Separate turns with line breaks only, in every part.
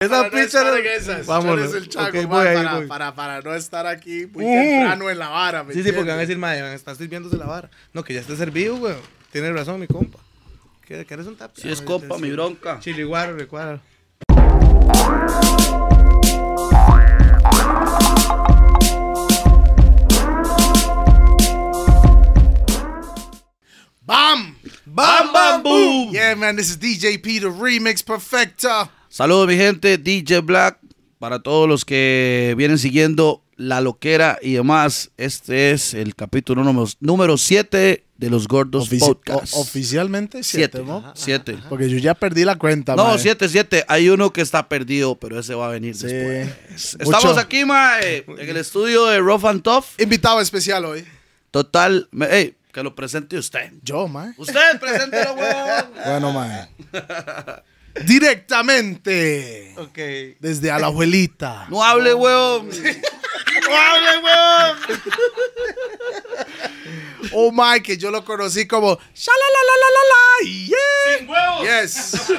Esa
no
picha
estar
era-
en esas.
Vámonos.
Tú eres el chango,
Ok, voy
man,
ahí,
para,
voy.
para- para no estar aquí muy
Ujú.
temprano en la vara. ¿me
Sí, sí, porque van a
entiendes?
decir, madre, man, está sirviéndose la vara. No, que ya está servido, güey. Tiene razón, mi compa. ¿Qué- ¿Quieres un tapia?
Si es copa, mi bronca.
Chiliguaro, recuadro.
¡Bam!
¡Bam, bam, boom!
Yeah, man, this is DJ P, the remix perfecta.
Saludos, mi gente, DJ Black. Para todos los que vienen siguiendo la loquera y demás, este es el capítulo número- número 7 de los Gordos
Ofici-
Podcast.
o- oficialmente
7,
siete, ¿no?
7.
Porque yo ya perdí la cuenta,
No,
mae.
7, 7. Hay uno que está perdido, pero ese va a venir
Sí. Mucho.
después. Estamos aquí, mae, en el estudio de Rough and Tough.
Invitado especial hoy.
Total, me- ey, que lo presente usted.
Yo, mae.
Usted, preséntelo, huevón.
Bueno, mae. Directamente
Ok.
desde Alajuelita.
No hable, huevón.
Oh, mae, que yo lo conocí como "Shalalalalala", yeah. Yes.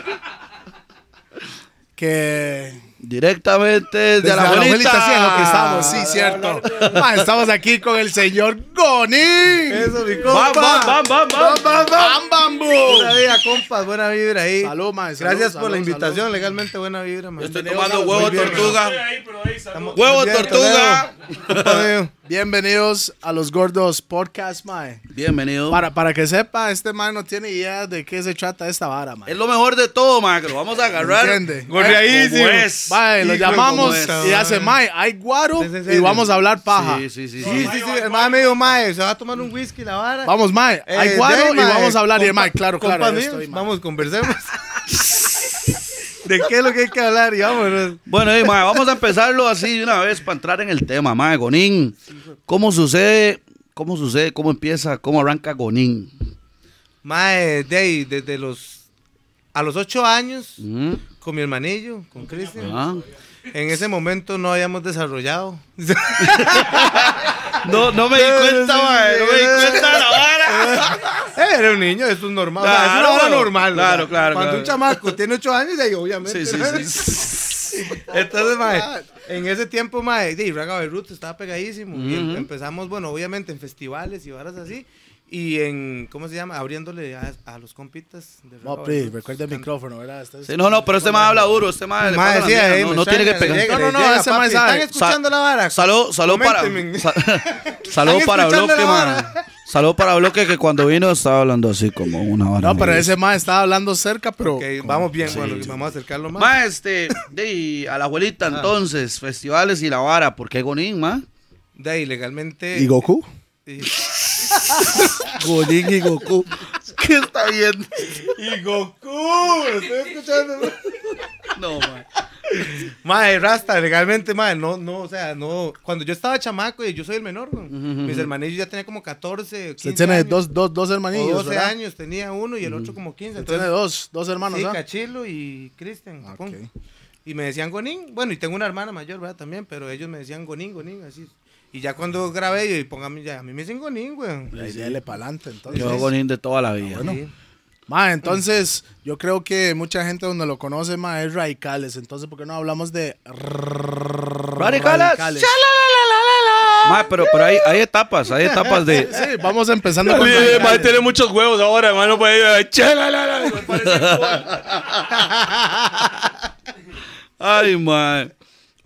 que
Directamente desde,
Desde
la abuelita.
sí, en lo que estamos, sí, cierto. Ma, estamos aquí con el señor Goni.
Eso, mi compa.
Bam, bam, bam, bam, bam.
bam, bam, bam,
Buena vida, compas. Buena vibra ahí.
Salud, mae, salud,
Gracias por
salud,
la invitación.
salud.
Legalmente, buena vibra, man.
Yo estoy
Bienvenido,
tomando
Carlos,
huevo
muy bien,
tortuga.
Estamos-
Huevo
muy bien,
tortuga.
Toledo. Compa mío.
Bienvenidos a los Gordos Podcast, mae.
Bienvenido.
Para, para que sepa, este man no tiene idea de qué se trata esta vara, mae.
Es lo mejor de todo, macro. Vamos a agarrar.
Entiende. eh,
Gorreadísimo. Como es.
Mae, lo
Sí,
llamamos
como es.
y hace mae, hay guaro
Sí, sí, sí.
y vamos a hablar paja.
Sí, sí, sí.
Sí, sí, sí. El mae me dijo, mae, se va a tomar un whisky la vara.
Vamos, mae,
Eh,
hay guaro
de ahí,
y
mae,
vamos a hablar. y el
compa-
mae, claro, claro,
compas
yo
míos,
estoy, mae.
Vamos, conversemos. ¿De qué es lo que hay que hablar? Y vámonos.
Bueno, ey, mae, vamos a empezarlo así de una vez para entrar en el tema, mae. Gonín, ¿cómo sucede? ¿Cómo sucede? ¿Cómo empieza? ¿Cómo arranca Gonín?
Mae, de ahí, desde los. A los ocho años,
¿Mm?
con mi hermanillo, con Cristian.
Ah.
En ese momento no habíamos desarrollado.
No, no me di cuenta, mae. No me di cuenta de la vara.
Eh, Era un niño, esto es normal. o sea,
Claro,
es una hora
bueno.
normal. o
Claro,
sea,
claro,
Cuando
claro.
un chamaco tiene ocho años, de ahí, obviamente.
Sí, sí,
¿no?
sí.
Entonces, mae, en ese tiempo, mae, de Raga Beirut estaba pegadísimo. Y em- empezamos, bueno, obviamente en festivales y varas así. Y en, ¿cómo se llama? Abriéndole a, a los compitas. De Raga
No, pues, please,
Beirut.
recuerda el micrófono, ¿verdad?
Sí, no, no, pero este mae habla duro. Este mae le
Mae,
pasa la
sí,
mierda,
ahí
no,
me
no tiene que
extraña, le
pegar.
llega,
No, no, no,
le llega,
ese mae
papi,
sabe.
¿Están escuchando la vara?
Salud, salud para.
Coméntenme.
sa- salud
¿Están
para
escuchando
bloque,
la
man. Salud para bloque que cuando vino estaba hablando así como una hora.
No, pero ese mae estaba hablando cerca, pero.
Ok, vamos bien, bueno, vamos a acercarlo más.
Ma, este, de, a la abuelita entonces, festivales y la vara, porque Gonín, ma.
De ahí, legalmente.
¿Y Goku?
Sí.
Gonín y Goku. ¿Qué está viendo?
¡Y Goku! Estoy escuchando.
No, ma.
Madre, Rasta, legalmente, madre, no, no, o sea, no. Cuando yo estaba chamaco y yo soy el menor, güey, mis hermanillos ya tenían como 14, 15
Usted tiene
años,
dos, dos, dos
o
hermanillos.
12
¿verdad?
años, tenía uno y el otro como 15.
Usted tiene
Entonces,
dos, dos hermanos,
sí,
¿ah?
Cachilo y Cristian,
Ah,
supongo.
ok.
Y me decían Gonín, bueno, y tengo una hermana mayor, ¿verdad? También, pero ellos me decían Gonín, Gonín, así. Y ya cuando grabé, yo, póngame ya, a mí me dicen Gonín, güey.
Ahí Dele para adelante, entonces.
Yo Gonín de toda la vida.
Sí.
Ma, entonces, yo creo que mucha gente donde lo conoce, ma, es radicales. Entonces, ¿por qué no hablamos de
Radicales. Ma, pero, pero hay, hay etapas, hay etapas de.
Sí, vamos empezando con
Oye, va a
radicales.
tener muchos huevos ahora, hermano. Pues, eh, chala, la, la.
Ay, ma.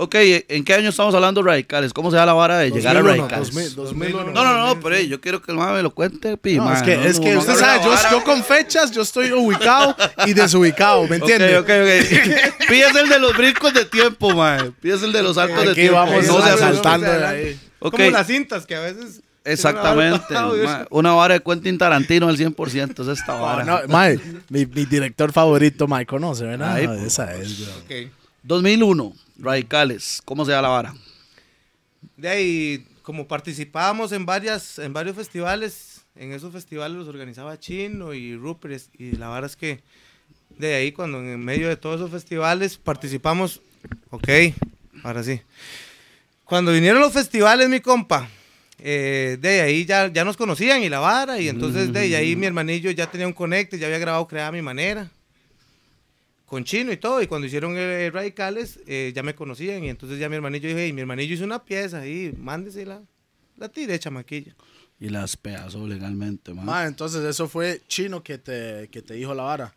Ok, ¿en qué año estamos hablando radicales? ¿Cómo se da la vara de llegar a
2001, 2000,
radicales?
2001.
No, no, no, pero ey, yo quiero que el mame me lo cuente, pi,
No,
ma,
es que,
no,
es
no,
que
no,
usted
no,
sabe,
no,
yo,
ahora-
yo con fechas, yo estoy ubicado y desubicado, ¿me
Ok,
entiende?
ok, ok. Pi es el de los brincos de tiempo, mae. Pi es el de los saltos de
Aquí
tiempo.
vamos,
no se
vamos,
asaltan.
saltando de ahí.
Ok.
Como las cintas que a veces.
Exactamente. mae. Una vara de Quentin Tarantino al 100% es esta
Ah,
vara.
no, mae, mi, mi director favorito, Mae, conoce, ¿verdad?
Ay,
No,
po.
esa
pues.
es, bro.
Ok.
2001, radicales. ¿Cómo se da la vara?
De ahí, como participábamos en, varias, en varios festivales, en esos festivales los organizaba Chino y Rupert, y la verdad es que de ahí, cuando en medio de todos esos festivales participamos, ok, ahora sí. Cuando vinieron los festivales, mi compa, eh, de ahí ya, ya nos conocían y la vara, y entonces de ahí mi hermanillo ya tenía un conecte, ya había grabado Creada a mi manera. con chino y todo. Y cuando hicieron eh, Radicales, eh, ya me conocían. Y entonces ya mi hermanillo dije, "Ey, mi hermanillo hizo una pieza ahí, mándesela. La tiré, chamaquilla.
Y las pedazó legalmente, man.
Ma, entonces eso fue Chino que te, que te dijo la vara.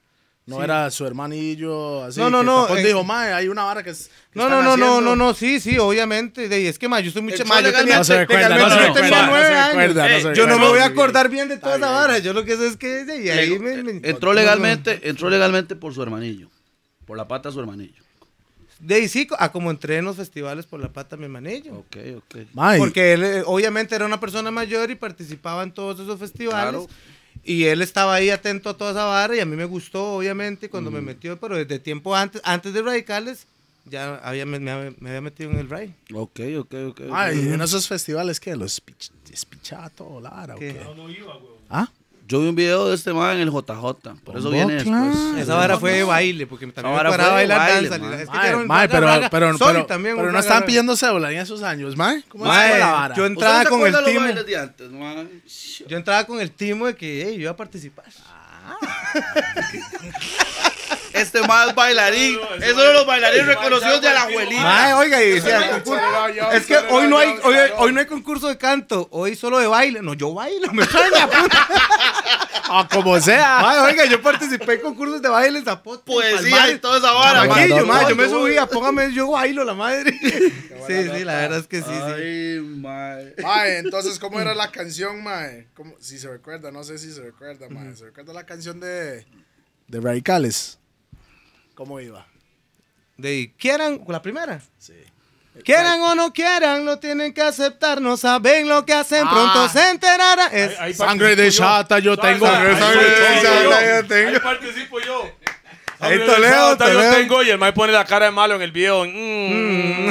No era su hermanillo así.
No, no,
que
no,
tampoco
eh,
dijo, ma, hay una vara que. es- que
No, no,
están
no, no, no,
haciendo".
no, sí, sí, obviamente. De, ahí, es que ma, yo estoy mucho
show
más. Yo
legal
tenía,
No se recuerda,
legalmente yo
no se
tenía
recuerda, no se
nueve años.
recuerda, no se
Eh, yo
recuerda.
no me voy a
Muy bien.
acordar bien de toda
Está
esa
bien.
vara. Yo lo que sé es que de ahí me- me-
Entró legalmente, entró legalmente por su hermanillo. Por la pata de su hermanillo.
De ahí sí, a como entré en los festivales por la pata mi hermanillo.
Ok, ok.
Ma, y-
Porque él eh, obviamente era una persona mayor y participaba en todos esos festivales.
Claro.
Y él estaba ahí atento a toda esa barra y a mí me gustó, obviamente, cuando me metió, pero desde tiempo antes, antes de Radicales, ya había, me, me- me había metido en el Rai.
Ok, ok, ok. ok.
ma, y en esos festivales que los pich- despichaba todo la vara. ¿o
¿Qué?
qué? ¿Ah?
Yo vi un video de este man en el JJ. Por eso
Bombo,
viene después.
claro.
Esa barra fue de baile, porque también me
vara
paraba a
fue de
bailar
baile,
danza.
man.
Es que
Ma,
ya era un-
ma,
una
pero,
raga.
pero,
Sol
pero-
también,
pero
una
no estaban
raga.
pidiendo cédula en esos años, ma. ¿Cómo
Ma,
estuvo la vara?
yo
¿Ustedes
entraba
se
con el
acuerdan los
timo.
bailes de antes, man?
Yo entraba con el timo de que "Ey, yo iba a participar.
Este más bailarín. es uno de los bailarines reconocidos de la abuelita.
Mae, oiga, y decía, concurso- es que hoy no hay, hoy, hoy no hay concurso de canto, hoy solo de baile. No, yo bailo, me traen la puta.
Ah, como sea.
Mae, oiga, yo participé en concursos de baile en Zapote.
Poesía y toda esa
Ahora,
vara,
Chamaquillo,
man.
yo, mae, yo
Ay,
me
no.
subía, póngame, yo bailo la madre. Sí, sí, la verdad es que sí, sí.
Ay, mae.
Mae, entonces, ¿cómo era la canción, mae? ¿Cómo- Si se recuerda, no sé si se recuerda, mae. ¿Se recuerda la canción de... De Radicales? ¿Cómo iba?
De quieran, la primera.
Sí.
Quieran o no quieran, lo tienen que aceptar, no saben lo que hacen, pronto
Ah.
se enterarán. Es-
Ahí
Sangre de
participo yo.
chata yo tengo.
Sangre-
Sangre de
sangre-
chata
sangre-
yo tengo.
Ahí participo yo.
Ahí
Sangre de
Toledo,
chata yo
Toledo.
tengo y el mae pone la cara de malo en el video. Mm.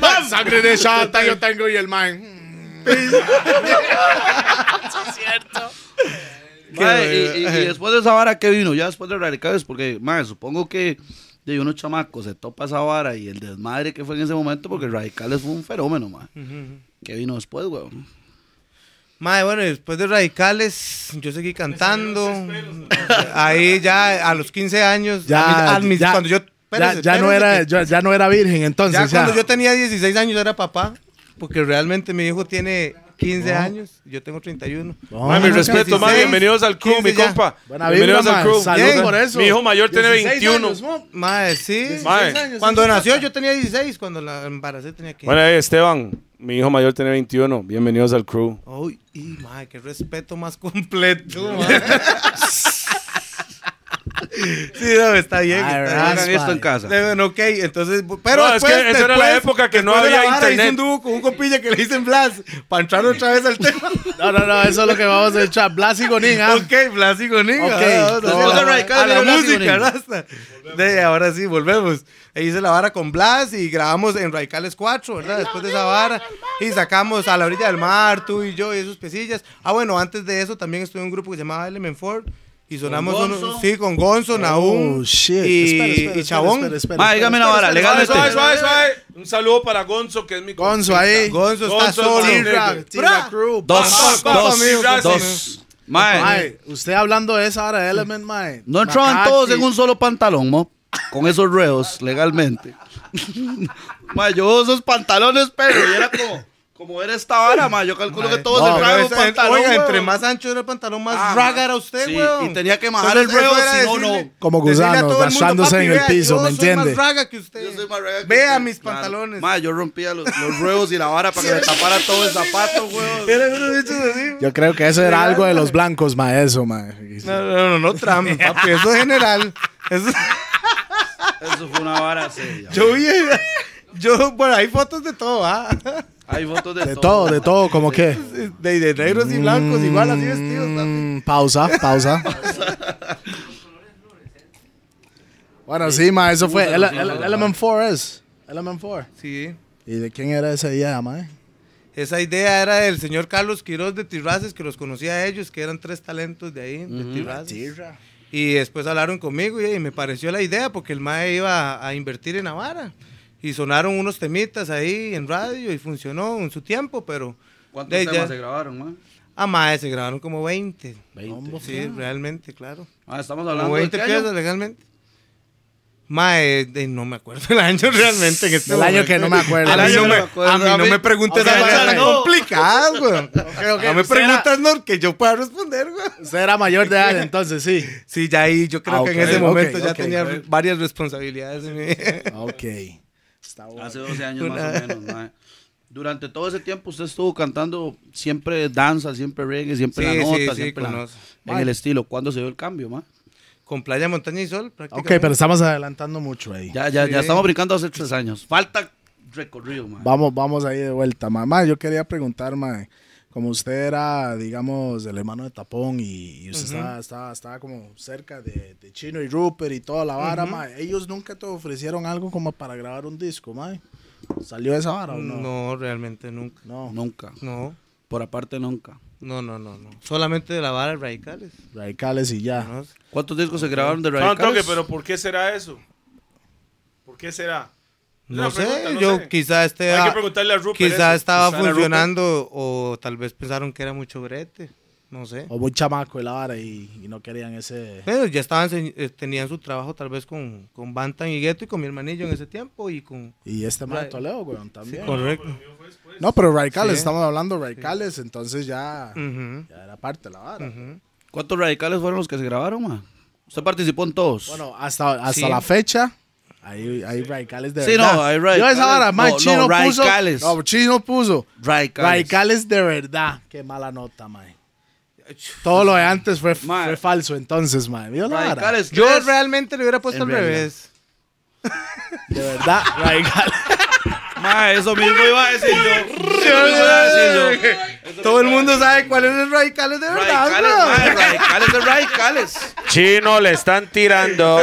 mae, Sangre de chata yo tengo y el mm. man.
Mae, y, y-
barbaridad.
y después de esa vara, ¿qué vino? Ya después de Radicales, porque, mae, supongo que de unos chamacos se topa esa vara y el desmadre que fue en ese momento, porque Radicales fue un fenómeno, mae. ¿Qué vino después, weón?
Mae, bueno, y después de Radicales, yo seguí cantando. Ahí ya a los 15 años,
Ya,
a mis- a mis-
ya,
cuando yo...
Ya,
espérese,
ya no
espérese
era,
que-
ya, ya no era virgen, entonces.
Ya
o sea,
cuando yo tenía 16 años era papá, porque realmente mi hijo tiene 15 años, yo tengo 31.
No.
Mae, mi
Ah,
respeto, mae.
16,
Bienvenidos al crew, mi
15 ya.
compa.
Buena
Bienvenidos
vibra,
al
mae.
crew.
Salud
Bien.
por eso.
Mi hijo mayor tiene
16
21.
años, mo.
Mae, sí.
Mae.
Cuando nació yo tenía 16, cuando la embaracé tenía 15.
Bueno, eh, Esteban, mi hijo mayor tiene 21. Bienvenidos al crew.
Ay, y mae, qué respeto más completo, mae. Sí, no, está bien.
Ay,
está
verdad.
bien.
Hagan esto en casa.
Deben, ok, entonces, pero
No, es
después,
que esa era la
después-
época que no
después de la
había
vara, hice un
internet.
dúo con un compilla que le dicen Blas, para entrar otra vez al tema.
No, no, no, eso es lo que vamos a echar. Blas y Gonín, ¿ah?
Ok, Blas y Gonín.
Ok,
ahora vamos
no,
a, hacer la-
no, radical,
a la
mira, Blas y
música,
Gonín.
rasta. De, ahora sí, volvemos. E hice la vara con Blas y grabamos en Radicales 4, ¿verdad? Después de esa vara. Y sacamos a la orilla del mar, tú y yo y esos pesillas. Ah, bueno, antes de eso también estuve en un grupo que se llamaba Element Ford. Y sonamos
Gonzo?
uno- sí, con Gonzo, Nahum
Oh, shit.
y,
Espera, espera,
y
espera,
Chabón.
espera, espera,
Mae,
espera,
dígame una
espera,
vara,
espera,
legalmente.
espera,
Suave,
espera,
suave, suave. este. Un saludo para Gonzo, que es mi compa.
Gonzo ahí.
Gonzo está
Gonzo,
solo.
Tira,
Bra.
Crew.
Dos,
pa, pa,
dos,
amigo,
dos.
gracias.
Mae,
Mae, usted hablando de esa vara de Element, mae.
no entraban
Macati.
todos en un solo pantalón, mo. Con esos reos, legalmente. mae, yo veo esos pantalones, pero y era como, como era esta vara, mae. Yo calculo que todos
No,
entraban
pero
en un
esa-
pantalón.
Oiga,
weón.
entre más ancho era el pantalón, más
Ah,
raga era usted,
sí,
weón.
y tenía que majar
Entonces,
el
eso
reo,
era
si no,
decirle-
no.
Como
decirle a
gusano,
todo el mundo,
gastándose
"Papi,
en el
vea,
piso,
yo
¿me entiende?"
Soy más raga que usted.
Yo soy más real que
Vea
usted.
mis
Claro.
pantalones.
Ma, yo rompía los, los ruedos y la vara para que me tapara todo el zapato, weón.
Era uno de esos así.
Yo creo que eso era algo de los blancos, mae, eso, mae.
No, no, no, no trame, papi. Eso es general. Eso-
Eso fue una vara seria.
yo vi. Yo, bueno, hay fotos de todo, ¿ah?
Hay fotos de,
De todo, de todo, como que.
De, de negros y blancos, igual así vestidos. papi.
Mm, pausa, pausa. bueno, sí, mae, eso fue Ele- Ele- Element 4 es. Element 4.
Sí.
¿Y de quién era esa idea, mae?
Esa idea era del señor Carlos Quiroz de Tirraces, que los conocía a ellos, que eran tres talentos de ahí, de Tirraces. Y después hablaron conmigo y, y me pareció la idea porque el MAE iba a, a invertir en Navarra. Y sonaron unos temitas ahí en radio y funcionó en su tiempo, pero...
¿Cuántos
de- ya-
temas se grabaron, man?
Ah, mae, se grabaron como 20.
Veinte.
Sí, realmente, claro.
Ah, estamos
Como
hablando de
20
este año.
piezas legalmente. Mae, de- no me acuerdo el año realmente. En este
El año que no me acuerdo.
A
El
mí no
año no
me,
me acuerdo.
a mí
A
no
mí-
me preguntes
Ok,
esas
ok,
varas tan
no.
complicadas, güey. No me
Usted
preguntas, no, que yo pueda responder, güey.
Usted era mayor de edad, entonces sí.
Sí, ya ahí yo creo
Ah,
que en
ok,
ese
ok,
momento ya
ok,
tenía
ok.
varias responsabilidades. en mí.
Ok. Está bueno.
Hace 12 años más o menos, mae. Durante todo ese tiempo usted estuvo cantando siempre danza, siempre reggae, siempre
Sí,
la
sí,
nota,
sí,
siempre la-
conozco.
en el estilo. ¿Cuándo se dio el cambio, mae?
Con playa, montaña y sol,
Ok,
prácticamente.
pero estamos adelantando mucho ahí.
Ya, ya,
Sí.
ya estamos brincando hace tres años. Falta recorrido, mae.
Vamos, vamos ahí de vuelta. Mamá, yo quería preguntar, mae, como usted era, digamos, el hermano de Tapón y, y usted estaba, estaba, estaba como cerca de, de Chino y Rupert y toda la vara, mae, ellos nunca te ofrecieron algo como para grabar un disco, mae. ¿Salió esa vara o no?
No, realmente nunca.
No.
Nunca.
No,
Por aparte, nunca.
no, no, no. no. Solamente de la vara de radicales.
Radicales y ya.
¿no?
¿Cuántos discos se grabaron de
No,
Radicales?
toque, pero ¿por qué será eso? ¿Por qué será? Es
No
una
sé,
pregunta, no
yo
sé.
quizá este
Hay
ah,
que preguntarle a Rupert.
quizá
eso.
estaba
Quizá era
funcionando o tal vez pensaron que era mucho brete, no sé.
O muy chamaco de la vara y, y no querían ese...
Pero ya estaban se- eh, tenían su trabajo tal vez con con Bantan y Gueto y con mi hermanillo en ese tiempo y con
Ah,
Y este mae de
Ra-
Toledo, weón, también.
correcto.
no, pero Radicales,
Sí.
estamos hablando de Radicales, entonces ya,
Ujú,
ya era parte de la vara.
ujú.
¿Cuántos radicales fueron los que se grabaron, mae? Usted participó en todos.
Bueno, hasta, hasta
Sí.
la fecha hay, hay radicales de
Sí,
verdad.
no, hay
Yo
radicales.
esa vara, man,
No, no,
Chino puso.
radicales.
No, Chino puso.
radicales.
Radicales de verdad. Qué mala nota, man. Todo lo de antes fue,
Man.
fue falso, entonces, man. ¿Vio la vara?
Radicales.
Yo
tres.
realmente le hubiera puesto al
En realidad.
revés.
De verdad, radicales.
Mae, eso mismo iba a decir yo.
Todo el mundo sabe cuáles son los radicales de verdad.
Radicales,
bro.
mae, radicales de radicales.
Chino le están tirando.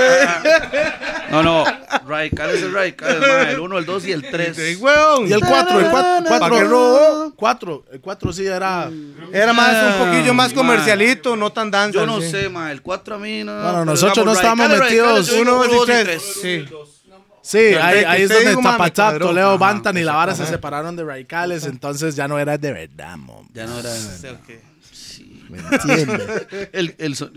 No, no, radicales es radicales, mae, el 1, el 2 y el 3.
Sí, weón.
Y el 4, el 4.
¿Pa' qué robó?
4, el 4 sí era.
Era más un
Ah,
poquillo más
man.
comercialito, no tan danza.
Yo no
sí.
sé, mae, el 4 a mí no.
Bueno,
pero
nosotros
digamos,
no estamos
radicales, radicales,
metidos.
yo digo
Uno,
uno,
dos y tres.
tres.
Sí.
Sí, ahí,
Perfecto,
ahí es
usted
donde
dijo, mami,
Tapatap,
cuadró.
Toledo,
Ajá,
Bantan y la vara se separaron de radicales, entonces ya no era de verdad, mo.
Ya no era.
¿Me entiendes?
El, el so-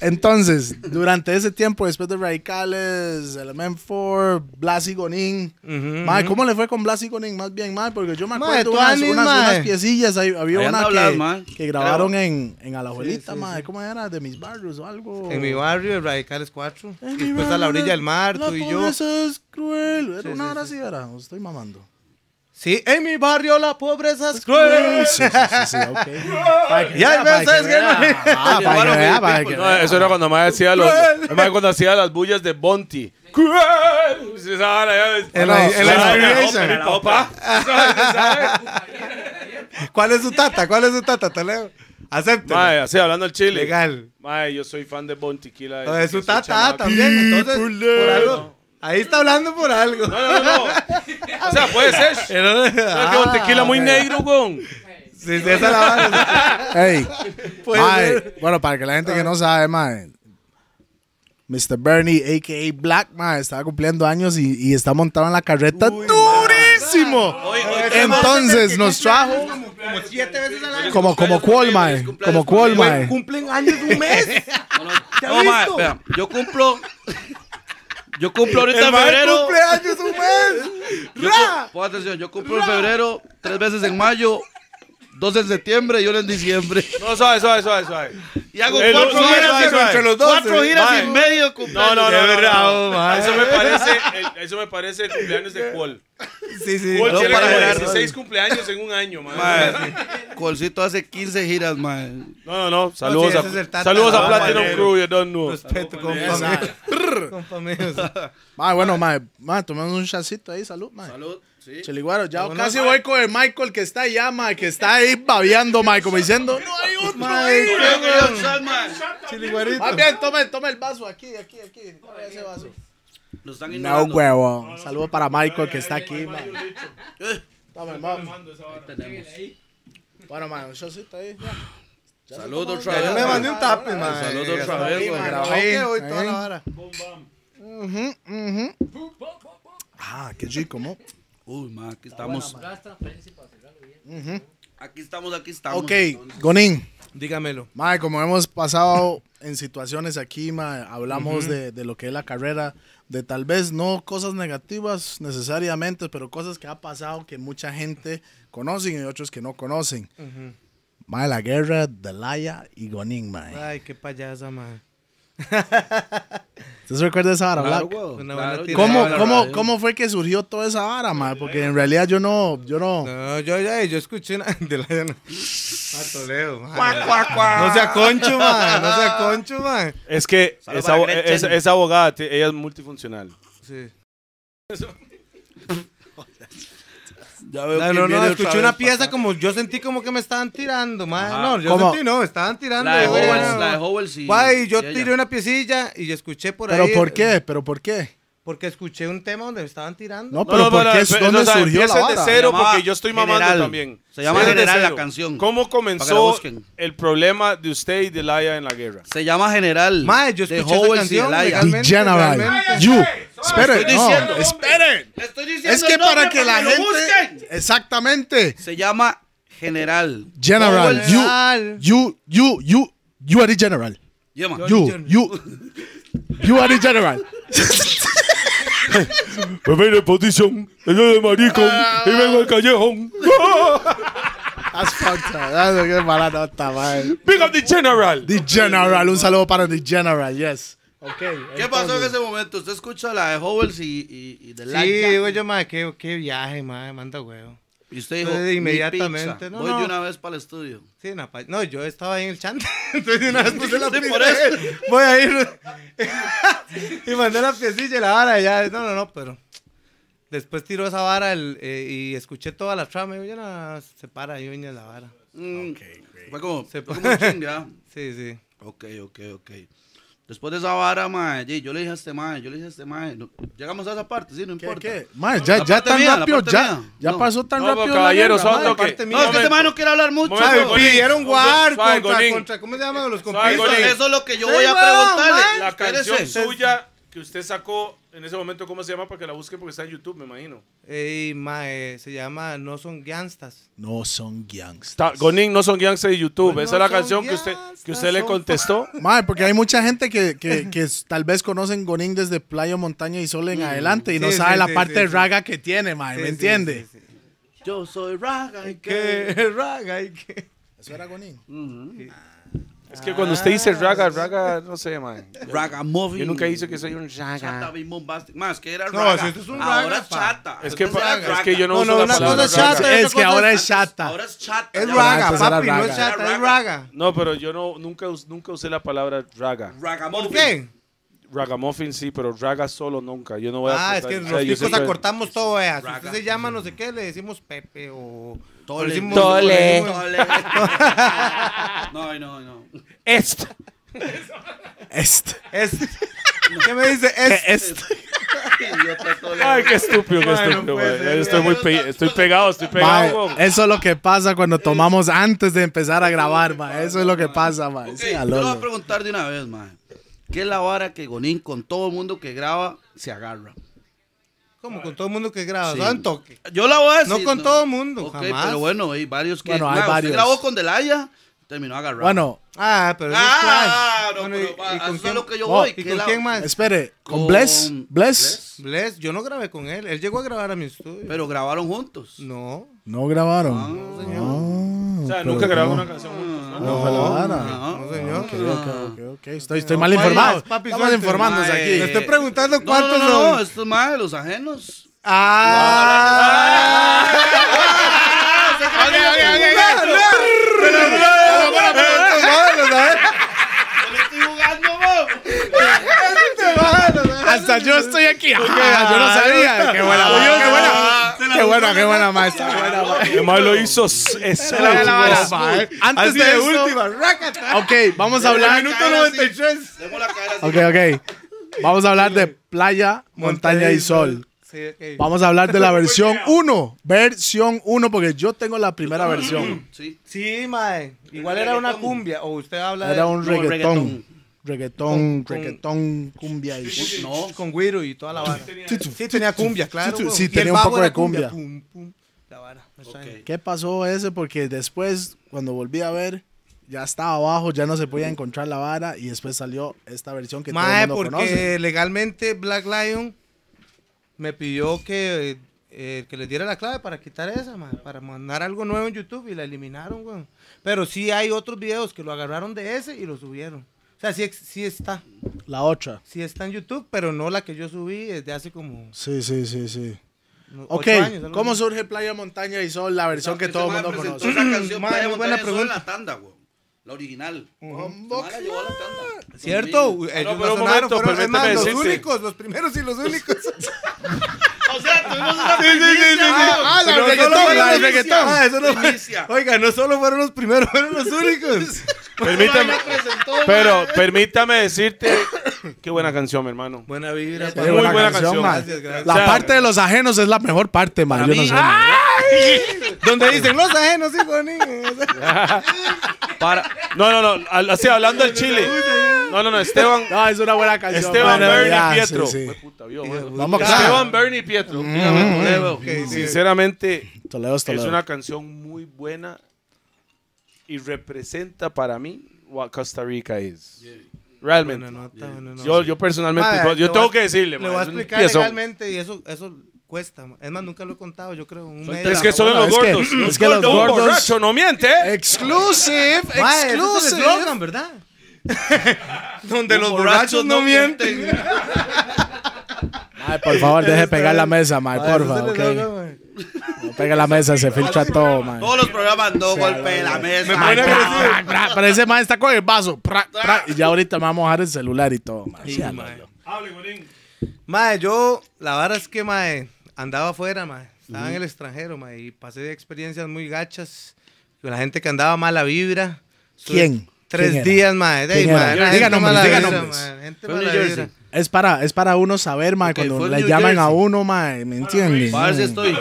Entonces, durante ese tiempo, después de Radicales, Element 4, Blas y Gonin,
Ujú,
mae, ¿cómo le fue con Blas y Gonin? Más bien, mae, porque yo me
Mae,
acuerdo
tú
unas,
anís,
unas,
mae.
unas piecillas, ahí- había
Ahí
una
anda
que,
Blas, mae.
que grabaron
Creo.
en, en Alajuelita,
Sí, sí,
mae, ¿cómo era? De mis barrios o algo.
En mi barrio, el Radicales 4.
En mi
Y después a la
barrio,
orilla del mar,
la
tú y yo.
pobreza es cruel. Era
Sí,
una
sí,
hora
sí.
así, era. Os Estoy mamando.
Sí, en mi barrio la pobreza es cruel.
Sí, sí, sí, sí, ok. Para que
Y hay
vea, para
veces que no-
vea. Ah, para que vea, para que
No,
vea.
Ah, eso era cuando más hacía los, más cuando hacía las bullas de Bonti. ¡Cruel! Esa vara, ya-
En la,
No,
en la
Esa vara,
Inspiration.
ópera, papá.
¿Cuál es su tata? ¿Cuál es su tata? Te leo. Acepto.
Mae, así hablando el chile.
Legal.
Mae, yo soy fan de Bonti Kila.
Lo de su
soy
tata ah,
chamaco.
también. Entonces, por algo. Ahí está hablando por algo.
No, no, no. O sea, puede ser. Es que
Ah,
un tequila muy negro, weón.
sí, sí, esa la vara.
Ey,
Puede
mae,
ser.
bueno, para que la gente que no sabe, mae, Mr. Bernie, a.k.a. Black, mae, está cumpliendo años y, y está montado en la carreta durísimo. Entonces nos trajo
Como, como siete veces al año.
como, como cuál, mae, como cuál, mae.
Cumplen años de un mes.
No, no,
¿Te ha
no, mae,
visto?
vea, yo cumplo. Yo cumplo ahorita
El
en
mae
febrero.
cumple años de un mes.
Yo
Ra.
cu- Pon atención, yo cumplo en febrero, tres veces en mayo, dos en septiembre y una en diciembre.
No, suave, suave, suave, suave.
Y hago
El
cuatro
otro
giras,
suave,
en-
suave.
entre los dos.
cuatro
eh.
giras y
Mae.
medio
No,
cumpleaños.
no, no,
Qué
no,
bravo,
no,
mae.
Eso me parece, el, eso me parece el cumpleaños de Cuol.
Sí, sí.
Cuol
No,
tiene
para
como
Gerardo.
16 cumpleaños en un año, mae.
Mae, Colcito hace 15 giras, mae.
No, no, no. Saludos
sí, ese es el
a,
tata.
saludos a
Ah,
Platinum
valero.
Crew, you don't know.
Respeto,
Esa.
compa. mío. Compa mío.
Mae, bueno, mae, mae, tomemos un chacito ahí, salud, mae.
Salud, sí.
Cheliguaro, ya
Vámonos,
casi
mae.
voy con el Michael que está allá, mae, que está ahí babeando, mae, como diciendo, no hay otro.
Mae,
ahí".
qué weón. Chiliguarito.
Más bien, tome, tome el vaso aquí, aquí, aquí. Tome ese vaso.
Lo están
No,
ignorando.
huevo. Un saludo para Michael que está aquí, man. Toma, man.
Tenemos.
Bueno, man, un shotcito ahí. ya.
Salud
Ya,
otra
Yo
vez.
me
mae.
mandé un tape, man.
Saludos otra vez, güey.
Grabé hoy toda la vara.
Ah, qué chico, ¿no?
Uy, mae, aquí estamos. Aquí estamos, aquí estamos.
Ok,
entonces.
Gonín.
Dígamelo.
Mae, como hemos pasado en situaciones aquí, mae, hablamos de, de lo que es la carrera, de tal vez no cosas negativas necesariamente, pero cosas que ha pasado que mucha gente conoce y otros que no conocen. Mae, la guerra de Laia y Gonin, mae.
Ay, qué payasa, mae.
¿Usted se recuerda esa vara,
Claro,
Black?
huevo.
Una
Claro,
buena
huevo.
tira.
¿Cómo,
Claro,
cómo, ¿Cómo fue que surgió toda esa vara, mae? Porque en realidad yo no, yo no...
No, yo ya, yo escuché una- de la llana. Patoleo, mae. No sea concho, mae. No sea concho, mae.
Es que
Salud
es,
para
abo-
Gretchen.
es- es abogada, te- ella es multifuncional.
Sí.
Ya veo
No,
quién
no,
viene
no,
otra
escuché
vez
una
pa'
pieza
acá.
como yo sentí como que me estaban tirando, mae.
Ajá.
No, yo
¿Cómo?
sentí, no, me estaban tirando.
La de
güey.
Howells, la de Howells y.
Mae, yo
y ella.
tiré una piecilla y escuché por
¿Pero
ahí.
por qué? ¿pero por qué?
Porque escuché un tema donde me estaban tirando.
No, pero ¿por qué?
pero,
¿Dónde
o sea,
surgió la
empiecen de
vara?
Se
cero
llamaba
porque yo estoy mamando
General.
también.
Se llama
Empiecen de
General la
cero.
canción.
¿Cómo
Para que la
comenzó
busquen.
el problema de usted y de Laia en la guerra?
Se llama General.
Mae, yo escuché esa
Howells y de
canción,
Laia.
legal. Realmente,
Degenerate.
realmente.
You. Espere,
Estoy
no.
diciendo.
Espere.
Le estoy diciendo
Es que
el nombre
para que la
lo
gente.
busquen.
Exactamente.
Se llama General.
General.
Howells.
You.
General.
You. You. You. You are the general.
Yeah, man.
You. You. You are the general.
Me viene posición, el de marico, y vengo al callejón.
That's fucked up. That's a good mala nota, man.
Big up the general.
The general. Un saludo para the general. Yes. Okay.
¿Qué pasó en ese momento? Usted escucha la de Howells y, y, y de
Sí,
Laia.
digo yo, mae, qué, qué viaje, mae, manda huevo.
Y usted dijo,
Entonces,
"Ni
inmediatamente,
pizza,
no,
voy
no.
de una vez para el estudio.
Sí, en la pa- no, yo estaba ahí en el chante. Entonces de una vez puse la
Sí,
pieza.
por eso.
Voy a ir. y mandé la piecilla y la vara ya. No, no, no, pero. Después tiró esa vara el, eh, y escuché toda la trama. Y yo, no, se para ahí, viña la vara.
Mm, Fue como,
Se pa-
fue como un chingue, ¿ah?
Sí, sí.
Ok, ok, ok. Después de esa vara, mae, ye, yo le dije a este mae, yo le dije a este mae. no- llegamos a esa parte, sí, no
¿Qué,
importa.
qué? Man, ya,
La
ya
parte
tan
mía, la
rápido,
parte
ya,
mía.
ya
No.
pasó tan
pues,
No,
rápido.
pero
la
caballeros,
guerra,
son
man.
toque.
parte
No, es que este mae no quiere hablar mucho.
Momento,
Ay,
Eso,
Golín.
pidieron war
Suave,
contra,
Golín.
contra- ¿Cómo se llaman los
Suave, Golín.
compistas?
eso es lo que yo
Sí,
voy a
weón,
preguntarle.
mae.
La canción
Espérese.
suya que usted sacó en ese momento, ¿cómo se llama? Para que la busquen porque está en YouTube, me imagino.
Ey, mae, se llama No son gangstas.
No son gangsters.
Está, Gonin no son gangsters de YouTube.
Pues
Esa
no
es la
son
canción que usted, que
gangsters,
usted le
son-
contestó.
Mae, porque hay mucha gente que, que- que s- tal vez conocen Gonín desde Playa, Montaña y Sol en adelante y no
Sí,
sabe
sí,
la
sí,
parte
sí, sí.
raga que tiene, mae,
Sí,
¿me
sí,
entiende?
sí, sí.
Yo soy raga y que...
¿Qué raga y qué?
Eso era Gonín.
Es que cuando usted dice raga, raga, no sé, man.
Ragamuffin.
Yo nunca dice que soy un
Chata,
raga.
bien bombastic. Más que era
No,
raga.
si esto es un
ahora
raga,
es
pa.
chata.
Es que,
Antes
pa-
era
es que yo no,
No,
uso
no,
la
una
palabra
cosa es
raga.
chata.
Es que ahora es chata.
Ahora es chata.
Es
ya.
raga,
antes era
papi, no
raga.
es chata, es
Era
raga.
No, pero yo no, nunca, us- nunca usé la palabra raga.
Ragamuffin.
¿Por qué?
Ragamuffin sí, pero raga solo nunca. Yo no voy a
Ah, es que
cortar- o
los
sea, yo
picos
siempre-
acortamos todo, vea. Si
Raga.
usted se llama no sé qué, le decimos Pepe o...
Tole.
le decimos-
Tole.
le decimos-
Tole. No, no, no.
Est.
Este.
Es, ¿Qué me dice? Es,
Idiota, tole.
Ay, qué estúpido, qué
Ay, no
estúpido,
puede
güey.
ser.
Yo Estoy muy pe- estoy pegado, estoy
Mae,
pegado. güey.
eso es lo que pasa cuando tomamos antes de empezar a grabar, mae. Eso es lo que pasa, mae.
Ok,
Sí, a
yo le voy a
Lolo.
preguntar de una vez, mae. ¿Qué es la vara que Gonín con todo el mundo que graba se agarra?
como con todo el mundo que graba,
Sí.
solo en toque.
Yo la voy a decir.
No con todo el mundo,
Ok,
jamás.
pero bueno, hay varios que.
Bueno, hay
Mae, usted
varios.
grabó con Delaya, terminó agarrando.
Bueno,
Ah, pero eso es
Ah,
Clash.
no,
Bueno,
pero,
y-
va,
y
eso
con
es
quién-
lo que yo
Oh,
voy.
¿Y
que
con
la-
quién más?
espere. ¿Con
con
Bless? ¿Bless?
Bless, yo no grabé con él. Él llegó a grabar a mi estudio.
Pero grabaron juntos.
No.
No grabaron. Ah,
O sea,
pero
nunca grabamos
no.
una canción juntos, ¿no?
No, ojalá.
No,
no, señor.
Ok, ok, ok, ok. Estoy, estoy
No,
mal
papi,
informado.
papi,
Estamos
suerte.
informándonos
Mae.
aquí.
Le estoy preguntando
eh, No, no,
cuántos
no, no,
son.
esto es más de los ajenos.
Ah.
Yo le estoy jugando, mo.
Hasta yo estoy aquí. Ah, yo no sabía. Qué buena, ma. Ah, qué buena. Qué buena, qué buena, maestra. Buena, ma.
Además lo hizo s- es
Buena la vara.
smooth.
Antes
Así
de
de
esto-
última, rácata.
Ok, vamos a hablar.
Minuto 93.
Démosla caer así.
Ok, ok. Vamos a hablar de playa, montaña y sol.
Sí, ok.
Vamos a hablar de la versión 1. Versión 1, porque yo tengo la primera versión.
Sí.
Sí, mae. Igual era una cumbia. O usted habla
Era
de-
un
No,
reggaetón.
reggaetón.
Reggaetón,
Con- con-
reggaetón, cumbia y shit.
No.
con güiro y toda la vara. Sí, tenía cumbia, claro.
sí,
huevón.
sí,
Y el
tenía un
bajo
poco de
era
cumbia.
Pum, pum. la vara. me extraña.
Ok.
¿Qué pasó ese? Porque después, cuando volví a ver, ya estaba abajo, ya no se podía encontrar la vara y después salió esta versión que todo
Mae,
el mundo
porque
conoce.
legalmente Black Lion me pidió que, eh, que les diera la clave para quitar esa, mae, para mandar algo nuevo en YouTube y la eliminaron, weón. Pero sí hay otros videos que lo agarraron de ese y lo subieron. O sea, sí, ex- sí está.
La otra.
Sí está en YouTube, pero no la que yo subí desde hace como
Sí, sí, sí, sí.
no,
Ok,
ocho años. algo
¿cómo
así.
surge Playa, Montaña y Sol? La versión que todo el mundo conoce.
Esa canción
Madre,
Playa
muy
Montaña
buena
Sol en
pregunta.
la tanda, güey. La original.
Hombo,
Mala llevó a la tanda.
¿Cierto?
pero
Ellos Ah, no
un
sonaron,
momento,
fueron- es
permíteme
más, los
decirte.
únicos, los primeros y los únicos.
O sea, tuvimos una
sí, sí, sí.
Ah, la
Pero
del reggaetón,
solo fue
la del
primicia.
reggaetón. Ah, eso no fue-
Primicia.
Oiga, no solo fueron los primeros, fueron los únicos.
Permítame.
presentó,
Pero permítame decirte. Qué buena canción, mi hermano.
Buena vibra.
Qué
papá.
buena canción.
ma.
Gracias, gracias.
La
O sea,
parte de los ajenos es la mejor parte, man. Yo no
mí- ah,
sé, ma.
Donde dicen los ajenos, pues, hijo de niña.
Para. No, no, no. al- Así hablando del Chile. No, no, no. Esteban.
No, es una buena canción.
Esteban
ma, de
Bernie
verdad, sí,
Pietro.
sí.
Fue puta, vio, bueno.
Vamos a
Esteban Bernie Pietro.
Mm.
Ah,
Ok, sí.
Sinceramente,
Toledo es
es
Toledo.
una canción muy buena y representa para mí what Costa Rica es. Realmente.
Buena nota, buena nota.
Yo, yo personalmente,
Madre,
yo
te
tengo
voy a-
que decirle,
Le
man,
voy a
es un
explicar
piezón.
legalmente y eso, eso cuesta. ma. Es más, nunca lo he contado, yo creo. Un medio.
Es que son
Bueno,
los
es que-
gordos.
es que los
gordos, un
gordos-
borracho no miente. ¿eh?
Exclusive,
Ma, ese es el eslogan, ¿verdad? Donde los borrachos no mienten.
Ay, por favor, deje pegar la mesa, man,
Ah,
porfa,
ese es
ok.
el eslogan, ma.
No Pega la mesa, se filtra todo, man.
Todos los programas no golpe la mesa.
Ay, pra, pra, pra, Pero ese man está con el vaso. pra, pra, y ya ahorita me va a mojar el celular y todo, man. Sí,
Sí,
ando,
mae.
ando.
Mae, yo, la vara es que, mae, andaba afuera, mae. Estaba en el extranjero, mae, y pasé experiencias muy gachas con la gente que andaba mala vibra. Estuve
¿Quién?
Tres
¿Quién era?
días, mae. de ahí,
¿Quién era?
mae, era gente
Diga nombres,
mala
diga
vibra,
nombres.
mae, gente
Fue en
mala
New
vibra.
Jersey.
Es para, es para uno saber, man,
Ok,
cuando
fue
le
New
llaman a
Jersey.
uno, man, ¿me entiendes? Mm.
Para ver si estoy.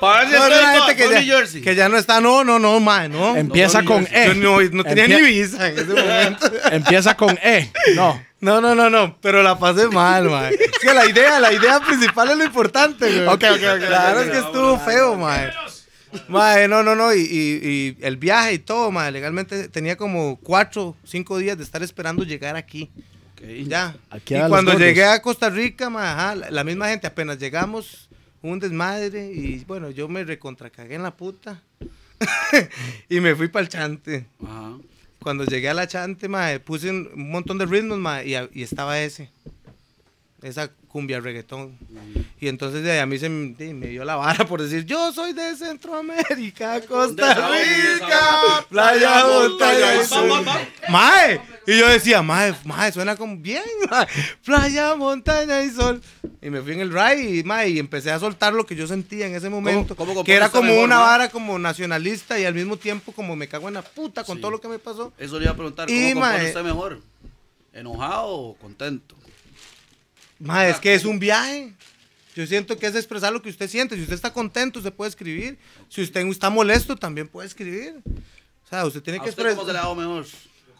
Para ver si
No,
estoy.
era
todo,
gente
todo
que
New
ya,
Jersey.
que ya no está, no, no, no, mae, no.
Empieza
No,
con
no,
Yo
E.
no, no tenía
Empie-
ni visa en ese momento.
Empieza con E. No.
No, no, no, no, pero la pasé mal, mae. Es que la idea, la idea principal es lo importante, güey.
Ok, ok, ok.
La verdad es que estuvo feo, mae. Mae, no, no, no, y, y- y el viaje y todo, mae, legalmente tenía como cuatro, cinco días de estar esperando llegar aquí. Ya.
Aquí
y
a los
cuando
gordos.
llegué a Costa Rica, mae, ajá, la, la misma gente, apenas llegamos, un desmadre, y bueno, yo me recontracagué en la puta. y me fui para el chante.
Ajá.
Cuando llegué a la chante, mae, puse un un montón de ritmos, mae, y, a- y estaba ese. Esa cumbia reggaetón. Y entonces de ahí a mí se me, de- me dio la vara por decir, yo soy de Centroamérica, Costa
Desahogo,
Rica,
desahogo.
playa, montaña y
Vamos,
sol.
vamos, vamos.
Mae, y yo decía, mae, mae, suena como bien, mae. playa, montaña y sol. Y me fui en el ride y, mae, y empecé a soltar lo que yo sentía en ese momento,
cómo compones
que era
esta
como
mejor,
una
mae?
vara como nacionalista y al mismo tiempo como me cago en la puta con todo lo que me pasó.
Eso le iba a preguntar.
Y,
¿Cómo compone
mae.
usted mejor? ¿Enojado o contento?
Ma, es que es un viaje. Yo siento que es expresar lo que usted siente. Si usted está contento, se puede escribir. Si usted está molesto, también puede escribir. O sea, usted tiene
¿A
que
usted cómo se le
expresar.
ha dado mejor?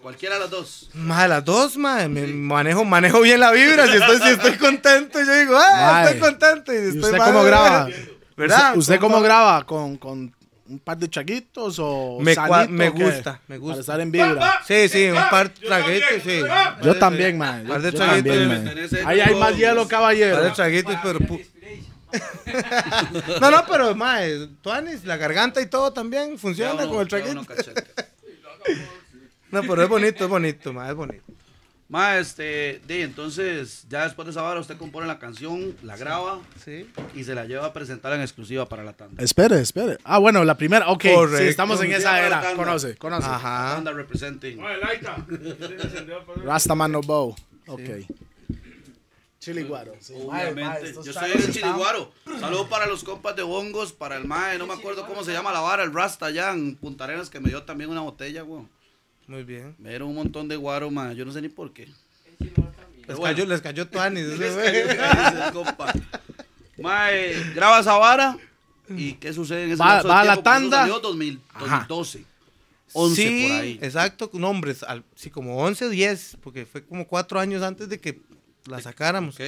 Cualquiera de las dos.
Ma, las dos, ma, me manejo, manejo bien la vibra. Si estoy, si estoy contento, yo digo, ah,
Mae.
estoy contento. Y,
¿Y
estoy
usted
mal,
cómo
ma.
graba?
¿Verdad?
¿Usted, usted cómo graba? ¿Con, ¿Con un par de chaguitos o
Me cua-
sanito
me
o qué?
gusta, me gusta.
Para estar en vibra.
Sí, sí, un par de traguitos, sí.
Yo también, man. Yo,
Par de
yo
traguitos.
también,
debe
man.
tener ese
Ahí hay más hielo, caballero.
Par de traguitos, pero... pu- no, no, pero, ma, eh, Tuanis, la garganta y todo también
Ya
funciona
uno-
con el
ya uno
traguito.
cachete.
No, pero es bonito, es bonito, ma, es bonito.
Ma, este, di, entonces, ya después de esa vara, usted compone la canción, la graba
Sí.
y se la lleva a presentar en exclusiva para la tanda.
Espere, espere. Ah, bueno, la primera. Ok, sí,
Correcto.
estamos en esa era. Conoce, conoce.
La
Ajá.
Tanda representing.
Rastaman no bow. Ok. Chiliguaro. sí. Mae, mae,
Obviamente.
estos
Yo soy
changos
el
están-
Chiriguaro. Saludos para los compas de Bongos, para el Mae, no me acuerdo cómo se llama la vara, el Rasta allá en Punta Arenas que me dio también una botella, weón.
Muy bien.
Me dieron un montón de guaro, mae. Yo no sé ni por qué.
Les
bueno.
cayó, les cayó Tuanis. ese güey.
Ese compa. Mae, graba esa vara. ¿Y qué sucede en ese
Va-
lapso de
va a la
tiempo? Cuando
tanda.
salió 2000, 2012. 11
sí,
por ahí.
exacto, nombres, al, sí, como 11, 10, porque fue como cuatro años antes de que la sacáramos.
Ok.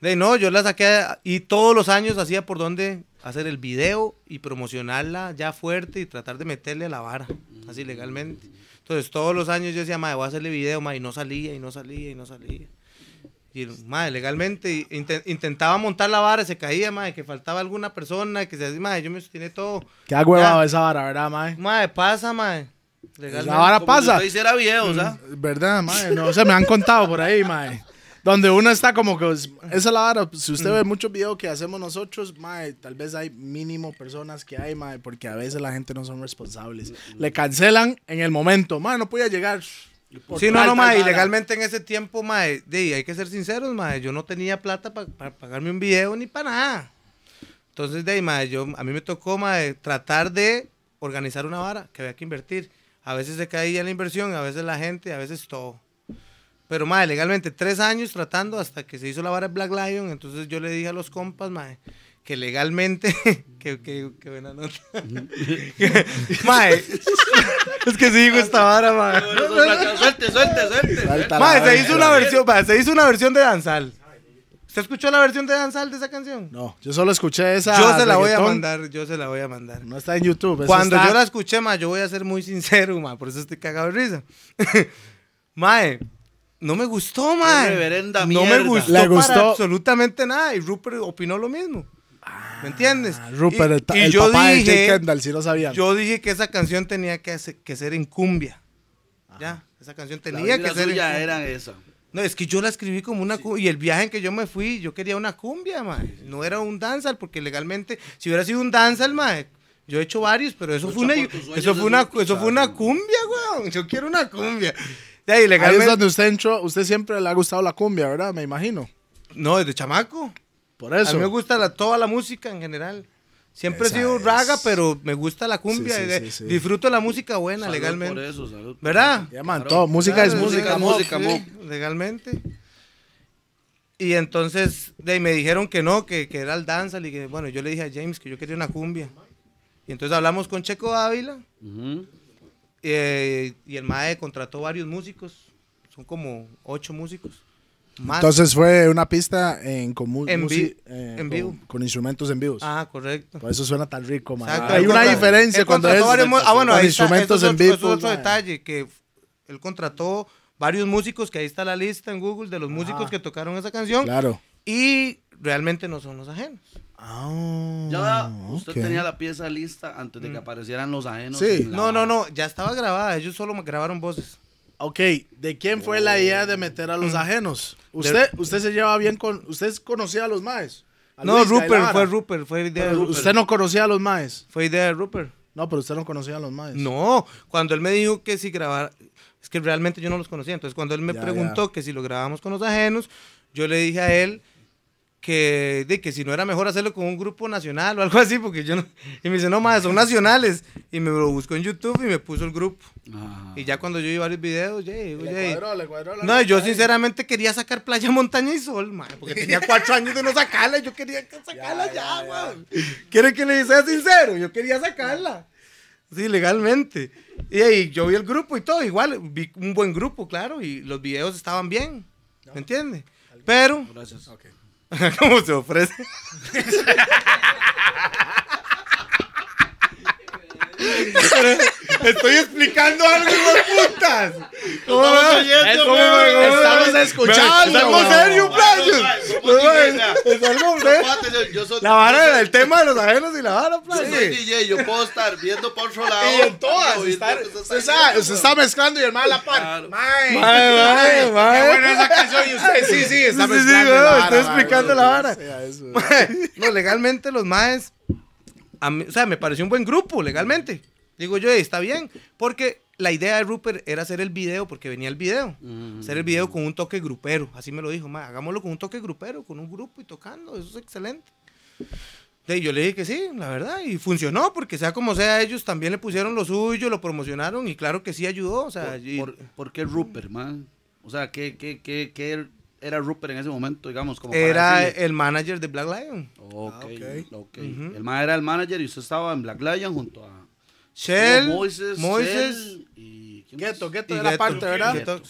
De no, yo la saqué a- y todos los años hacía por donde hacer el video y promocionarla ya fuerte y tratar de meterle a la vara, así legalmente. Entonces todos los años yo decía, madre, voy a hacerle video, madre, y no salía, y no salía, y no salía. Y, madre, legalmente y- inte- intentaba montar la vara, y se caía, madre, que faltaba alguna persona, que se decía, madre, yo me sostiene todo.
Que ha huevado esa vara, ¿verdad, mae?
Madre, pasa, madre. Legalmente.
La vara pasa. Mm.
Usted hiciera videos, ¿ah?
¿Verdad, mae? No se me han contado por ahí, mae. Donde uno está como que. pues, Esa es la vara. Si usted ve muchos videos que hacemos nosotros, mae, tal vez hay mínimo personas que hay, mae, porque a veces la gente no son responsables.
Mm.
Le cancelan en el momento. Mae, no podía llegar.
Sí, no, no, mae,
mae,
y legalmente en ese tiempo, mae, de, hay que ser sinceros, mae, yo no tenía plata para pagarme un video ni para nada. Entonces, de, ahí, mae, yo, a mí me tocó, mae, tratar de organizar una vara que había que invertir. A veces se caía la inversión, a veces la gente, a veces todo. Pero, mae, legalmente, tres años tratando hasta que se hizo la vara de Black Lion, entonces yo le dije a los compas, mae, que legalmente, que, que, que buena nota. mae, es que sigo esta vara, mae.
Suelte, suelte, suelte.
Salta la
Mae,
vara.
se hizo una versión, mae, se hizo una versión de danzal. ¿Usted escuchó la versión de danzal de esa canción?
No, yo solo escuché esa.
Yo se la voy a
reggaetón.
mandar, yo se la voy a mandar.
No está en YouTube. eso
Cuando
está-
yo la escuché, mae, yo voy a ser muy sincero, mae, por eso estoy cagado de risa. mae, no me gustó, mae.
reverenda
no me
mierda.
gustó,
Le
para
gustó.
absolutamente nada y Rupert opinó lo mismo. ¿Me entiendes?
Ah, Rupert,
Y-
el, ta-
y
el
yo
papá de
dije-
Jake Kendall, si no sabían.
Yo dije que esa canción tenía que, hace- que ser en cumbia.
Ah.
Ya, esa canción tenía que ser en
ya
cumbia.
era esa.
No, es que yo la escribí como una cumbia. Y el viaje en que yo me fui, yo quería una cumbia, mae. No era un danzal, porque legalmente, si hubiera sido un danzal, mae, yo he hecho varios, pero eso fue una,
chapo, tus sueños
eso fue
es
una,
un-
eso fue una cumbia, weón. Yo quiero una cumbia. De ahí,
Ahí es
legalmente.
donde usted entró. Usted siempre le ha gustado la cumbia, ¿verdad? Me imagino.
No, desde chamaco.
Por eso.
A mí me gusta la- toda la música en general. Siempre he
Esa
sido
es.
raga, pero me gusta la cumbia.
Sí, sí,
de-
sí, sí.
Disfruto la música buena,
Salud
legalmente.
Por eso, salud.
¿Verdad?
Ya, man, todo. Música
Claro,
es
sí,
música.
mo,
música,
sí,
mo.
Legalmente. Y entonces de ahí me dijeron que no, que, que era el danzal y que bueno, yo le dije a James que yo quería una cumbia. Y entonces hablamos con Checo Ávila
Ujú.
eh, y el MAE contrató varios músicos, son como ocho músicos. Más.
Entonces fue una pista en, con, mu-
Ah. En
musi-
vi-
eh,
en
con-
vivo.
con instrumentos en vivos.
Ah, correcto.
Por eso suena tan rico, man.
Exacto,
Hay
él
una
contrató-
diferencia
él
cuando
contrató
es
varios mu- Ah, bueno,
con
ahí está,
instrumentos
eso es
en
otro-
vivo.
eso es otro
man.
detalle, que f- él contrató varios músicos, que ahí está la lista en Google de los músicos que tocaron esa canción.
Claro.
Y realmente no son los ajenos.
Ah,
Ya usted
ok. Mm.
tenía la pieza lista antes de que aparecieran los ajenos.
Sí.
en la
No, no,
vara.
no, ya estaba grabada, ellos solo me grabaron voces.
Ok, ¿de quién fue la idea de meter a los
Mm.
ajenos? ¿Usted, usted se lleva bien con... ¿Usted conocía a los maes? ¿A
No,
Luis
Rupert,
Gailara?
fue Rupert, fue idea de Rupert.
¿Usted no conocía a los maes?
Fue idea de Rupert.
No, pero usted no conocía a los maes.
No, cuando él me dijo que si grabar, es que realmente yo no los conocía, entonces cuando él me
Ya,
preguntó que si lo grabábamos con los ajenos, yo le dije a él que, de, que si no era mejor hacerlo con un grupo nacional o algo así, porque yo no, y me dice, no, más son nacionales, y me lo buscó en YouTube y me puso el grupo,
Ah.
y ya cuando yo vi varios videos, ya, digo,
Le
ya,
cuadró, le cuadró la
No, yo
nota eh. ahí.
sinceramente quería sacar playa, montaña y sol, man, porque tenía cuatro años de no sacarla, yo quería que sacarla ya, weón. ¿Quiere que le sea sincero? Yo quería sacarla. Sí, legalmente. Y ahí yo vi el grupo y todo, igual, vi un buen grupo, claro, y los videos estaban bien, ¿me entiende? Pero,
Gracias.
¿cómo se ofrece? Pero Estoy explicando algo, hijo de putas. ¿Cómo me- cómo me- cómo me-
Estamos
me-
escuchando,
Estamos
weón.
serios, playos. Estamos serios.
Yo soy
La vara, el tema de los ajenos y la vara, pues. playos.
DJ, yo puedo estar viendo por otro lado.
Y en todas. está- Usted sabe, usted está mezclando y el mae a la par.
Claro.
Mae,
Mae, mae,
qué
mae.
buena esa canción. Y usted sí, sí, está
Sí, sí,
mezclando.
weón,
la vara,
estoy
mae.
explicando la vara.
Sí, a eso.
No, legalmente los maes, a mí- o sea, me pareció un buen grupo, legalmente. Digo yo, "Ey, está bien, porque la idea de Rupert era hacer el video, porque venía el video.
Mm.
Hacer el video con un toque grupero, así me lo dijo, "Ma, hagámoslo con un toque grupero, con un grupo y tocando, eso es excelente. Y yo le dije que sí, la verdad, y funcionó, porque sea como sea, ellos también le pusieron lo suyo, lo promocionaron, y claro que sí ayudó, o sea, y-
¿Por, por qué Rupert, man? O sea, ¿qué, qué, qué, qué era Rupert en ese momento, digamos? Como para
era
decirle?
el manager de Black Lion.
Ok,
Ah,
ok. El man era el manager y usted estaba en Black Lion junto a...
Shell,
Moises,
Moises
Shell y... ¿quién más?
Gueto, gueto
y
de la
Ghetto.
parte, ¿verdad?
Ghetto.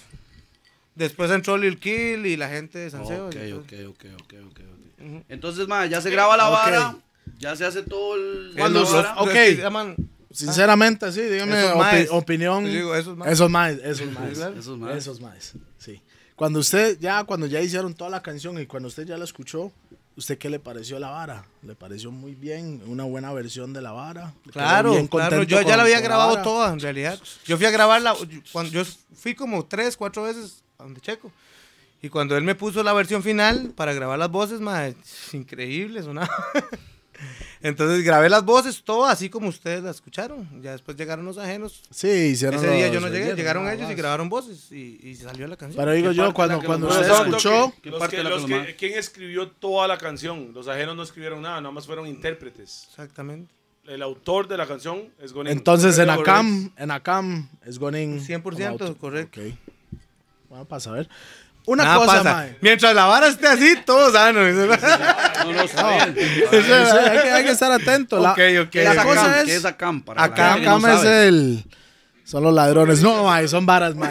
Después entró Lil Kill y la gente de San Seba.
Ok,
y todo.
ok, ok, ok, ok, ok. Entonces, ma, ya se graba la
Ok.
vara, ya se hace todo el...
Cuando
la
se-
vara.
ok.
Se llaman-
Sinceramente, sí, dígame
Esos
opi-
maes.
opinión.
Yo digo, esos maes.
Esos más, esos más.
claro.
Esos maes.
Esos maes, sí. Cuando usted, ya, cuando ya hicieron toda la canción y cuando usted ya la escuchó, ¿usted qué le pareció la vara? ¿Le pareció muy bien? ¿Una buena versión de la vara? ¿Quedó
Claro,
bien
claro,
contento
yo ya
con-
la había
con
grabado
vara?
toda en realidad. Yo fui a grabarla, yo- cuando yo fui como tres, cuatro veces a donde Checo. Y cuando él me puso la versión final para grabar las voces, madre, increíble sonaba. Entonces grabé las voces todas así como ustedes las escucharon. Ya después llegaron los ajenos.
Sí, hicieron
Ese día
los- ah,
yo no llegué,
oyeron,
llegaron
nada
ellos y
más.
grabaron voces y, y salió la canción.
Pero digo
¿Qué
yo,
parte
cuando,
la que
cuando
nomás?
usted
Pero
Exacto,
escuchó,
que-
¿Qué
los
parte
que-
la
los
colomada?
que- ¿Quién escribió toda la canción? Los ajenos no escribieron nada, nomás fueron intérpretes.
Exactamente.
El autor de la canción es Gonin.
entonces en
Pero
ACAM, en ACAM es Gonin.
100%
como auto-
correcto.
ok. Bueno, para saber. Una
Nada
cosa,
pasa.
mae.
Mientras la vara esté así, todos sanos.
No, no, está bien.
Sí, hay, que, hay que estar atento. La,
Ok, ok.
¿Qué
la
es
La
cosa
Acam?
es.
¿Qué es Acam? Para la
Acá,
gente que no
Acam es
sabe.
el. Son los ladrones. No, mae, son varas, mae.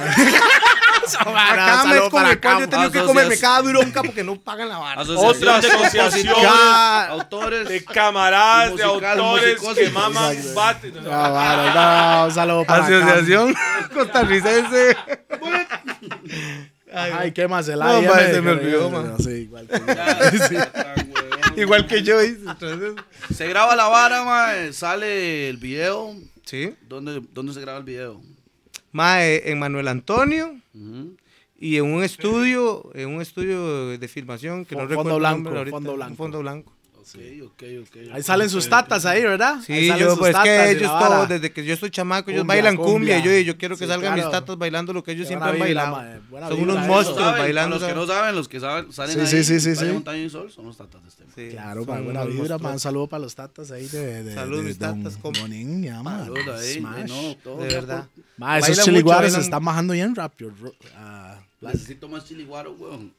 Son varas,
Acá me
saludo
como el
para
cual yo he
Acam.
tenido que
Asociación.
comerme cada bronca porque no pagan la vara.
Asociación
Otra
de
asociación.
compositores,
Ya.
autores.
De camaradas, de
Musical,
autores
musicosos.
que maman
Exacto.
bate.
Ah, varas, no, un saludo para Acam.
Asociación Costarricense.
Ay, qué más el
No,
AIM,
mae, se me
que-
olvidó,
que-
mae.
Sí, igual que-
Igual que yo hice. entonces.
Se graba la vara, mae, sale el video.
Sí.
¿Dónde, dónde se graba el video?
Mae, en Manuel Antonio
Ujú.
y en un estudio, en un estudio de filmación que no
Fondo
recuerdo el
blanco,
nombre ahorita,
fondo
un
blanco.
Fondo blanco.
Ok, ok, ok.
Ahí salen sus tatas ahí, ¿verdad? Ahí
Sí,
salen
yo,
sus
pues es
tatas
que
y la
ellos
vara.
todos, desde que yo soy chamaco, ellos
Cumbia,
bailan cumbia.
cumbia.
Yo, y yo quiero que
Sí,
salgan mis
claro.
tatas bailando lo que ellos
Qué
siempre han
buena vibra,
bailado.
mae, buena
Son
vibra
unos
eso.
monstruos
Saben,
bailando.
Para los que no saben, los que saben, salen
Sí, sí,
ahí.
sí, sí,
Playa
sí.
Montaña y Sol son los tatas de este. mae.
Sí,
Claro,
son
para buena
unos
vibra,
monstruos.
man. Saludo para los tatas ahí de. de
Saludos,
de
mis
don
tatas, compa.
Bonin, ya, man.
Saludos ahí,
Smash.
no, todo.
De verdad.
Ma,
Bailan pues.
esos
mucho,
chiliguares se
bailan-
están bajando bien rápido. ro- ah,
Necesito más chiliguaro, weón.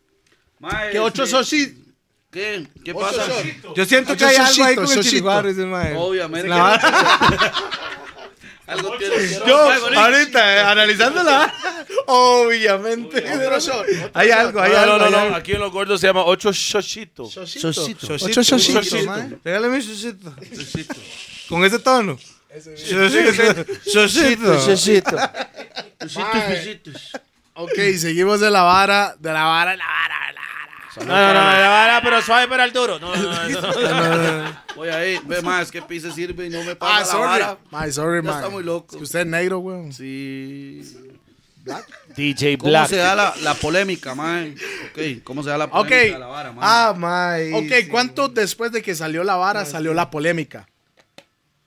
Mae,
¿Qué ocho
este,
sosis?
¿Qué? ¿Qué pasa?
Yo siento que
Ah,
hay
yo
algo ahí
Xochito,
con el
Xochito.
chiliguar, ese mae.
Obviamente.
La vara-
Algo tiene.
Yo, ahorita, eh, analizándola, obviamente. Hay algo, hay
No,
algo.
no, no,
hay
no,
algo.
aquí en los gordos se llama ocho shoshito.
Sosito.
Xochito,
Xochito,
Xochito,
Xochito.
mae. Regálame un xochito. Con ese tono. Xochito, Xochito.
Ok, seguimos de la vara, de la vara, de la vara, de la vara.
No, no, no, la vara, pero suave para el duro. No, no, no, no.
Voy ahí. Ve más que pise sirve y no me
Ah,
pasa la
sorry.
vara.
My, sorry,
Ya
man.
está muy loco.
Es que usted es negro, weón.
Sí.
DJ
¿Cómo se da la, la polémica, mae? Ok, ¿cómo se da la
Ok.
polémica de la vara, mae?
Ah, mae.
Ok, ¿cuánto después de que salió la vara salió la polémica?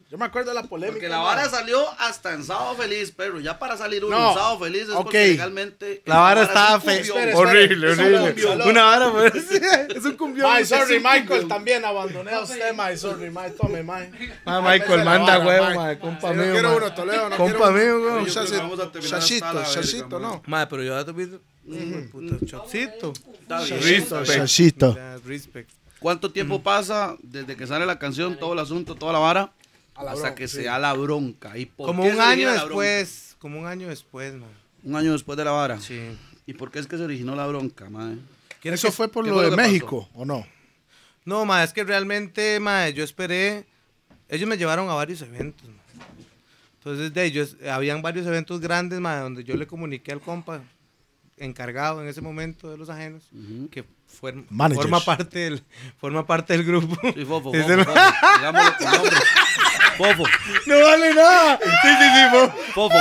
Yo me acuerdo de la polémica.
Porque la
ma.
vara salió hasta en Sábado Feliz, pero ya para salir uno
No.
en Sábado Feliz es
Ok.
porque legalmente...
La vara
esta
estaba
es un
fe.
cumbión.
espere,
Horrible,
espere.
horrible.
Salud, salud.
Una vara, pero es es un cumbión.
My,
Es un
sorry,
cumbión.
Michael, también abandoné a usted, my, sorry, my, tome, my.
Ah, Michael, manda
Vara,
huevo,
mae.
mae. Compa
Sí, no
mío.
quiero
mae.
uno, Toledo, no
Compa
quiero uno.
mío,
Yo
weón.
creo que vamos a terminar hasta la
Chachito,
verga,
chachito,
mae.
no.
Mae, pero yo ya te vi. Mm, puto chocito.
Está bien.
Respect.
Chachito.
Ya, Respect.
¿Cuánto
Mm.
tiempo pasa desde que sale la canción, todo el asunto, toda la vara,
A la
hasta
bronca,
que
sí.
se da la bronca? ¿Y por
Como
qué
un
se
año
origina la bronca?
después. Como un año después, mae.
Un año después de la vara.
Sí.
¿Y por qué es que se originó la bronca, mae?
¿Eso fue por
qué
lo
fue
de
lo que pasó?
México o no?
No, ma, es que realmente, ma, yo esperé. Ellos me llevaron a varios eventos, ma. Entonces, de ellos, habían varios eventos grandes, ma, donde yo le comuniqué al compa encargado en ese momento de los ajenos, que fuer-
Managers.
forma parte del forma parte del grupo.
Sí, fofo,
Ese
fofo,
ma-
fofo. Digámoslo con nombre. Fofo,
no vale nada. Sí, sí, sí, fofo.
fofo,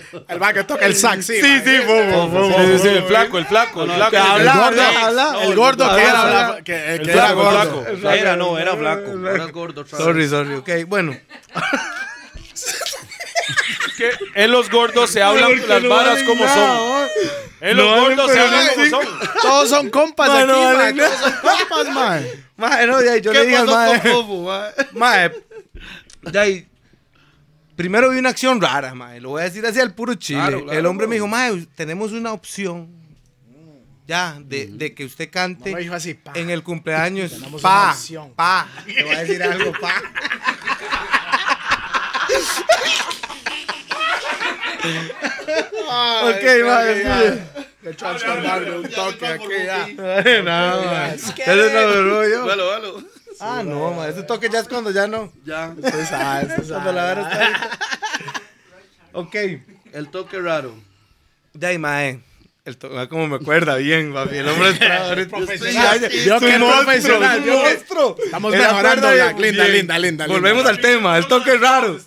fofo.
El va que toca el sax, sí.
Sí, sí, fofo, fofo.
Sí, sí, el flaco, el flaco, el flaco.
que habla,
gordo,
habla, habla.
El gordo que
Habla,
era
habla.
bla- que- eh, que
El
era
flaco, el
gordo.
flaco.
Era, no, era flaco. Era gordo. otra vez.
Sorry, sorry. Ok, bueno.
Que en los gordos se hablan las varas como son. En los
No vale,
gordos se
pero
hablan como
sí.
son.
Todos son compas
Ma,
aquí,
no
ma,
valen
Todos son compas, man.
Ma, no, ya, yo le
¿Qué
dije al
pasó
ma,
con fofo, mae?
Mae, ya y- primero vi una acción rara, mae. Lo voy a decir así al puro chile.
Claro, claro,
el hombre me
bro.
dijo, mae, tenemos una opción ya de, de que usted cante
Mamá dijo así, pa.
en el cumpleaños.
Tenemos una
Pa,
opción.
pa. Te voy a decir algo, pa. ok, mae. sí.
de transformarme un toque aquí. ya.
Ay, no, ma. Ese es lo duro yo.
Valo, valo.
Ah, no, ma. Ese toque ya es cuando ya no. Pues, ah,
Ya.
Usted sabe, usted
Cuando
sabe.
la vara está ahí. Ok.
El toque raro.
De ahí, mae. El to- ah, como me acuerda bien, papi. El hombre está ahorita.
profesional.
Yo
Yo que
soy
no
monstruo,
profesional,
soy
yo que-
monstruo.
Estamos
Él acuerda
mejorando,
bien.
Black. Linda,
Bien.
linda, linda,
Volvemos
linda.
al tema, el toque raro.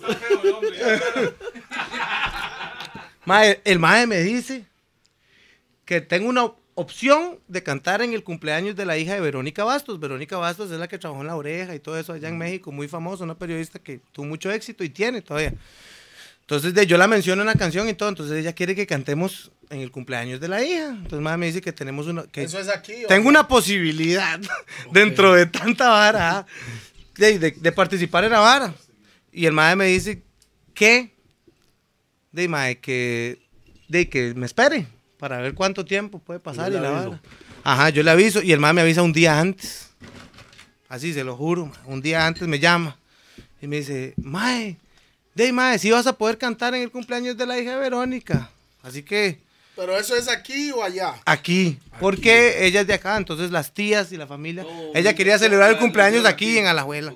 Mae, el mae me dice que tengo una op- opción de cantar en el cumpleaños de la hija de Verónica Bastos. Verónica Bastos es la que trabajó en La Oreja y todo eso allá en México, muy famosa, una periodista que tuvo mucho éxito y tiene todavía. Entonces de, yo la menciono en la canción y todo, entonces ella quiere que cantemos en el cumpleaños de la hija. Entonces mae me dice que tenemos una... Que,
Eso es aquí. ¿o?
tengo una posibilidad dentro de tanta vara ah, de, de- de participar en la vara. Y el madre me dice que, de mae, que, de que me espere para ver cuánto tiempo puede pasar y la vara. Ajá, yo le aviso y el madre me avisa un día antes. Así se lo juro, ma, un día antes me llama y me dice, mae, de mae, si vas a poder cantar en el cumpleaños de la hija de Verónica. Así que
Pero eso es aquí o allá.
Aquí, porque ella es de acá, entonces las tías y la familia. ella quería celebrar el cumpleaños aquí, en Alajuela.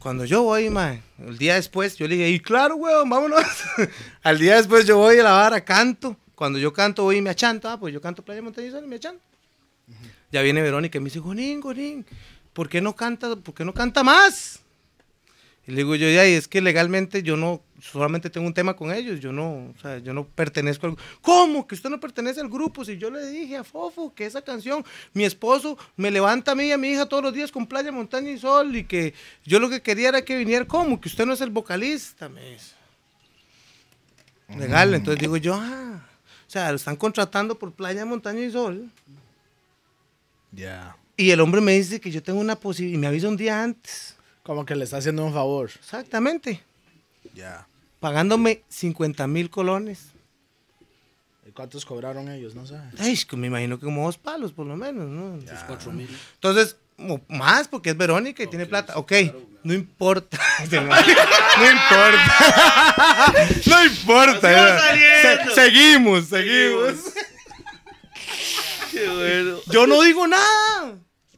Cuando yo voy, mae, el día después, yo le dije, y claro, weón, vámonos. Al día después yo voy a la vara, canto. Cuando yo canto, voy y me achanto. Ah, pues yo canto Playa Montañesa y me achanto. Ya viene Verónica y me dice, Gonín, Gonín, ¿por qué no canta, por qué no canta más? Y le digo yo, ya, y es que legalmente yo no, solamente tengo un tema con ellos, yo no, o sea, yo no pertenezco al ¿Cómo? ¿Que usted no pertenece al grupo? Si yo le dije a Fofo que esa canción, mi esposo me levanta a mí y a mi hija todos los días con playa, montaña y sol, y que yo lo que quería era que viniera, ¿cómo? Que usted no es el vocalista, me dice. Legal, entonces digo yo, ah, o sea, lo están contratando por playa, montaña y sol.
Ya.
Y el hombre me dice que yo tengo una posibilidad, y me avisa un día antes,
Como que le está haciendo un favor.
exactamente,
Ya.
pagándome 50 mil colones.
¿Y cuántos cobraron ellos? No sé.
Ay, que me imagino que como dos palos, por lo menos, ¿no? Entonces, mo- más porque es Verónica y tiene plata. Ok, no importa. no importa. no importa. Se- seguimos, seguimos. Yo no digo nada.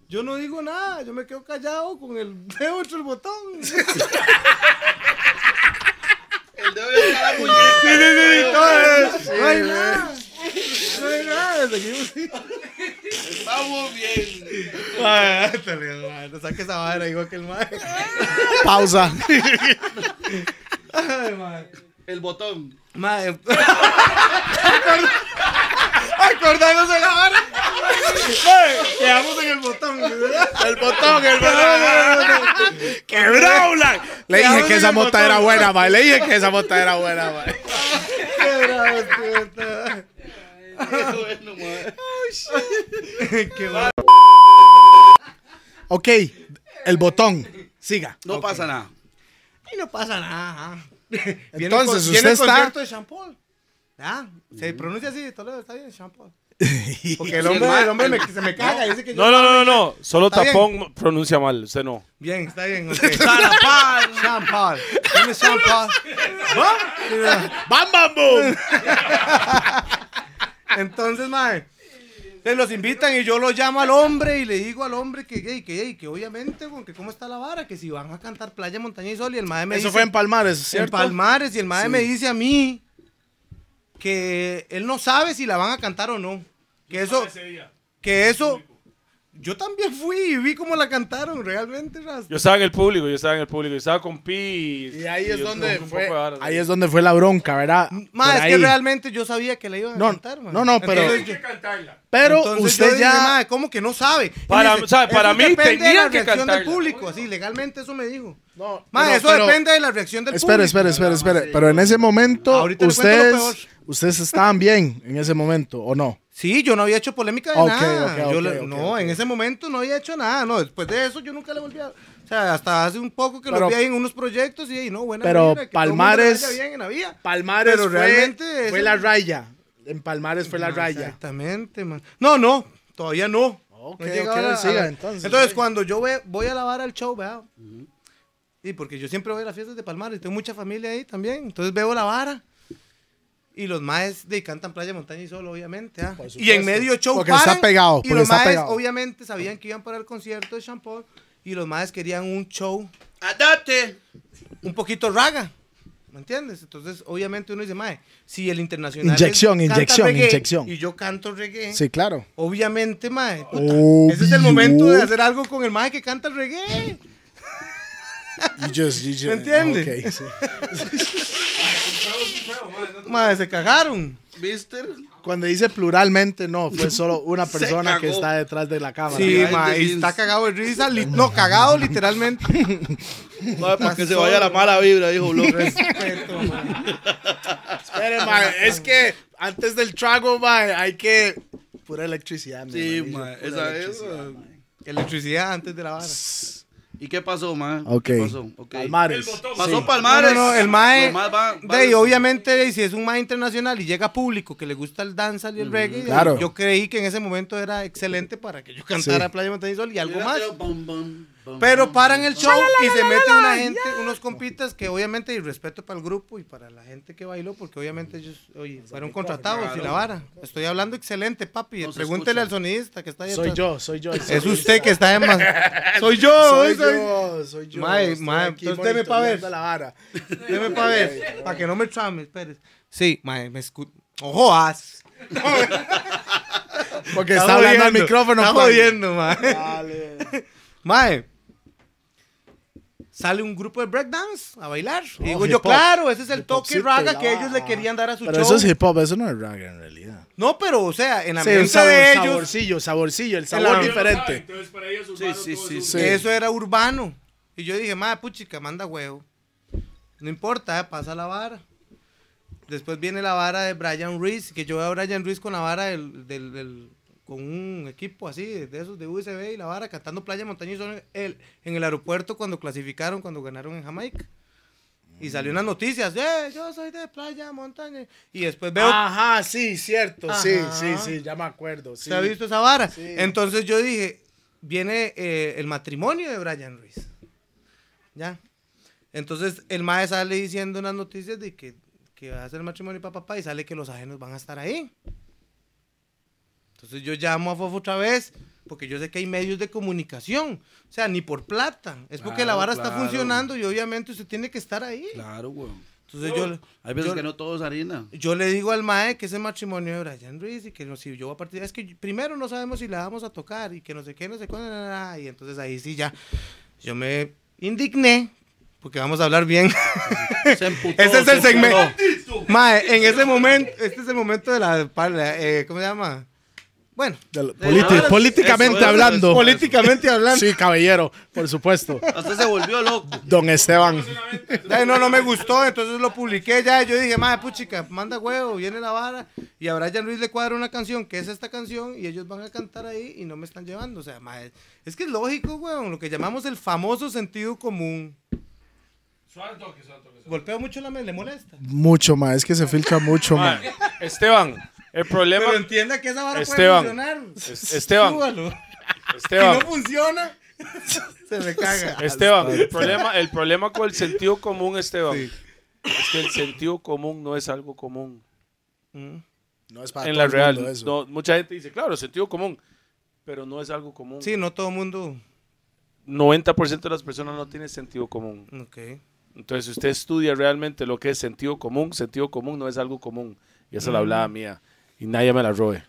Yo no digo nada. Yo me quedo callado con el dedo entre el botón. el dedo de la muñeca. No hay nada. No hay nada. Seguimos.
Vamos bien.
Ay, ándale, mae, no saque esa vara igual que el mae.
Pausa.
Ay, mae.
El botón.
Mae. Acordándose de la vara. Mae, Quedamos en el botón. El botón, el botón.
¡Quebrado, Black! Le dije
Quedamos
que
en
esa
el
mota
botón.
era buena, ma. Le dije que esa mota era buena, ma.
Qué bravo, tío, está. Qué bueno.
Ok, el botón. Siga.
No pasa nada.
Y no pasa nada.
Entonces,
viene
usted
el
está-
concierto de Sean Paul. Ah, se pronuncia así, Toledo, está bien, Sean Paul. Porque el
Sí,
hombre,
mae.
el hombre me- se me caga. Dice que yo
No, no, no, no, no. Solo
Está bien.
tapón pronuncia mal. Usted no.
Bien, está bien. Okay. Paul. Sean Paul. Dime Sean Paul. ¿Va?
¡Bam, bam, boom!
Entonces, mae. Se los invitan y yo lo llamo al hombre y le digo al hombre que, que, que, que obviamente, güey, que cómo está la vara, que si van a cantar playa, montaña y sol y el mae me
Eso
dice-
fue en Palmares, ¿cierto?
En Palmares y el mae me dice a mí que él no sabe si la van a cantar o no. Que eso que eso yo también fui y vi cómo la cantaron realmente. Ras.
Yo estaba en el público, yo estaba en el público. Yo estaba con Pi.
Y ahí es
yo
donde
con un
fue,
poco de varas.
ahí es donde fue la bronca, ¿verdad?
Ma,
Por
es que
ahí.
realmente yo sabía que la iban a
No,
cantar, ma.
no, no, pero-
Entonces yo-
Pero
entonces yo
usted
dije,
ya
"Ma, ¿cómo que no sabe? Y me
Para- o sea,
"Eso
para mí
depende de
tenían
la
que
reacción del
cantarla".
público, así, legalmente eso me dijo.
No,
Ma,
pero-
eso
pero-
depende de la reacción del
Espera,
público.
espera, espera, espera. Pero en ese momento
Ahorita le cuento lo
ustedes
peor.
ustedes estaban bien en ese momento o no?
Sí, yo no había hecho polémica de
Ok,
nada.
ok,
Yo
ok,
le-
ok,
no,
ok.
en ese momento no había hecho nada. No, después de eso yo nunca le volví a. O sea, hasta hace un poco que
Pero-
lo vi ahí en unos proyectos y, y no, buena.
pero
vibra, que todo el mundo le
Palmares-
vaya bien en la vida.
Palmares
Pero
fue,
realmente
fue
eso-
la raya. En Palmares fue la
Ah,
raya.
Exactamente, man. No, no, todavía no.
Ok,
No he llegado
ok,
a la-
siga,
a la-
entonces.
Entonces, cuando yo ve- voy a lavar al show, vea. Y porque yo siempre voy a las fiestas de Palmares, tengo mucha familia ahí también. Entonces veo la vara. Y los maes de cantan playa, montaña y sol, obviamente. ah.
Por
Y en
supuesto.
medio show
Porque está
paran,
pegado,
Y
porque
los
está
maes,
pegado.
obviamente, sabían que iban para el concierto de Sean Paul. Y los maes querían un show
¡Andate!
un poquito raga. ¿Me entiendes? Entonces, obviamente uno dice, mae, si el internacional. es-
Inyección,
canta
inyección,
reggae
inyección.
Y yo canto reggae.
Sí, claro.
Obviamente, mae. puta,
Obvio.
Ese es el momento de hacer algo con el mae que canta el reggae.
You just- you just-
¿Me entiendes?
ok, sí.
Mae, se cagaron.
Mister.
Cuando dice pluralmente, no, fue solo una
Se
persona que
cagó.
está detrás de la cámara.
Sí,
behind
mae,
the
y
scenes.
está cagado de risa. li- no, cagado literalmente.
No es para que se vaya la mala vibra, dijo López.
Respeto, mae.
Espere, mae, es que antes del trago, mae, hay que. Pura electricidad, mi
Sí,
hermanillo,
mae,
pura
esa es, eh.
electricidad,
mae.
mae.
Electricidad antes de la vara.
¿Y qué pasó, ma?
Ok.
¿Qué pasó? Ok.
Palmares.
Pasó
Sí.
No, no,
Palmares.
no, el mae.
Los más van-
de
van-
ahí, obviamente, de ahí, si es un mae internacional y llega público que le gusta el danza y el reggae,
claro.
yo creí que en ese momento era excelente para que yo cantara
Sí.
Playa Montaña y Sol y algo más.
Bum, bum, bum,
Pero
bum,
paran
bum,
el
bum.
show y se mete una gente, unos compitas que obviamente, y respeto para el grupo y para la gente que bailó, porque obviamente ellos, oye, fueron contratados y la vara. Estoy hablando excelente, papi.
No se
Pregúntele
escucha.
al sonidista que está ahí.
Soy
atrás.
yo, soy yo.
Es usted que está en más. soy yo,
Soy
soy-
yo, soy yo.
Mae,
estoy
mae,
aquí
entonces deme pa'
monitoreando
ver.
la vara.
Deme para ver, para que no me trame, espérese. Sí, mae, me escu... ¡Ojo, as!
Porque está hablando al
jodiendo,
micrófono.
Está
pa-
jodiendo, mae.
Dale.
Mae. Sale un grupo de breakdance a bailar. Y
Oh,
digo
hip
yo,
hop.
claro, ese es el
Hip
toque
hopcito,
raga
la
que ellos le
va.
querían dar a su
Pero
show.
eso es hip hop, eso no es raga en realidad.
No, pero, o sea, en la
Sí, un
mente
sabor-
de ellos,
saborcillo, saborcillo, el
la-
sabor
Ellos lo
diferente.
Ah, Entonces, para ellos,
Sí, sí, sí.
Sí.
eso era urbano. Y yo dije, madre, puchica, manda huevo. No importa, eh, pasa la vara. Después viene la vara de Brian Reese, que yo veo a Brian Reese con la vara del, del- del- con un equipo así, de, de esos de USB y la vara, cantando Playa, Montaña y Sol en el, en el aeropuerto cuando clasificaron, cuando ganaron en Jamaica. Y salió en las noticias, "Eh, yo soy de Playa, Montaña. Y después veo
Ajá, sí, cierto. Sí,
Ajá.
sí, sí, ya me acuerdo. Sí.
¿Se ha visto esa vara?
Sí.
Entonces yo dije, viene eh, el matrimonio de Brian Ruiz. ¿Ya? Entonces el mae sale diciendo unas noticias de que, que va a hacer el matrimonio para papá y sale que los ajenos van a estar ahí. Entonces yo llamo a Fofo otra vez porque yo sé que hay medios de comunicación. O sea, ni por plata. Es porque la
Claro,
vara está
claro.
funcionando y obviamente usted tiene que estar ahí.
Claro, güey.
Entonces yo...
Hay veces
yo-
que no todo es harina.
yo le digo al mae que ese matrimonio de Brian Ruiz y que no, si yo voy a partir, es que primero no sabemos si la vamos a tocar y que no sé qué, no sé cuándo, na, na, na. y entonces ahí sí ya, yo me indigné, porque vamos a hablar bien.
Se emputó,
Ese es
se
el segmento.
enfadó.
Mae, en ese momento, este es el momento de la, para la- eh, ¿cómo se llama? Bueno,
Del-
Sí,
politi-
ahora-
políticamente
eso es,
hablando.
eso es.
políticamente hablando,
Sí, caballero, por supuesto.
Hasta se volvió loco.
Don Esteban.
Ay, no, no me gustó, entonces lo publiqué ya. Yo dije, madre, puchica, manda huevo, viene la vara. Y a Brian Ruiz le cuadra una canción, que es esta canción, y ellos van a cantar ahí y no me están llevando. O sea, madre, es que es lógico, weón, lo que llamamos el famoso sentido común. Golpeo mucho la mesa, le molesta.
Mucho, más, es que se filtra mucho, más.
Esteban, el problema.
Pero entienda que esa vara
Esteban.
puede funcionar.
Es- Esteban.
Súbalo.
Esteban.
Si no funciona, se me caga.
Esteban, el problema, el problema con el sentido común, Esteban, es que el sentido común no es algo común.
Mm.
No es para
en
todo
la
el
real,
mundo eso.
no, mucha gente dice, claro, sentido común, pero no es algo común.
Sí, no todo el mundo.
90% de las personas no tienen sentido común.
Ok.
Entonces, si usted estudia realmente lo que es sentido común, sentido común no es algo común. Y esa es la
Mm.
hablaba mía. Y nadie me la robe.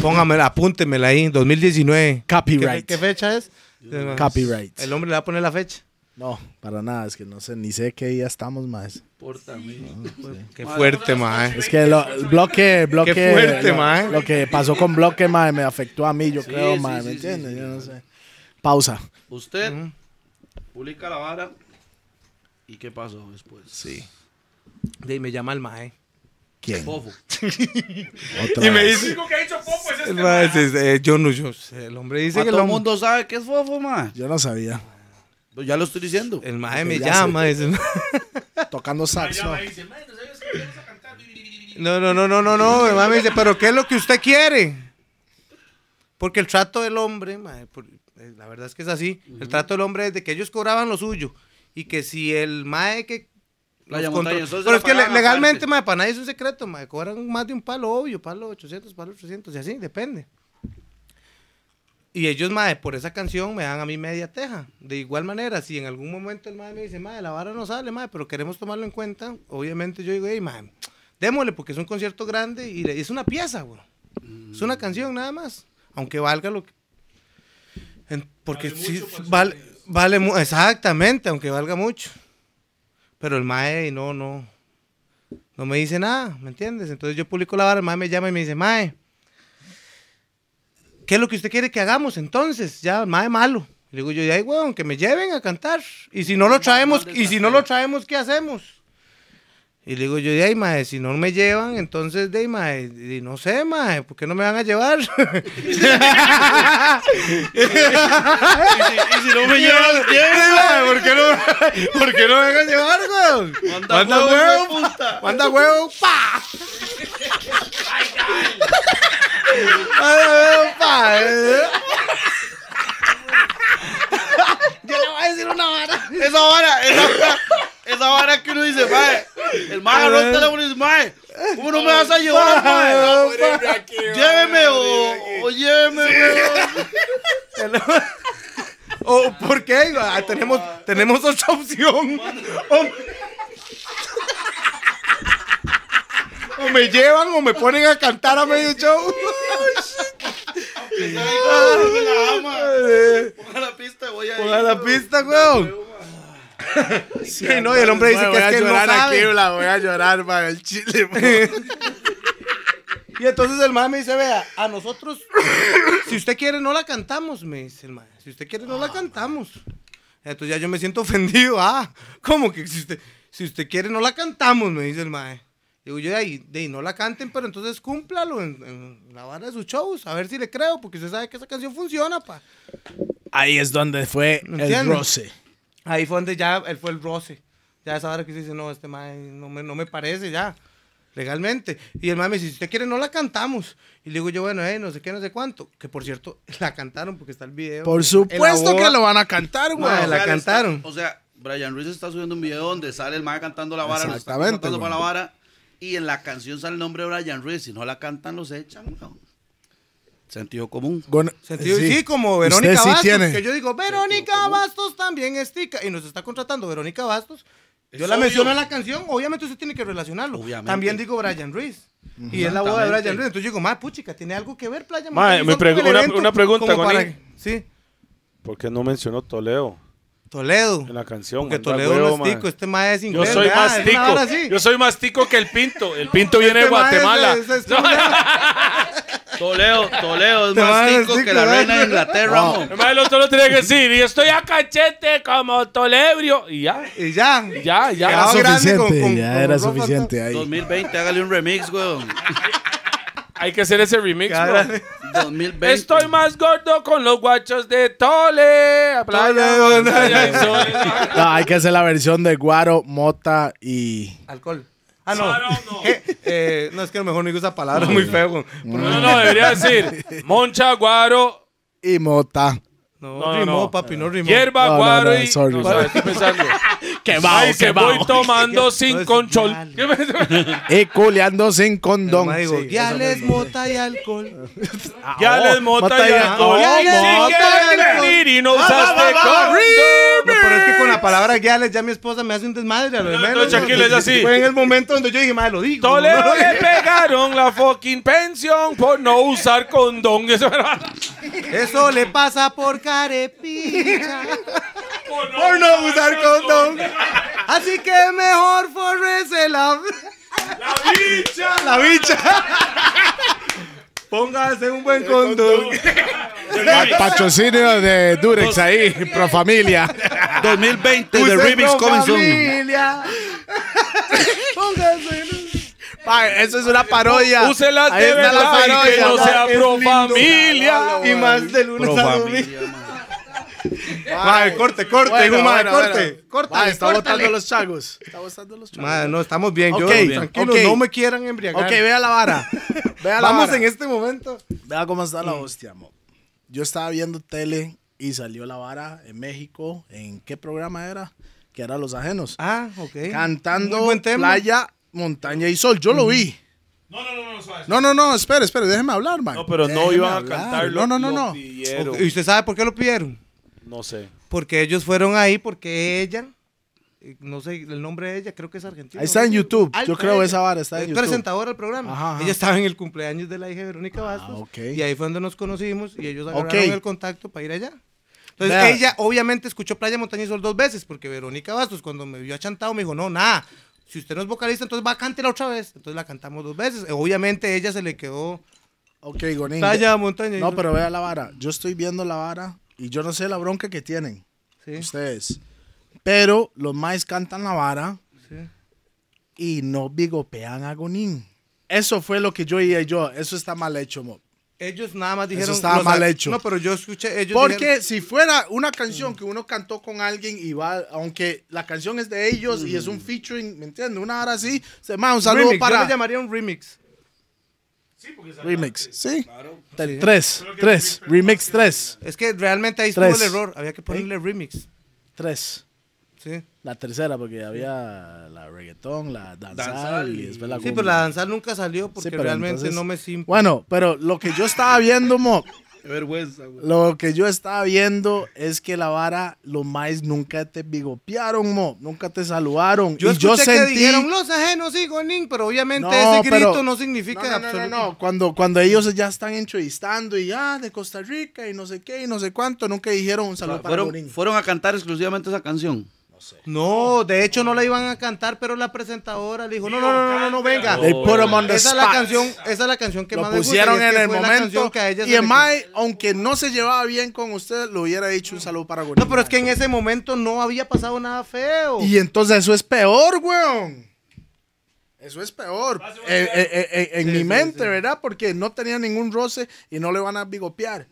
Póngamela, apúntemela ahí, 2019. ¿Qué,
Copyright.
qué fecha es?
Copyright.
El hombre le va a poner la fecha.
No, para nada, es que no sé, ni sé qué día estamos, más.
Qué fuerte, mae.
Es que lo- el bloque, el bloque.
Qué fuerte,
lo,
mae.
lo que pasó con bloque, mae, me afectó a mí, yo creo,
sí,
mae,
sí,
¿me
sí,
entiendes?
sí,
yo no sé. Pausa.
Usted
Ujú.
publica la vara. ¿Y qué pasó después? Sí.
De ahí me llama el mae.
¿Quién?
Fofo.
Otra vez.
dice, el mae dice, eh, yo no, yo, el hombre dice
Ma,
que el
todo el
hom-
mundo sabe que es fofo, ma.
Yo no sabía.
Pues Ya lo estoy diciendo.
el mae me
Ya
llama, dice,
Tocando sax, ¿no?
no, no, no, no, no, no, el mae me dice, pero ¿qué es lo que usted quiere? Porque el trato del hombre, mae, por- eh, la verdad es que es así, el trato del hombre es de que ellos cobraban lo suyo y que si el mae que
Playa,
los
montaña,
control-
entonces
Pero
la
es que le-
pagaban
legalmente,
aparte.
mae, para nadie es un secreto, mae. Cobran más de un palo, obvio, palo 800, palo 800, y así, depende. Y ellos, mae, por esa canción me dan a mí media teja. De igual manera, si en algún momento el mae me dice, mae, la vara no sale, mae, pero queremos tomarlo en cuenta, obviamente yo digo, hey, mae, démosle, porque es un concierto grande y le- es una pieza, güey. Es una canción nada más, aunque valga lo que... en- porque sí, vale, vale, mu- exactamente, aunque valga mucho. Pero el mae, no, no, no me dice nada, ¿me entiendes? Entonces yo publico la vara, el mae me llama y me dice, mae, ¿qué es lo que usted quiere que hagamos entonces? Ya, el mae malo. Le digo yo, ya, weón, que me lleven a cantar. Y si no lo traemos, y si no lo traemos, ¿qué hacemos? Y le digo yo, de ahí, mae, si no me llevan, entonces, de ahí, mae, y no sé, mae, ¿por qué no me van a llevar?
Y si no me llevan,
¿Por qué no, ¿por qué no me van a llevar, weón?
Manda huevo, puta.
Manda huevo, pa. Manda huevo, pa. Yo le voy a decir una vara.
Esa vara, esa vara, esa vara que uno dice, mae. El mae agarró el teléfono y dice, mae, ¿cómo no me vas a llevar, mae?
Manda huevo, pa.
Lléveme o, o lléveme, weón.
O, ¿Por qué? Ah, tenemos, tenemos otra opción. Oh. O, o me llevan o me ponen a cantar a medio show.
Ponga la pista, voy a
Ponga la pista, weón. Sí, no, y el hombre dice
Mae,
que es que él no sabe.
aquí, la voy a llorar, mae, el chile, mae.
Y entonces el mae me dice, vea, a nosotros, si usted quiere, no la cantamos, me dice el mae. Si usted quiere, no la cantamos. Entonces ya yo me siento ofendido. Ah, ¿cómo que si usted, si usted quiere, no la cantamos, me dice el mae. Digo yo, de ahí, de ahí, no la canten, pero entonces cúmplalo en, en la barra de sus shows, a ver si le creo, porque usted sabe que esa canción funciona, pa.
Ahí es donde fue el
¿Entiendes?
roce.
Ahí fue donde ya él fue el roce. Ya esa hora que se dice, no, este mae no me, no me parece ya, legalmente. Y el mae me dice, si usted quiere, no la cantamos. Y le digo yo, bueno, eh, no sé qué, no sé cuánto. Que por cierto, la cantaron porque está el video.
Por
En la
supuesto
boda.
que lo van a cantar, güey.
Mae, la
sea, le está-
cantaron.
o sea, Brian Ruiz está subiendo un video donde sale el mae cantando la vara. lo está
Exactamente,
Cantando
güey.
para la vara. Y en la canción sale el nombre de Brian Ruiz. Si no la cantan, los echan, weón. Sentido común.
Gon-
Sentido- sí. como Verónica
Usted sí
Bastos.
tiene.
Que yo digo, Verónica Bastos también es tica. Y nos está contratando Verónica Bastos. Yo
Es
la
obvio.
menciono en la canción, obviamente usted tiene que relacionarlo.
Obviamente.
También digo Brian Ruiz. Y es la boda de
Exactamente.
Brian Ruiz. Entonces yo digo, ma, puchica, tiene algo que ver, playa.
Ma,
Montaña?
me
Son como
pregu-
el
una-
evento
una pregunta,
como para-
Gonín.
Sí,
¿Por qué no mencionó Toledo
Toledo.
en la canción?
Porque
Manda
Toledo
huevo,
no
ma.
es tico, este mae es
Yo
inglés.
soy
ah,
más
es una
tico.
vara así.
Yo soy más tico que el pinto. El pinto
Este
viene de
mae es- este
Guatemala.
es- es- es-
Toleo, Toleo es
Te
más
van a
tico
decir
que la
que-
reina de Inglaterra, mo.
Además, el otro lo tenía que decir. Y estoy a cachete como Tolebrio. Y ya.
Y ya.
Ya, ya.
Quedaba
Era
grande
suficiente,
con- con-
ya
con
era
ropa,
suficiente ahí.
2020, hágale un remix, weón.
Hay que hacer ese remix,
todo.
bro.
Cara-
2020.
Estoy más gordo con los guachos de Tole. a playa,
Tole,
montaña y
¿no?
sol.
No, hay que hacer la versión de Guaro, Mota y.
Alcohol. Ah, no. Eh, eh, no, es que a lo mejor no digo esa palabra, muy feo. güey.
No, no, no, debería decir Moncha Guaro,
Y Mota.
No,
No, no,
rimó,
no.
papi, no rimó.
Hierba
No, no,
Guaro
no,
y.
sorry,
no,
sorry.
sabe, estoy pensando.
Que
Ay, que voy tomando sin
es
control.
mal.
¿Qué me-
Y culeando sin condón.
Además digo,
Sí, eso
ya
me-
les mota y alcohol. Ah,
Ya
oh,
les mota
mota
y
y
alcohol.
alcohol.
Si quieres
Mota y
venir y no
Va, va,
usaste
Ah, va, va,
condón.
No, pero es que con la palabra guiales ya mi esposa me hace un desmadre a lo de
no,
menos.
tranquilo, es así.
Fue en el momento donde yo dije, madre, lo digo.
Toledo
¿no?
le pegaron la fucking pensión por no usar condón. Eso era-
Eso le pasa por carepicha.
Por no
por no usar condón. Así que mejor forrese la...
bicha.
La bicha. Póngase un buen condón.
Pa- Patrocinio de Durex ahí, pro familia.
Ah, 2020 de
Usted
remix
con
coming soon.
familia. Póngase en-
eso es una parodia.
Úselas de verdad y que no sea pro familia.
Y más de lunes a domingo. Madre, corte, corte, digo, madre, corte. Corta,
está botando los chagos. Está botando los chagos.
Madre, no, estamos bien. Yo,
Ok, bien.
tranquilo,
Ok.
no me quieran embriagar.
Ok, vea la vara. Vea la
Vamos
vara.
en este momento.
Vea cómo está la hostia, mo. Yo estaba viendo tele y salió la vara en México. ¿En qué programa era? que era Los Ajenos.
Ah, ok.
cantando
Muy buen tema.
Playa, Montaña y Sol. Yo lo vi.
No, no, no, no, suave.
No, no, no, espere, espere, déjeme hablar, man.
No, pero no
Déjeme
iban a
hablar.
cantarlo.
No, no, no,
lo
no.
pidieron.
Ok, ¿Y usted sabe por qué lo pidieron?
No sé.
Porque ellos fueron ahí, porque ella, eh, no sé el nombre de ella, creo que es argentina.
Ahí está en YouTube.
Alta
Yo creo
ella.
esa vara está en
Es
YouTube.
presentadora del programa.
Ajá, ajá.
Ella estaba en el cumpleaños de la hija de Verónica Bastos.
ok.
Y ahí fue donde nos conocimos y ellos agarraron
Ok.
el contacto para ir allá. Entonces
Vea.
ella obviamente escuchó Playa Montaña y Sol dos veces porque Verónica Bastos cuando me vio achantado me dijo, no, nada, si usted no es vocalista entonces va a cantar otra vez. Entonces la cantamos dos veces. Eh, Obviamente ella se le quedó
Ok, Gonín.
Playa Montaña y
No,
Sol.
pero vea la vara. Yo estoy viendo la vara y yo no sé la bronca que tienen
Sí,
ustedes. Pero los más cantan la vara
sí.
y no bigopean a Gonín. Eso fue lo que yo y yo. Eso está mal hecho, mo.
Ellos nada más dijeron...
estaba
los-
mal hecho.
No, pero yo escuché... Ellos dijeron-
Porque si fuera una canción que uno cantó con alguien y va, aunque la canción es de ellos y es un featuring, ¿me entiendes? Una hora así, se ma, un saludo
Mm. remix, Yo
para
le llamaría un remix.
remix, ¿sí? Tel- Tres, tres, remix tres,
Es que realmente ahí estuvo
Tres. ¿Eh?
el error. Había que ponerle remix.
tres.
Sí.
La tercera porque había la reggaetón, la danzal, y después la
Sí,
cumbia.
pero la danzar nunca salió porque
Sí, pero
realmente
entonces-
no me simple.
Bueno, pero lo que yo estaba viendo, mo,
Qué vergüenza, güey.
Lo que yo estaba viendo es que la vara, los maes nunca te bigopearon, mo, nunca te saludaron.
Yo
y yo
escuché que
sentí...
dijeron los ajenos, sí, Gonín, pero obviamente
No,
ese grito
pero-
no significa
no, no, no, no,
absolutamente-
no. Cuando, cuando ellos ya están entrevistando y ya de Costa Rica y no sé qué y no sé cuánto, nunca dijeron un saludo para
Fueron,
Morín.
fueron a cantar exclusivamente esa canción.
No, de hecho no la iban a cantar, pero la presentadora le dijo, no, no, no, no, no, no, venga.
They put 'em on the
esa es la
spot.
canción, esa es la canción que
Lo
más me gusta, y
pusieron
es
en
que
el
fue la
momento.
canción que a ella se
Y
le
el
quitó.
mae, aunque no se llevaba bien con usted, lo hubiera dicho un saludo para Morín.
No, pero es que en ese momento no había pasado nada feo.
Y entonces eso es peor, weón. Eso es peor. Eh, eh, eh, eh, en mi mente, ¿verdad? Porque no tenía ningún roce y no le van a bigopear.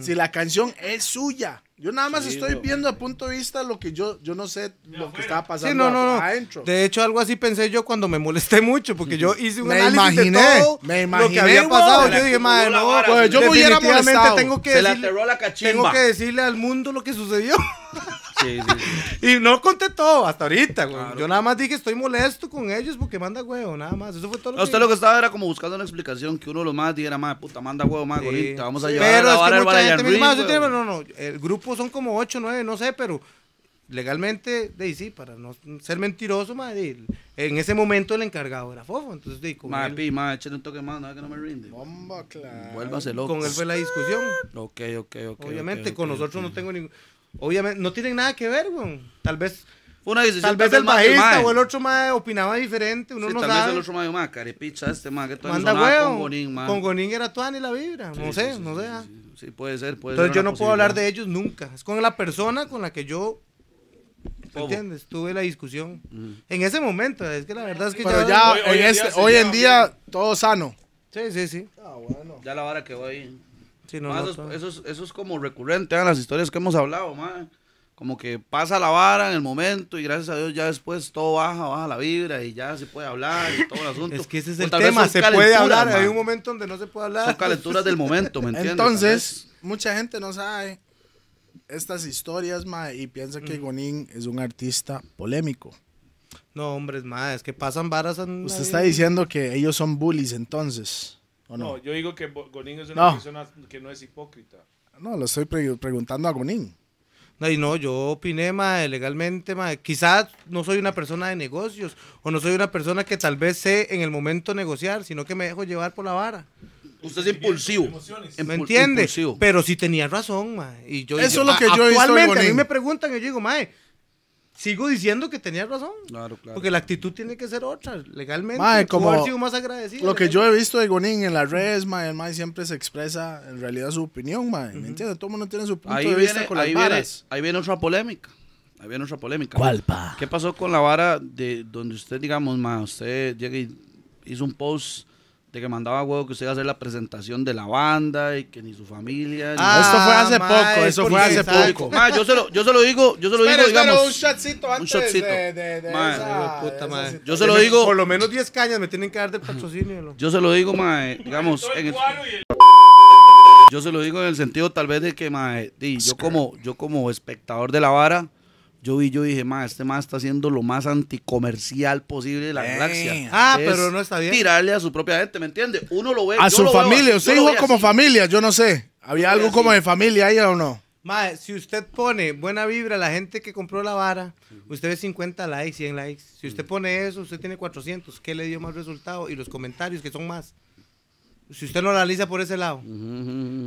Si la canción es suya. Yo nada más estoy viendo a punto de vista lo que yo, yo no sé lo que estaba pasando
Sí, no, no, no.
adentro.
De hecho, algo así pensé yo cuando me molesté mucho, porque yo hice un
Me
análisis
imaginé,
de todo lo
me
que
imaginé,
había
weón.
pasado.
Se le
Yo dije, madre,
acumuló
no,
la vara,
Pues yo me hubiera
definitivamente
molestado.
tengo que
Se le
decirle-
aterró la
Tengo
cachimba.
que decirle al mundo lo que sucedió.
Sí, sí, sí.
Y no conté todo hasta ahorita, güey. Yo nada más dije, estoy molesto con ellos porque manda huevo, nada más. Eso fue todo lo
No,
que
usted lo que estaba era como buscando una explicación que uno lo más dijera, más puta, manda huevo, más
Sí.
gorita, vamos a
Sí.
llevar
Pero
a
es
la
que
vara del
mucha gente
Brian
me dice,
Reed,
"Ma, usted
güey".
tiene- No, no, el grupo son como 8, 9, no sé, pero legalmente, de ahí sí, para no ser mentiroso, madre, en ese momento el encargado era Fofo. Entonces, de ahí, con,
Ma,
él,
pi, ma, échale un toque más, no es que no me rinde.
Bomba, claro.
Vuélvase loco.
con él fue la discusión.
Ok, ok, ok.
obviamente,
ok,
con
ok,
nosotros
ok.
no tengo ningún... Obviamente, no tienen nada que ver, güey. Tal vez...
Fue una decisión
Tal vez el
del ma- del
bajista
mae.
o el otro mae opinaba diferente, uno
Sí,
no
tal
sabe.
vez el otro mayo más, carepicha este más, que todavía
Manda
sonaba
huevo.
con Gonín, ma.
Con Gonín era Tuani la vibra. No sé, no sé. ah.
Sí, sí, puede ser, puede
Entonces
ser
yo
una
no puedo hablar
posibilidad.
de ellos nunca. Es con la persona con la que yo. ¿me ¿Entiendes? Tuve la discusión. En ese momento, es que la verdad es que
Pero
ya.
ya
Hoy-
hoy,
hoy en
este-
día se
hoy en
llevan
día todo sano.
Sí, sí, sí.
Ya la vara que voy.
Sí, no,
Ma,
no,
eso,
todo.
es- eso es, eso es como recurrente en las historias que hemos hablado, ma. Como que pasa la vara en el momento y gracias a Dios ya después todo baja, baja la vibra y ya se puede hablar y todo el asunto.
Es que ese es
O
el
tal vez
tema.
son
Se puede
calenturas,
hablar.
ma.
Hay un momento donde no se puede
Son
hablar.
calenturas del momento, ¿me entiendes?
Entonces, mucha gente no sabe estas historias, mae, y piensa que Gonín es un artista polémico.
No, hombre, es más. Es que pasan varas. en la
Usted
vida.
está diciendo que ellos son bullies entonces, ¿o
No,
no?
yo digo que Bo- Gonín es una
No.
persona que no es hipócrita.
No, lo estoy pre- preguntando a Gonín.
No, y no, yo opiné, mae, legalmente, mae. Quizás no soy una persona de negocios o no soy una persona que tal vez sé en el momento negociar, sino que me dejo llevar por la vara.
Usted es impulsivo. Impul-
¿Me entiende?
impulsivo.
Pero sí tenía razón, mae. Y yo,
Eso
y yo-
es lo que
a-
yo he visto,
Actualmente, a mí
Bonín.
me preguntan y yo digo, mae, sigo diciendo que tenía razón.
Claro, claro.
Porque la actitud tiene que ser otra, legalmente.
Mae,
Mae,
como
como haber sido más agradecido.
Lo que yo he visto de Gonín en las redes, mae, el mae siempre se expresa en realidad su opinión, mae. ¿Me entiende? Todo el mundo tiene su punto
ahí
de
viene,
vista con las
ahí, viene,
varas.
ahí viene otra polémica. Ahí viene otra polémica.
¿Cuál, pa?
¿Qué pasó con la vara de donde usted, digamos, ma, usted llega y hizo un post de que mandaba huevo que usted iba a hacer la presentación de la banda y que ni su familia. ni-
Ah,
esto fue hace
mae,
poco, eso fue
porque
hace
sabe-
poco.
Ma, yo se lo, yo se lo digo, yo se lo digo, digamos.
shotcito
antes shotcito. de- de- de Mae, esa-
Hijo de puta, mae.
Yo se lo digo.
Ah, Por lo menos 10 cañas me tienen que dar de patrocinio. lo-
Yo se lo digo, mae, digamos, en el- eh, yo se lo digo en el sentido tal vez de que mae, di, yo como yo como espectador de la vara yo vi, yo dije, ma, este ma está haciendo lo más anticomercial posible de la
Damn.
galaxia.
Ah,
Es
pero no está bien.
Tirarle a su propia gente, ¿me entiende? Uno lo ve.
A
yo
su
lo veo así,
familia,
yo
usted
lo
dijo
veo
como
así.
familia, yo no sé. ¿Había algo como de familia ahí o no?
Mae, si usted pone buena vibra a la gente que compró la vara, usted ve 50 likes, 100 likes. Si
Mm.
usted pone eso, usted tiene 400. ¿Qué le dio más resultado? Y los comentarios, que son más. Si usted lo analiza por ese lado.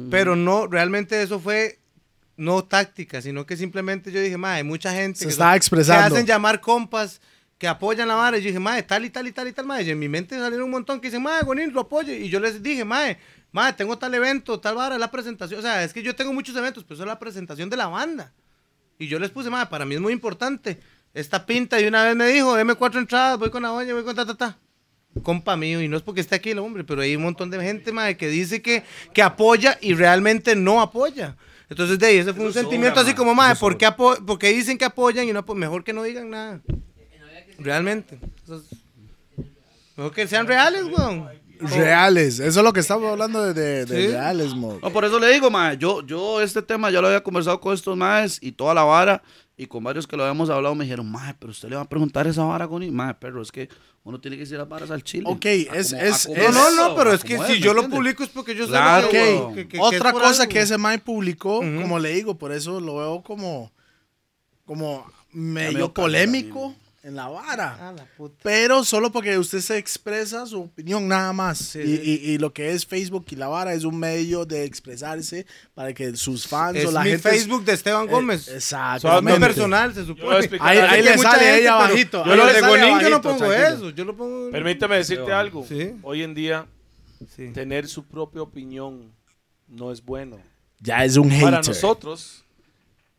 Pero no, realmente eso fue no táctica, sino que simplemente yo dije, mae, hay mucha gente
Se
que
estaba
son-
expresando.
que hacen llamar compas que apoyan la vara. Y yo dije, mae, tal y tal y tal y tal, mae. Y en mi mente salieron un montón que dicen, mae, Gonín, lo apoye. Y yo les dije, mae, mae, tengo tal evento, tal vara, es la presentación. O sea, es que yo tengo muchos eventos, pero eso es la presentación de la banda. Y yo les puse, mae, para mí es muy importante. Esta pinta, y una vez me dijo, deme cuatro entradas, voy con la doña, voy con ta, ta, ta compa mío, y no es porque esté aquí el hombre, pero hay un montón de gente madre, que dice que, que apoya y realmente no apoya. Entonces, de ahí, ese fue un sentimiento así como, madre, ¿por qué, apo- por qué dicen que apoyan y no apo- Mejor que no digan nada. Realmente. Entonces, mejor que sean reales, weón.
Reales, eso es lo que estamos hablando de, de- de
Sí.
reales, mo.
No, por eso le digo, ma, yo, yo este tema ya lo había conversado con estos maes y toda la vara y con varios que lo habíamos hablado me dijeron, ma, pero usted le va a preguntar esa vara con ma, pero es que uno tiene que decir las varas al chile.
Ok,
A
es-
como- ah,
es-
a como
No,
es-
no,
eso,
no, pero
a
es que
como
si
¿me
yo lo
entiende?
publico es porque yo sé
Claro,
lo
Ok,
que-
weón.
que- que- que
otra
es por
cosa
algo.
que ese Mike publicó,
Ujú.
como le digo, por eso lo veo como, como medio
medio
polémico en la vara.
Ah, la puta.
Pero solo porque usted se expresa su opinión nada más. y,
sí.
y- y lo que es Facebook y la vara es un medio de expresarse para que sus fans
Es
o la
mi
gente... eh,
Facebook de Esteban Gómez.
Exacto.
No personal, se
Yo voy a
supone.
explicar
Pues, Ahí,
Yo
algo.
sé
ahí
que
le
hay mucha
sale
gente,
ella
pero
abajito.
Yo lo
Ahí
de
le sale
Gonín, yo no
abajito,
pongo
tranquilo.
eso. Yo lo pongo.
Permítame decirte algo.
Sí.
Hoy en día,
Sí.
tener su propia opinión no es bueno.
Ya es un hater.
Para nosotros,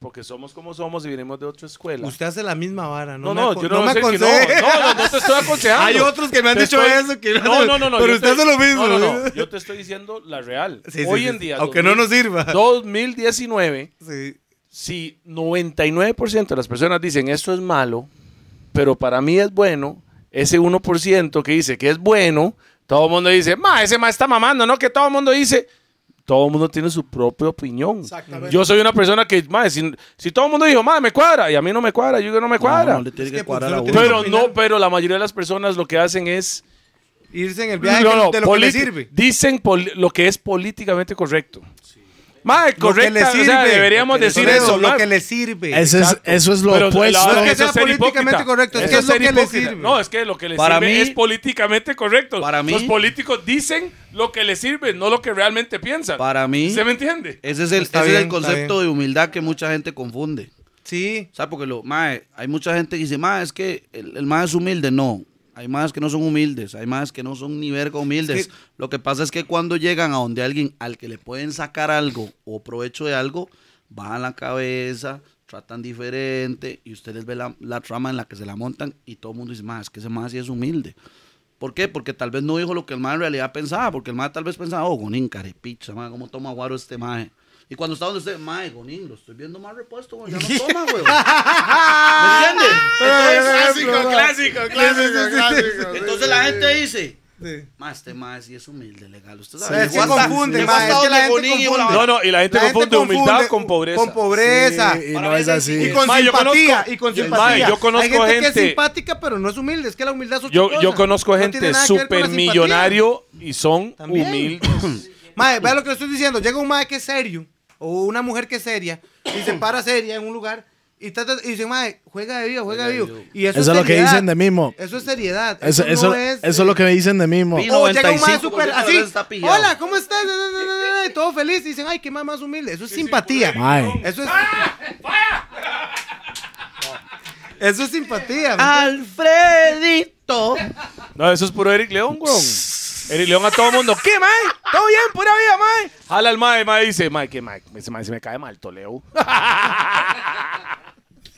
porque somos como somos y venimos de otra escuela.
Usted hace la misma vara, ¿no?
no,
me
no,
aco-
yo no,
me
sé que no.
aconseje.
No, no, no te estoy aconsejando.
Hay otros que me han
Te
dicho eh,
estoy-
eso. Que
No, no, no, no.
Pero
yo
usted
te-
hace lo mismo. ¿eh?
No, no, no. Yo te estoy diciendo la real.
Sí, sí,
Hoy
sí,
en
sí.
día.
Aunque no nos sirva.
2019,
Sí.
si 99% de las personas dicen esto es malo, pero para mí es bueno, ese 1% que dice que es bueno, todo el mundo dice, ma, ese ma está mamando, ¿no? Que todo el mundo dice, todo el mundo tiene su propia opinión.
Exactamente.
Yo soy una persona que, ma, si, si todo el mundo dijo, ma, me cuadra, y a mí no me cuadra, yo digo, no me cuadra.
No, le tiene
Es
que,
que
cuadrar a
funciona,
uno.
tiene
pero
que
no,
opinar.
pero la mayoría de las personas lo que hacen es...
Irse en el viaje
No,
que-
no,
de lo que le
politi-
sirve.
Dicen poli- lo que es políticamente correcto. Mae, correcto.
le
o sea,
sirve. Lo
deberíamos
que le
decir
sirve,
eso.
Lo
mae.
que le sirve.
Ese es- eso es lo
Pero
opuesto.
la-
No es que
eso
sea
ser
políticamente
hipócrita.
correcto, es
Eso
que es lo
ser
que le
hipócrita.
sirve.
No, es que lo que le
Para
sirve
mí-
es políticamente correcto.
Para mí-
Los políticos dicen lo que les sirve, no lo que realmente piensan.
Para mí-
¿Se me entiende?
Ese es el,
Está
ese es el
bien, está
concepto
bien.
de humildad que mucha gente confunde.
Sí.
¿Sabes? Porque lo, mae, hay mucha gente que dice, mae, es que el, el mae es humilde. No. Hay más que no son humildes, hay más que no son ni verga humildes.
Sí.
Lo que pasa es que cuando llegan a donde alguien al que le pueden sacar algo o provecho de algo, bajan la cabeza, tratan diferente y ustedes ven la, la trama en la que se la montan y todo el mundo dice, mae, es que ese mae sí es humilde. ¿Por qué? Porque tal vez no dijo lo que el mae en realidad pensaba, porque el mae tal vez pensaba, oh, Gonín, carepicha, mae, cómo toma guaro este mae. Y cuando estaba donde usted, mae, Gonín, lo estoy viendo más repuesto, güey, ya no toma, güey. ¿Me entiendes?
Clásico, clásico, clásico, clásico.
Entonces la gente dice,
sí.
más este mae sí es humilde, legal, usted
O sea,
sabe.
es
Llegó
que
hasta-
confunde,
llegó
mae,
hasta
es que la
donde
gente
Gonín dijo la
confunde.
No, no, y la gente Este confunde humildad con pobreza.
Con pobreza.
Sí, y no es así.
Y con
Mae, yo
simpatía.
conozco-
y con
yo-
simpatía.
mae, yo conozco
Hay gente, que
gente-
es simpática, pero no es humilde. Es que la humildad es otra
Yo,
cosa.
yo conozco
No
gente
tiene nada que ver con la
súper millonario y son
También.
humildes.
Mm. Mae, vea lo que le estoy diciendo. Llega un mae que es serio, o una mujer que es seria, y se para seria en un lugar, y, trata- y dice, mae, juega de vivo, juega de vivo. Y
Eso es lo que
seriedad.
dicen de mí, mo.
Eso es seriedad.
Eso,
Eso,
eso-
no es... eh.
eso es lo que me dicen de mí, mo.
Pino.
O llega un mae
95%
súper
de las
así,
veces está pillado.
hola, ¿cómo estás? Na, na, na, na, na, y todo feliz. Y dicen, ay, qué mae más humilde. Eso es simpatía.
Mae.
Eso es... Eso es simpatía.
Alfredito.
No, eso es puro Eric León, weón. Eric León a todo el mundo. ¿Qué, mae? ¿Todo bien? ¿Pura vida, mae? Jala al mae, mae dice, mae, ¿qué, mae? Ese mae se me cae mal, Toleo.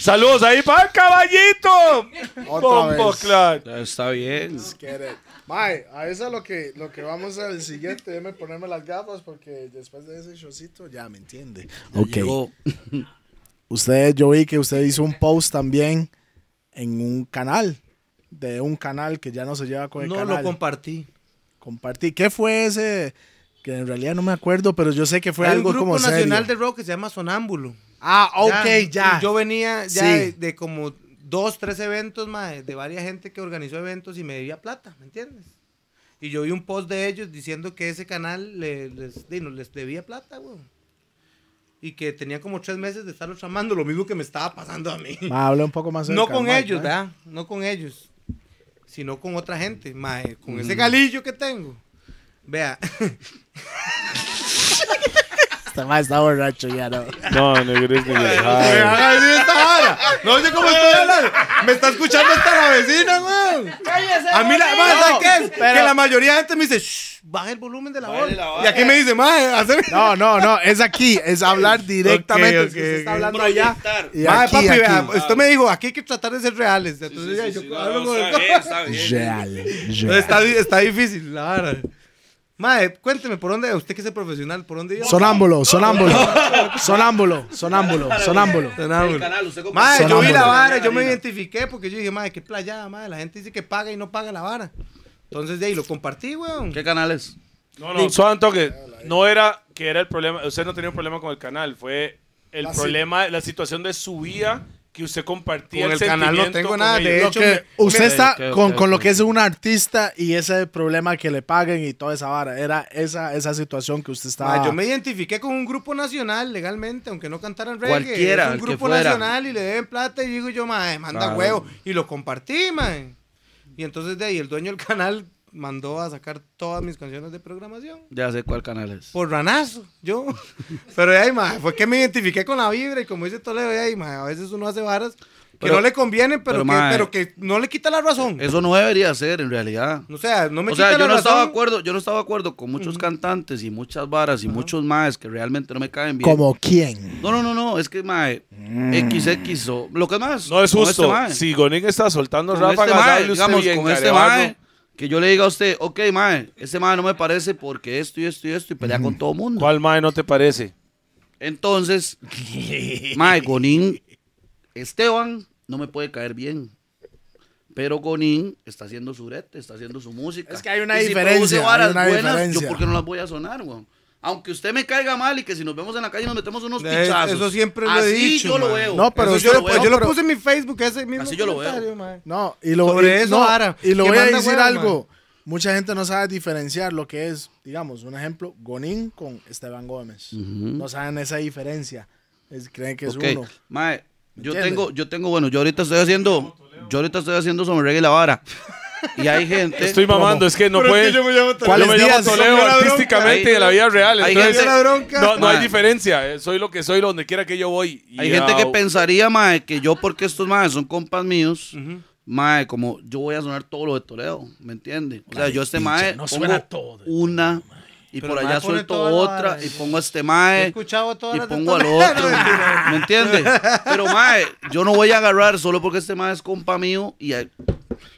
Saludos ahí para el caballito.
Otra
Pompo
vez.
Clark.
Está bien.
Mae, a eso es lo que, lo que vamos al siguiente. Déjame ponerme las gafas porque después de ese showcito ya me entiende. Ok.
Llegó.
Usted, yo vi que usted hizo un post también en un canal. De un canal que ya no se lleva con el
No
canal.
lo compartí.
Compartí. ¿Qué fue ese? Que en realidad no me acuerdo, pero yo sé que fue
Hay
algo
un grupo
como
nacional de
serio.
rock que se llama Sonámbulo.
Ah, ok, ya.
y Yo venía ya
Sí.
de, de como dos, tres eventos, mae, de varias gente que organizó eventos y me debía plata, ¿me entiendes? Y yo vi un post de ellos diciendo que ese canal le- les, di, no, les debía plata, weón. Y que tenía como tres meses de estarlo tramando, lo mismo que me estaba pasando a mí.
Ma, habla un poco más
No
cerca,
con
Mike,
ellos,
Mike.
¿verdad? No con ellos, sino con otra gente, mae,
Mm.
con ese galillo que tengo. Vea,
Este ma está borracho ya, ¿no?
No, no eres ni dejado.
haga venir esta vara. No sé cómo estoy hablando. Me está escuchando hasta la vecina, weón. A mí la madre, ¿sabes qué es? Que la mayoría de gente me dice, "Shh, baja el volumen de la voz. Y aquí me dice, madre, hacer.
No, no, no, es aquí, es hablar directamente.
Ok,
es que
ok,
se
ok.
está hablando allá. Y
Madre,
aquí,
papi,
aquí.
vea, usted me dijo, aquí hay que tratar de ser reales. Entonces, ya, yo hablo con el-
Real,
No,
real.
Ah, está, di- está difícil, la vara. Madre, cuénteme, ¿por dónde, usted que es el profesional, por dónde iba?
Sonámbulo, sonámbulo, sonámbulo, sonámbulo, sonámbulo.
Sonámbulo.
canal, usted compró-
Madre, yo vi la
Sonámbulo.
vara, yo me identifiqué porque yo dije, madre, qué playada, madre. La gente dice que paga y no paga la vara. Entonces, de ahí lo compartí, weón.
¿Qué canal es?
No, no, solo un toque. No era que era el problema. Usted no tenía un problema con el canal. Fue el problema, la situación de su vida que usted compartía.
Con el canal no
sentimiento
tengo
con
nada, de
ellos.
hecho,
Lo que-
me-
Usted está
ok, ok,
con, con lo que
ok.
es un artista y ese problema que le paguen y toda esa vara. Era esa, esa situación que usted estaba.
Ma, yo me identifiqué con un grupo nacional legalmente, aunque no cantaran reggae.
Cualquiera,
es un
el que
grupo
fuera.
nacional y le deben plata y digo yo, mae, manda
Claro.
huevo. Y lo compartí, mae. Y entonces de ahí el dueño del canal mandó a sacar todas mis canciones de programación.
Ya sé cuál canal es.
Por ranazo, yo. Pero de ahí, mae, fue que me identifiqué con la vibra y como dice Toledo, de ahí, mae, a veces uno hace varas que
Pero-
no le convienen, pero,
pero,
que,
mae,
pero que no le quita la razón.
Eso no debería ser en realidad.
o sea, no me
o sea,
quita
yo
la
no, estaba de
razón.
acuerdo, yo no estaba de acuerdo con muchos cantantes y muchas varas y muchos maes que realmente no me caen bien.
¿Como quién?
No, no, no, no, es que mae, XX o lo que más.
No es
con este
justo.
mae.
si Gonin está soltando
Con
ráfagas,
este mae,
hable usted
digamos,
bien,
con este
Carevano.
mae, que yo le diga a usted, ok, mae, este mae no me parece porque esto y esto y esto y pelea con todo mundo.
¿Cuál mae no te parece?
Entonces, mae, Gonín, Esteban no me puede caer bien. Pero Gonín está haciendo su rete, está haciendo su música.
Es que hay una
Y
diferencia,
produce
hay
varas
una
buenas, Yo
diferencia.
porque no las voy a sonar, weón. Aunque usted me caiga mal y que si nos vemos en la calle nos metemos unos
Eh,
pichazos.
eso siempre lo he
Así
dicho,
yo lo
mae.
veo.
No, pero
Eso
Eso yo,
usted
lo,
veo.
yo lo
pero-
puse en mi Facebook ese mismo
Así yo lo veo.
comentario, mae.
No, y lo,
Sobre
y-
eso,
no,
Ara,
y lo
que
voy a
manda
decir
hueva,
algo. Mucha gente no sabe diferenciar lo que es, digamos, un ejemplo, Gonín con Esteban Gómez. No saben esa diferencia. Es- creen que es
Ok,
uno.
Mae, yo
entiendes?
tengo, yo tengo, bueno, yo ahorita estoy haciendo, yo ahorita estoy haciendo sobre reggae y la vara. Y hay gente.
Estoy mamando, es que no puede. yo me llamo Toledo,
¿Cuáles días?
Son la
artísticamente
bronca.
y en la vida real.
Hay
entonces,
gente-
la bronca.
no, no hay
Mae.
diferencia. eh, Soy lo que soy, donde quiera que yo voy. y ah,
Hay gente que
a-
pensaría, mae, que yo, porque estos maes son compas míos, mae, como yo voy a sonar todo lo de Toledo, ¿me entiende? O sea, yo a este mae
no
pongo
suena todo de
una y
Pero
por
el
allá
mae pone
suelto
toda la
otra
vara.
y pongo a este
Yo he
mae
escuchado todas
y
las de
pongo al
Toledo.
otro, ¿me entiende? Pero mae, yo no voy a agarrar solo porque este mae es compa mío y hay-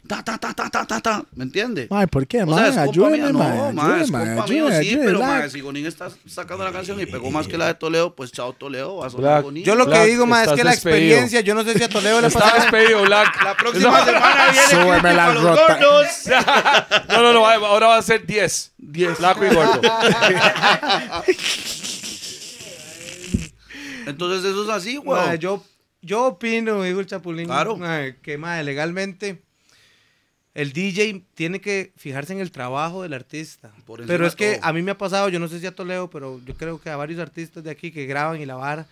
ta ta ta ta ta ta ta, ¿me entiende?
Mae, ¿por qué?
O sea,
Mae,
es compa mía,
ayúdeme,
no,
mae. ayúdeme,
mae, es compa
ayúdeme,
mío, sí,
ayúdeme,
pero
la-
mae, si Gonín está sacando la canción y pegó más que la de Toledo, pues chao Toledo, va a sonar
Black.
Gonín.
Yo lo que
Black,
digo, ma, es
estás
que la
despedido.
experiencia, yo no sé si a Toledo le
Está
pasaba.
despedido, Black.
La próxima semana viene
Súbeme
Crítica
la
para los
rota.
gordos.
No, no, no, va- ahora va a ser 10. 10. Flaco y gordo.
Entonces eso es así, güey.
Ma, yo, yo opino, dijo el Chapulín,
Claro.
ma, que ma, legalmente el DJ tiene que fijarse en el trabajo del artista.
Por encima
pero es
de
que
todo.
a mí me ha pasado, yo no sé si a Toledo, pero yo creo que a varios artistas de aquí que graban y la vara.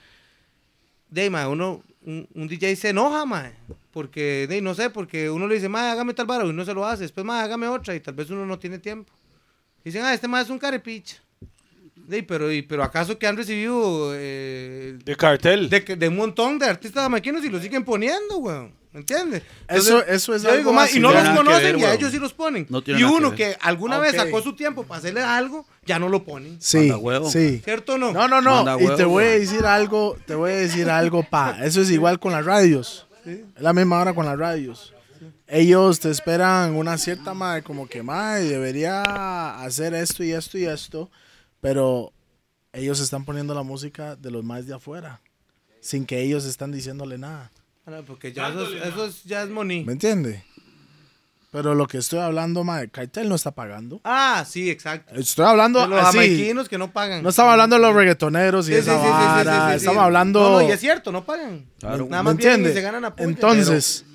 De ahí, ma, uno, un, un DJ se enoja, ma, porque, de ahí, no sé, porque uno le dice, ma, hágame tal vara, y uno se lo hace, después, ma, hágame otra, y tal vez uno no tiene tiempo. Dicen, ah, este ma es un carepicha. De ahí, pero, y- pero acaso que han recibido eh,
De cartel.
de, que- de un montón de artistas jamaiquinos y los siguen poniendo, weón. ¿Me entiendes?
Eso- eso es
yo
algo
digo, ma,
así,
Y no
no
los
tiene nada que
conocen
ver,
y a
weón.
ellos sí los ponen.
No tiene
y
nada que
uno
ver.
que, alguna vez
Ah, Ok.
sacó su tiempo para hacerle algo, ya no lo ponen.
Sí,
Manda huevo.
sí.
¿Cierto o no?
No, no,
Manda
no. Y
huevo,
te voy a
güey.
decir algo, te voy a decir algo, pa. Eso es igual con las radios. Es la misma hora con las radios. Ellos te esperan una cierta madre, como que madre, debería hacer esto y esto y esto, pero ellos están poniendo la música de los más de afuera, sin que ellos están diciéndole nada.
Ah, no, Porque ya eso, es- eso es- ya es money.
¿Me entiende? Pero lo que estoy hablando, mae, Cartel no está pagando.
Ah, sí, exacto.
Estoy hablando
De los
así.
jamaiquinos que no pagan.
No estamos hablando de los reggaetoneros y
Sí, sí,
esa
sí, sí, sí,
vara.
sí, sí.
Estamos hablando.
No, no, y es cierto, no pagan.
Claro.
Nada
¿Me
más vienen y
entiende?
se ganan apoyo.
Entonces,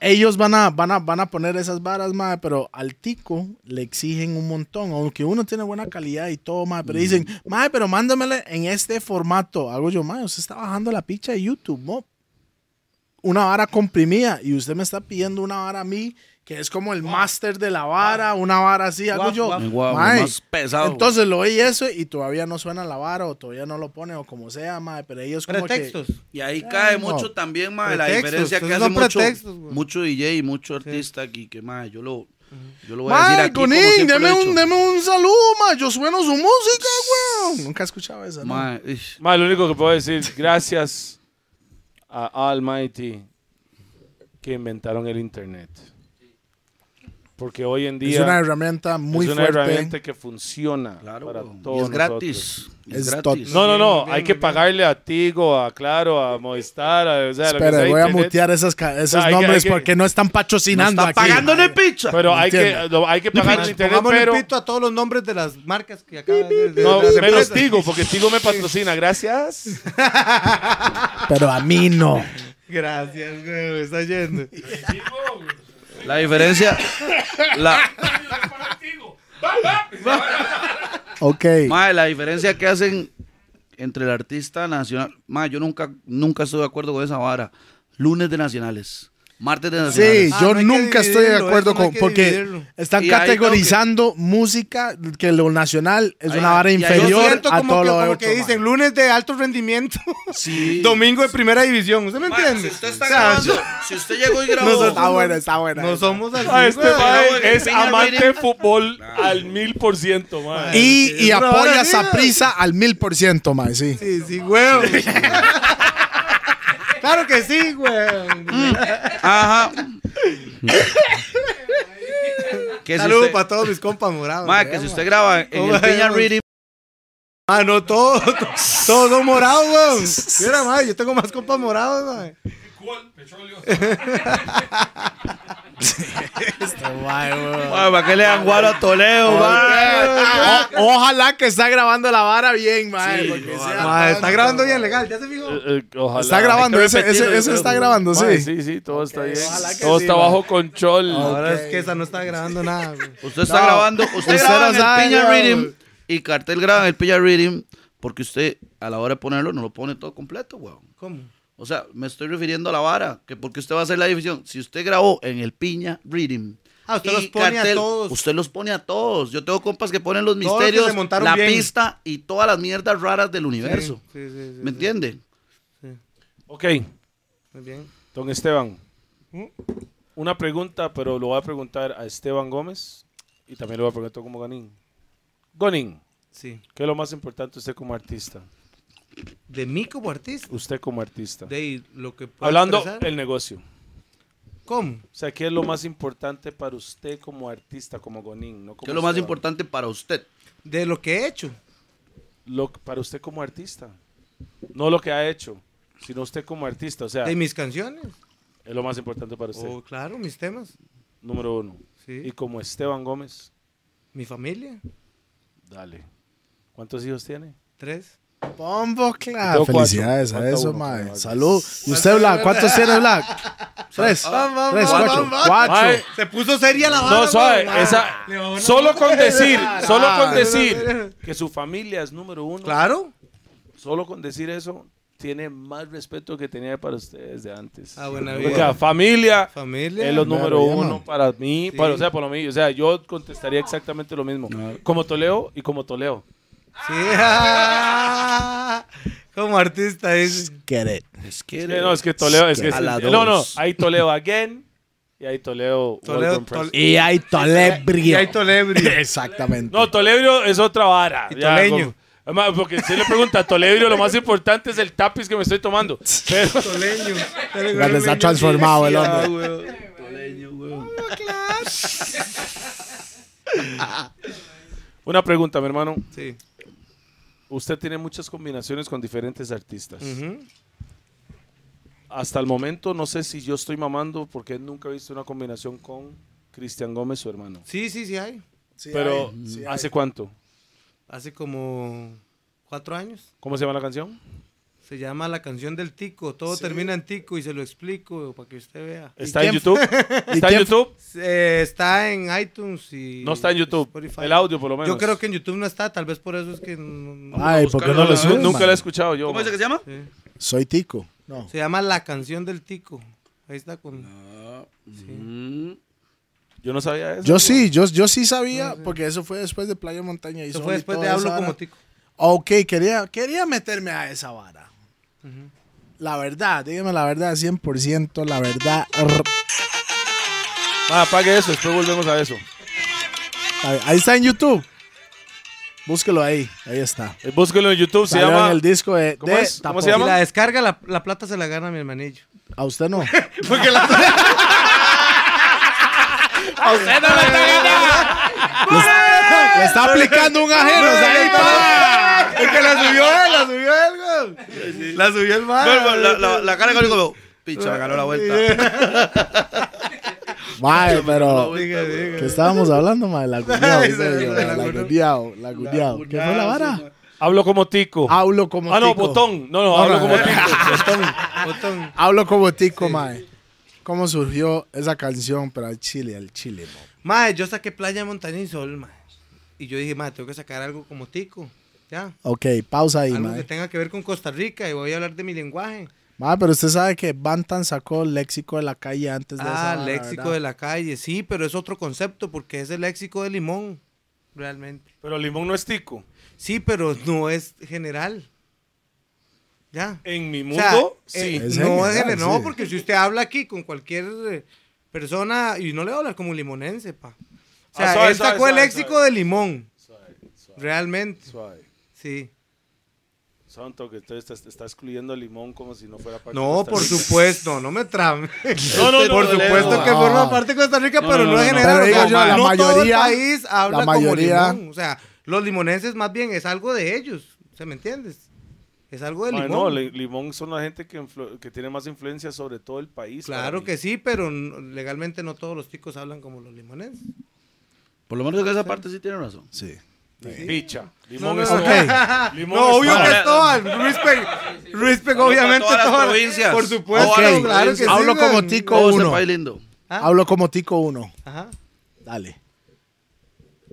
ellos van a, van, a, van a poner esas varas, madre, pero al tico le exigen un montón, aunque uno tiene buena calidad y todo, madre, pero dicen, madre, pero mándamele en este formato. Hago yo, madre, usted está bajando la picha de YouTube, mo. Una vara comprimida y usted me está pidiendo una vara a mí que es como el máster de la vara, una vara así, hago
Guau,
yo.
guau.
Guau,
"Mae,
más pesado.
Entonces lo oí eso y todavía no suena la vara o todavía no lo pone o como sea, madre, pero ellos como
Pretextos.
Y ahí
Ay,
cae
no.
mucho también, mae, la
Pretextos,
diferencia que
esos
hace
son
mucho,
pretextos, güey.
mucho DJ y mucho artista aquí, que mae, yo lo, yo
que...
lo voy a decir
Mae,
aquí como siempre
Conín,
lo he
deme un,
hecho.
deme un saludo, mae, yo sueno su música, weón. Nunca he escuchado esa, ¿no?
Mae, ish,
Ma, lo único que puedo decir, gracias a Almighty que inventaron el Internet. Porque hoy en
es
día
una herramienta muy
es una
fuerte.
herramienta que funciona
claro,
para
y
todos
es gratis. y Es
Es
gratis.
tot-
No, no,
Muy
no,
bien,
hay que
muy bien.
pagarle a Tigo, a Claro, a Movistar, a, o sea, lo que
Espera,
sea
voy a
Internet.
mutear esas ca- esos
Ah, hay que-
nombres
hay que-
porque no están
No
patrocinando
está
aquí.
pagando ni picha.
Pero hay que,
Entiendo.
lo- hay que pagar el Internet,
Pongámosle
pero...
un pito a todos los nombres de las marcas que acaban de, de-
No,
de las
menos
empresas.
Tigo, porque Tigo me patrocina, gracias.
Pero a mí no.
Gracias, güey, me está yendo.
La diferencia, la,
Ok.
mae, la diferencia que hacen entre el artista nacional, mae, yo nunca, nunca estoy de acuerdo con esa vara. Lunes de nacionales, martes de
Sí,
nacionales.
Ah,
yo
no hay que
nunca estoy de
dividirlo,
acuerdo
eso no hay
con.
que
Porque
dividirlo.
están
Y ahí
categorizando música que lo nacional es
Ahí-
una vara
y ahí yo
Yo
inferior
siento
a
como
todo
que,
lo
como
otro,
que dicen
mae.
lunes de alto rendimiento,
Ah,
Sí.
domingo de primera división. ¿Usted me
Mae,
entiende?
si usted está
O sea,
grabando, si usted llegó y grabó.
Está buena, está buena.
No somos así.
Ah, este
güey.
mae es
Piña
amante de
Reading.
fútbol al mil por ciento, mae.
Y,
Sí,
y
es una vara
apoyas
arriba.
a prisa al mil por ciento, mae, sí.
Sí, sí, güey. claro que sí, güey.
Ajá. que si
Saludos
usted,
para todos mis compas morados.
ma, que si usted graba en el
Vamos.
Peña Reading,
Ah, no, todos, to- todos son morados, weón. Mira, ma, yo tengo más compas morados, ma.
ma, ¿para qué le dan guaro a Toledo, ma?
O- ojalá que está grabando la vara bien, mae. porque sea
Ma,
todo-
está grabando bien legal, ya se fijó.
Eh, eh, ojalá.
Está grabando,
Hay que
ese, ese-
repetirlo,
ese
yo
está
creo.
grabando, sí.
Mae, sí, sí, todo está bien.
ojalá que
Todo
sí,
está
mae.
bajo control.
Ahora es que esa no está grabando nada, güey.
Usted está
No,
grabando, usted,
usted
graba
no
en el
sabe,
Peña
no.
Reading y Cartel graba en el Peña Reading porque usted a la hora de ponerlo no lo pone todo completo, weón.
¿Cómo?
O sea, me estoy refiriendo a la vara, que porque usted va a hacer la división. Si usted grabó en el Piña Reading.
Ah, usted
y
los pone a todos.
Usted los pone a todos. Yo tengo compas que ponen los
los que
misterios,
se montaron
la
bien.
pista y todas las mierdas raras del universo.
Sí, sí, sí.
¿Me entiende?
Ok,
Muy bien.
don Esteban. Una pregunta, pero lo voy a preguntar a Esteban Gómez y también lo voy a preguntar como Gonin. Gonin,
Sí.
¿qué es lo más importante usted como artista?
De mí como artista.
Usted como artista.
De lo que puedo
Hablando
expresar.
el negocio.
¿Cómo?
O sea, ¿qué es lo más importante para usted como artista, como Gonin? No como
¿Qué es lo más
Esteban?
importante para usted?
De lo que he hecho.
Lo- para usted como artista. No lo que ha hecho, sino usted como artista. O sea,
De mis canciones.
es lo más importante para usted.
O, claro, mis temas.
Número uno.
Sí.
Y como Esteban Gómez,
Mi familia.
dale. ¿Cuántos hijos tiene?
Tres.
Pombo, claro.
Tengo cuatro.
Felicidades a
Falta
eso,
uno,
mae.
pero-
Salud. ¿Y usted, Black? ¿Cuántos tiene, Black? Tres.
vamos,
Tres,
vamos,
cuatro.
vamos.
Mae,
Cuatro.
Se puso seria la
No,
vara,
suave.
güey.
esa-
Le va una-
solo con decir, solo con
Ah,
decir
no,
que su familia es número uno.
Claro.
Solo con decir eso, tiene más respeto que tenía para ustedes de antes.
Ah, buena
Porque
vida.
la familia
Familia.
es lo
Claro,
número
ya,
uno
man.
para mí.
Sí.
para- o sea, por lo mío. O sea, yo contestaría exactamente lo mismo. Como Toleo y como Toleo.
Sí. ah, como artista es.
Get it.
Es que.
Sí, no, es que Toleo es que...
A la
no, no,
dos.
hay Toleo again y hay Toleo...
Toleo,
Welcome
Tol-
Present.
Y hay
Y
tolebrio.
hay tolebrio.
Exactamente.
No, Tolebrio es otra vara.
Y
ya,
toleño.
como- Además, porque si le pregunta, Tolebrio, lo más importante es el tapiz que me estoy tomando. Pero,
Toleño.
Ya les ha transformado el hombre.
una pregunta, mi hermano.
Sí.
Usted tiene muchas combinaciones con diferentes artistas.
Ujú.
Hasta el momento, no sé si yo estoy mamando porque nunca he visto una combinación con Cristian Gómez, su hermano.
Sí, sí, sí hay.
Sí
Pero,
hay, sí hay.
¿hace cuánto?
Hace como cuatro años.
¿Cómo se llama la canción?
Se llama La canción del tico. Todo
Sí.
termina en tico y se lo explico para que usted vea.
¿Está en
quién-
YouTube? ¿Está en
quién-
YouTube?
Eh, está en iTunes y...
No está en YouTube.
Spotify.
El audio, por lo menos.
Yo creo que en YouTube no está, tal vez por eso es que... no- no-
Ay, ¿por qué no
Vamos
lo
a
Nu-
buscarlo,
subes?
Nunca
man?
la he escuchado yo.
¿Cómo dice que
man.
se llama?
Sí.
Soy tico. No.
Se llama La canción del tico. Ahí está con...
Mm.
Yo no sabía eso.
Yo sí, yo, yo sí sabía, porque eso fue después de Playa Montaña. Y
Eso
Sol
fue
y
después
toda
de
esa
Hablo
vara.
como tico.
Ok, quería, quería meterme a esa vara.
Ujú.
La verdad, dígame la verdad, 100%, la verdad. Rr.
Ah, apague eso, después volvemos a eso.
Ahí- Ahí está en YouTube. Búsquelo ahí, ahí está.
Eh, Búsquelo en YouTube, se
Salió
llama...
en el disco de,
¿Cómo
de
es? ¿Cómo
Tapón.
se
Si
llama?
la descarga, la, la plata se la gana mi hermanillo.
A usted no. Le está aplicando un ajeno. o sea, ahí está.
Es que la subió él, la subió él, güey. La subió el man.
No, la, la, la cara de Gabriel como, picha, me ganó la vuelta.
Mae, pero.
Diga, diga.
¿Qué estábamos hablando, mae? La gudeado.
Ay, se- la
La gudeado, la gudeado. ¿Qué fue la vara?
Hablo como tico.
Hablo como
ah, no,
tico.
botón. No,
No,
no, hablo
no,
como
no.
tico.
Botón.
Hablo como tico, mae. ¿Cómo surgió esa canción para el Chile, al Chile, mo?
Mae, yo saqué Playa Montaña y Sol, mae. Y yo dije, mae, tengo que sacar algo como tico. Ya.
Ok, pausa ahí,
Algo que
mae.
tenga que ver con Costa Rica y voy a hablar de mi lenguaje.
Mae, pero usted sabe que Bantan sacó el léxico de la calle antes de esa
Ah,
vara,
léxico
¿verdad?
de la calle. Sí, pero es otro concepto porque es el léxico de limón, realmente.
Pero limón no es tico.
Sí, pero no es general. Ya.
En mi
O sea,
mundo,
eh,
sí.
Es
no,
general,
es general, no,
sí.
porque si usted habla aquí con cualquier eh, persona, y no le voy a hablar como limonense, pa. O sea,
Ah, suave,
él
suave,
sacó el
suave,
léxico
suave.
de limón, realmente.
Suave.
Sí.
Santo, que entonces te- te está excluyendo el limón como si no fuera parte
No,
de Costa
por
Rica.
supuesto, no me trame.
No, no, no,
por
no,
supuesto
no,
que
no.
forma parte de Costa Rica,
No,
pero
no,
no,
no,
es
no.
general.
Pero
o sea,
digo yo, la
no todo el
mayoría-
país habla
la
como
mayoría-
limón. O sea, los limonenses más bien es algo de ellos. ¿Se me entiendes? Es algo de
Ay,
limón.
no, li- limón son la gente que, influ- que tiene más influencia sobre todo el país.
Claro que sí, pero n- legalmente no todos los ticos hablan como los limonenses.
Por lo menos que esa parte sí tiene razón.
Sí.
sí. Picha.
No,
Limón
no,
es
no.
todo. Limón
No,
es
obvio
todo.
que es todo. Respect, respect obviamente
todas las
todas las-
provincias.
Por
Pues,
supuesto,
Todas las
claro que sí.
provincias.
Hablo
güey.
como tico
Todo ese
uno.
país lindo.
Ah,
Hablo como tico uno.
ajá.
Dale.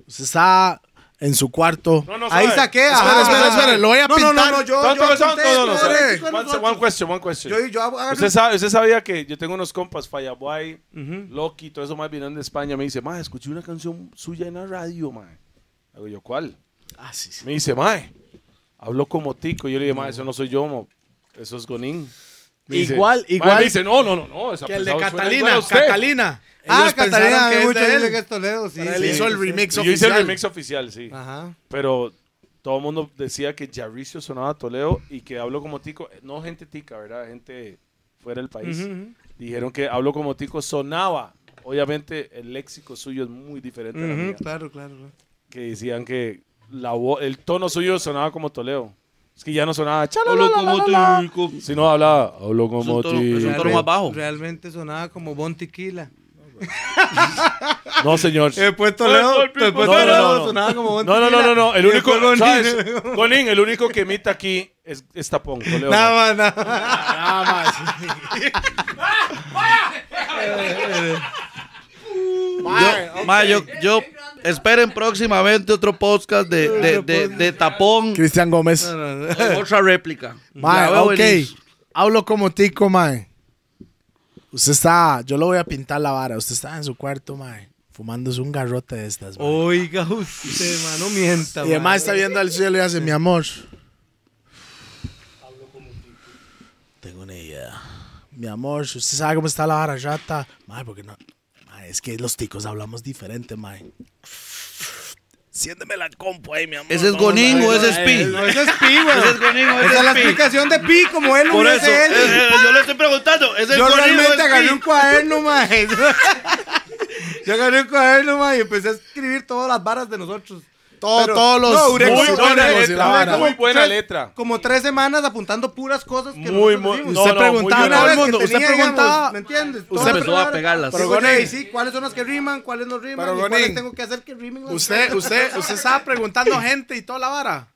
Usted está en su cuarto.
No, no,
Ahí
suave.
saqué.
Espera,
ajá.
espera, espera, lo voy a
No, no,
pintar.
no, no, yo,
Santo,
yo
que santo,
apunté,
no, no,
espere,
suave.
sí, con
One-
nosotros.
One question, one question.
Yo, yo
Ah,
hago-
Usted, sabe, usted sabía que yo tengo unos compas, Fallaboy,
Ujú.
Loki, todo eso más vienen de España. Me dice, ma, escuché una canción suya en la radio, ma. Hago yo, ¿cuál?
Ah, sí, sí.
Me dice, ma, habló como tico. Yo le dije, ma, eso no soy yo, mo. Eso es Gonín. Me dice-
Igual,
Ma,
igual
Me dice, no, no, no, no. esa
Que el de
persona suena
Catalina,
igual a usted".
Catalina.
Ah,
Ellos
Catalina,
pensaron que es
mucho
de
dice
él.
que es Toledo, sí.
Pero él
sí,
hizo el
sí.
remix
Y Yo hice el
oficial. Ah,
remix oficial, sí.
Ajá.
Pero todo el mundo decía que Jaricio sonaba a Toledo y que habló como tico. No gente tica, ¿verdad? Gente fuera del país.
Ujú, ujú.
Dijeron que habló como tico sonaba. Obviamente el léxico suyo es muy diferente a la
Ujú,
mía.
Claro, claro. claro.
Que decían que la vo- el tono suyo sonaba como Toledo. Es que ya no sonaba
Hablo como
chalala,
tico.
sino hablaba hablo
Es un
como
tono- es un
tico.
tono más bajo.
Realmente sonaba como Bon Tequila.
No, señor.
Después
Pues,
Toledo-
Eh, pues, Toledo,
después Toledo sonaba
sonaba como Bon
No, no, no, no, no. El único,
Bon
¿sabes? Gonín, el único que imita aquí es, es Tapón. Toledo.
Nada más, nada más.
Nada más.
Yo, ma, yo, yo- esperen próximamente otro podcast de, de, de, de tapón
Cristian Gómez.
con otra réplica.
Mae,
La veo
ok.
venir.
Hablo como tico, mae. Usted está, yo lo voy a pintar la vara. Usted está en su cuarto, mae, fumándose un garrote de estas. mae.
Oiga usted, mano, no mienta.
y además
mano.
está viendo al cielo y hace, mi amor. Tengo una idea. Mi amor, usted sabe cómo está la vara rata. Mae, porque no. Mae, es que los ticos hablamos diferente, mae. Siéndeme la compu ahí, mi amor.
¿Ese es
Vamos a
Gonín o
ver,
ese es
mae.
Pi?
No, ese es Pi, güey.
Ese es Gonín o ese
Esa es la
es Pi.
explicación de Pi, como él
Por eso,
hubiese
eh,
él.
eh, yo le estoy preguntando. ¿ese ¿Es
Yo
Gonín o es
realmente agarré
Pi?
un cuaderno, mae. Yo agarré un cuaderno, mae, y empecé a escribir todas las varas de nosotros.
Todo- todos los.
No, Urex,
Muy
los
buena
sinónimos y la
letra,
vara.
muy buena
tres-
letra.
Como tres semanas apuntando puras cosas que
Muy,
nosotros
muy-
dijimos.
no,
usted
no,
preguntaba
muy
Una
buena
a
vez
todo el
letra.
mundo,
que
usted
tenía, digamos,
preguntaba.
¿Me entiendes?
Usted empezó a pegarlas.
Pero
Pero, Gonin,
sí, ¿cuáles son las que riman? ¿Cuáles no riman?
Pero,
¿Y ¿Cuáles
Gonin,
tengo que hacer que rimen? las
Usted,
cosas?
usted, usted estaba preguntando a gente y toda la vara.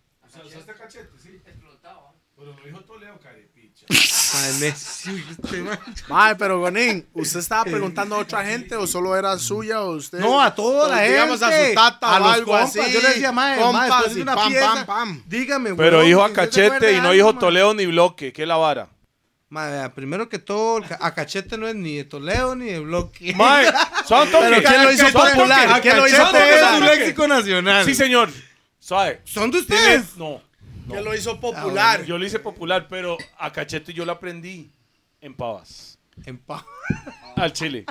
Ay, me- sí, este man.
Mae, pero Gonín, ¿usted estaba preguntando a otra gente o solo era suya o usted? Pues,
No, a toda la gente.
Digamos a su tata
a
o
los
algo
compas.
así.
Yo le decía, mae, mae,
compas,
después de
y
una
pam,
pieza,
pam, pam.
dígame,
Pero
huevón,
dijo
que
a
usted se acuerde
cachete y no
algo,
dijo
mae.
Toledo ni bloque. ¿Qué es la vara?
Mae, primero que todo, el ca- a cachete no es ni de Toledo ni de Bloque.
Mae, son toques.
¿quién lo hizo
Son toques.
popular? ¿Quién lo hizo
Son toques.
popular?
Son toques.
nacional.
Sí, señor. Suave.
¿Son de
Tiene-
ustedes?
No. Ah,
Que lo hizo popular.
Yo lo hice popular, pero a cachete yo lo aprendí en Pavas.
En pa-
Al chile.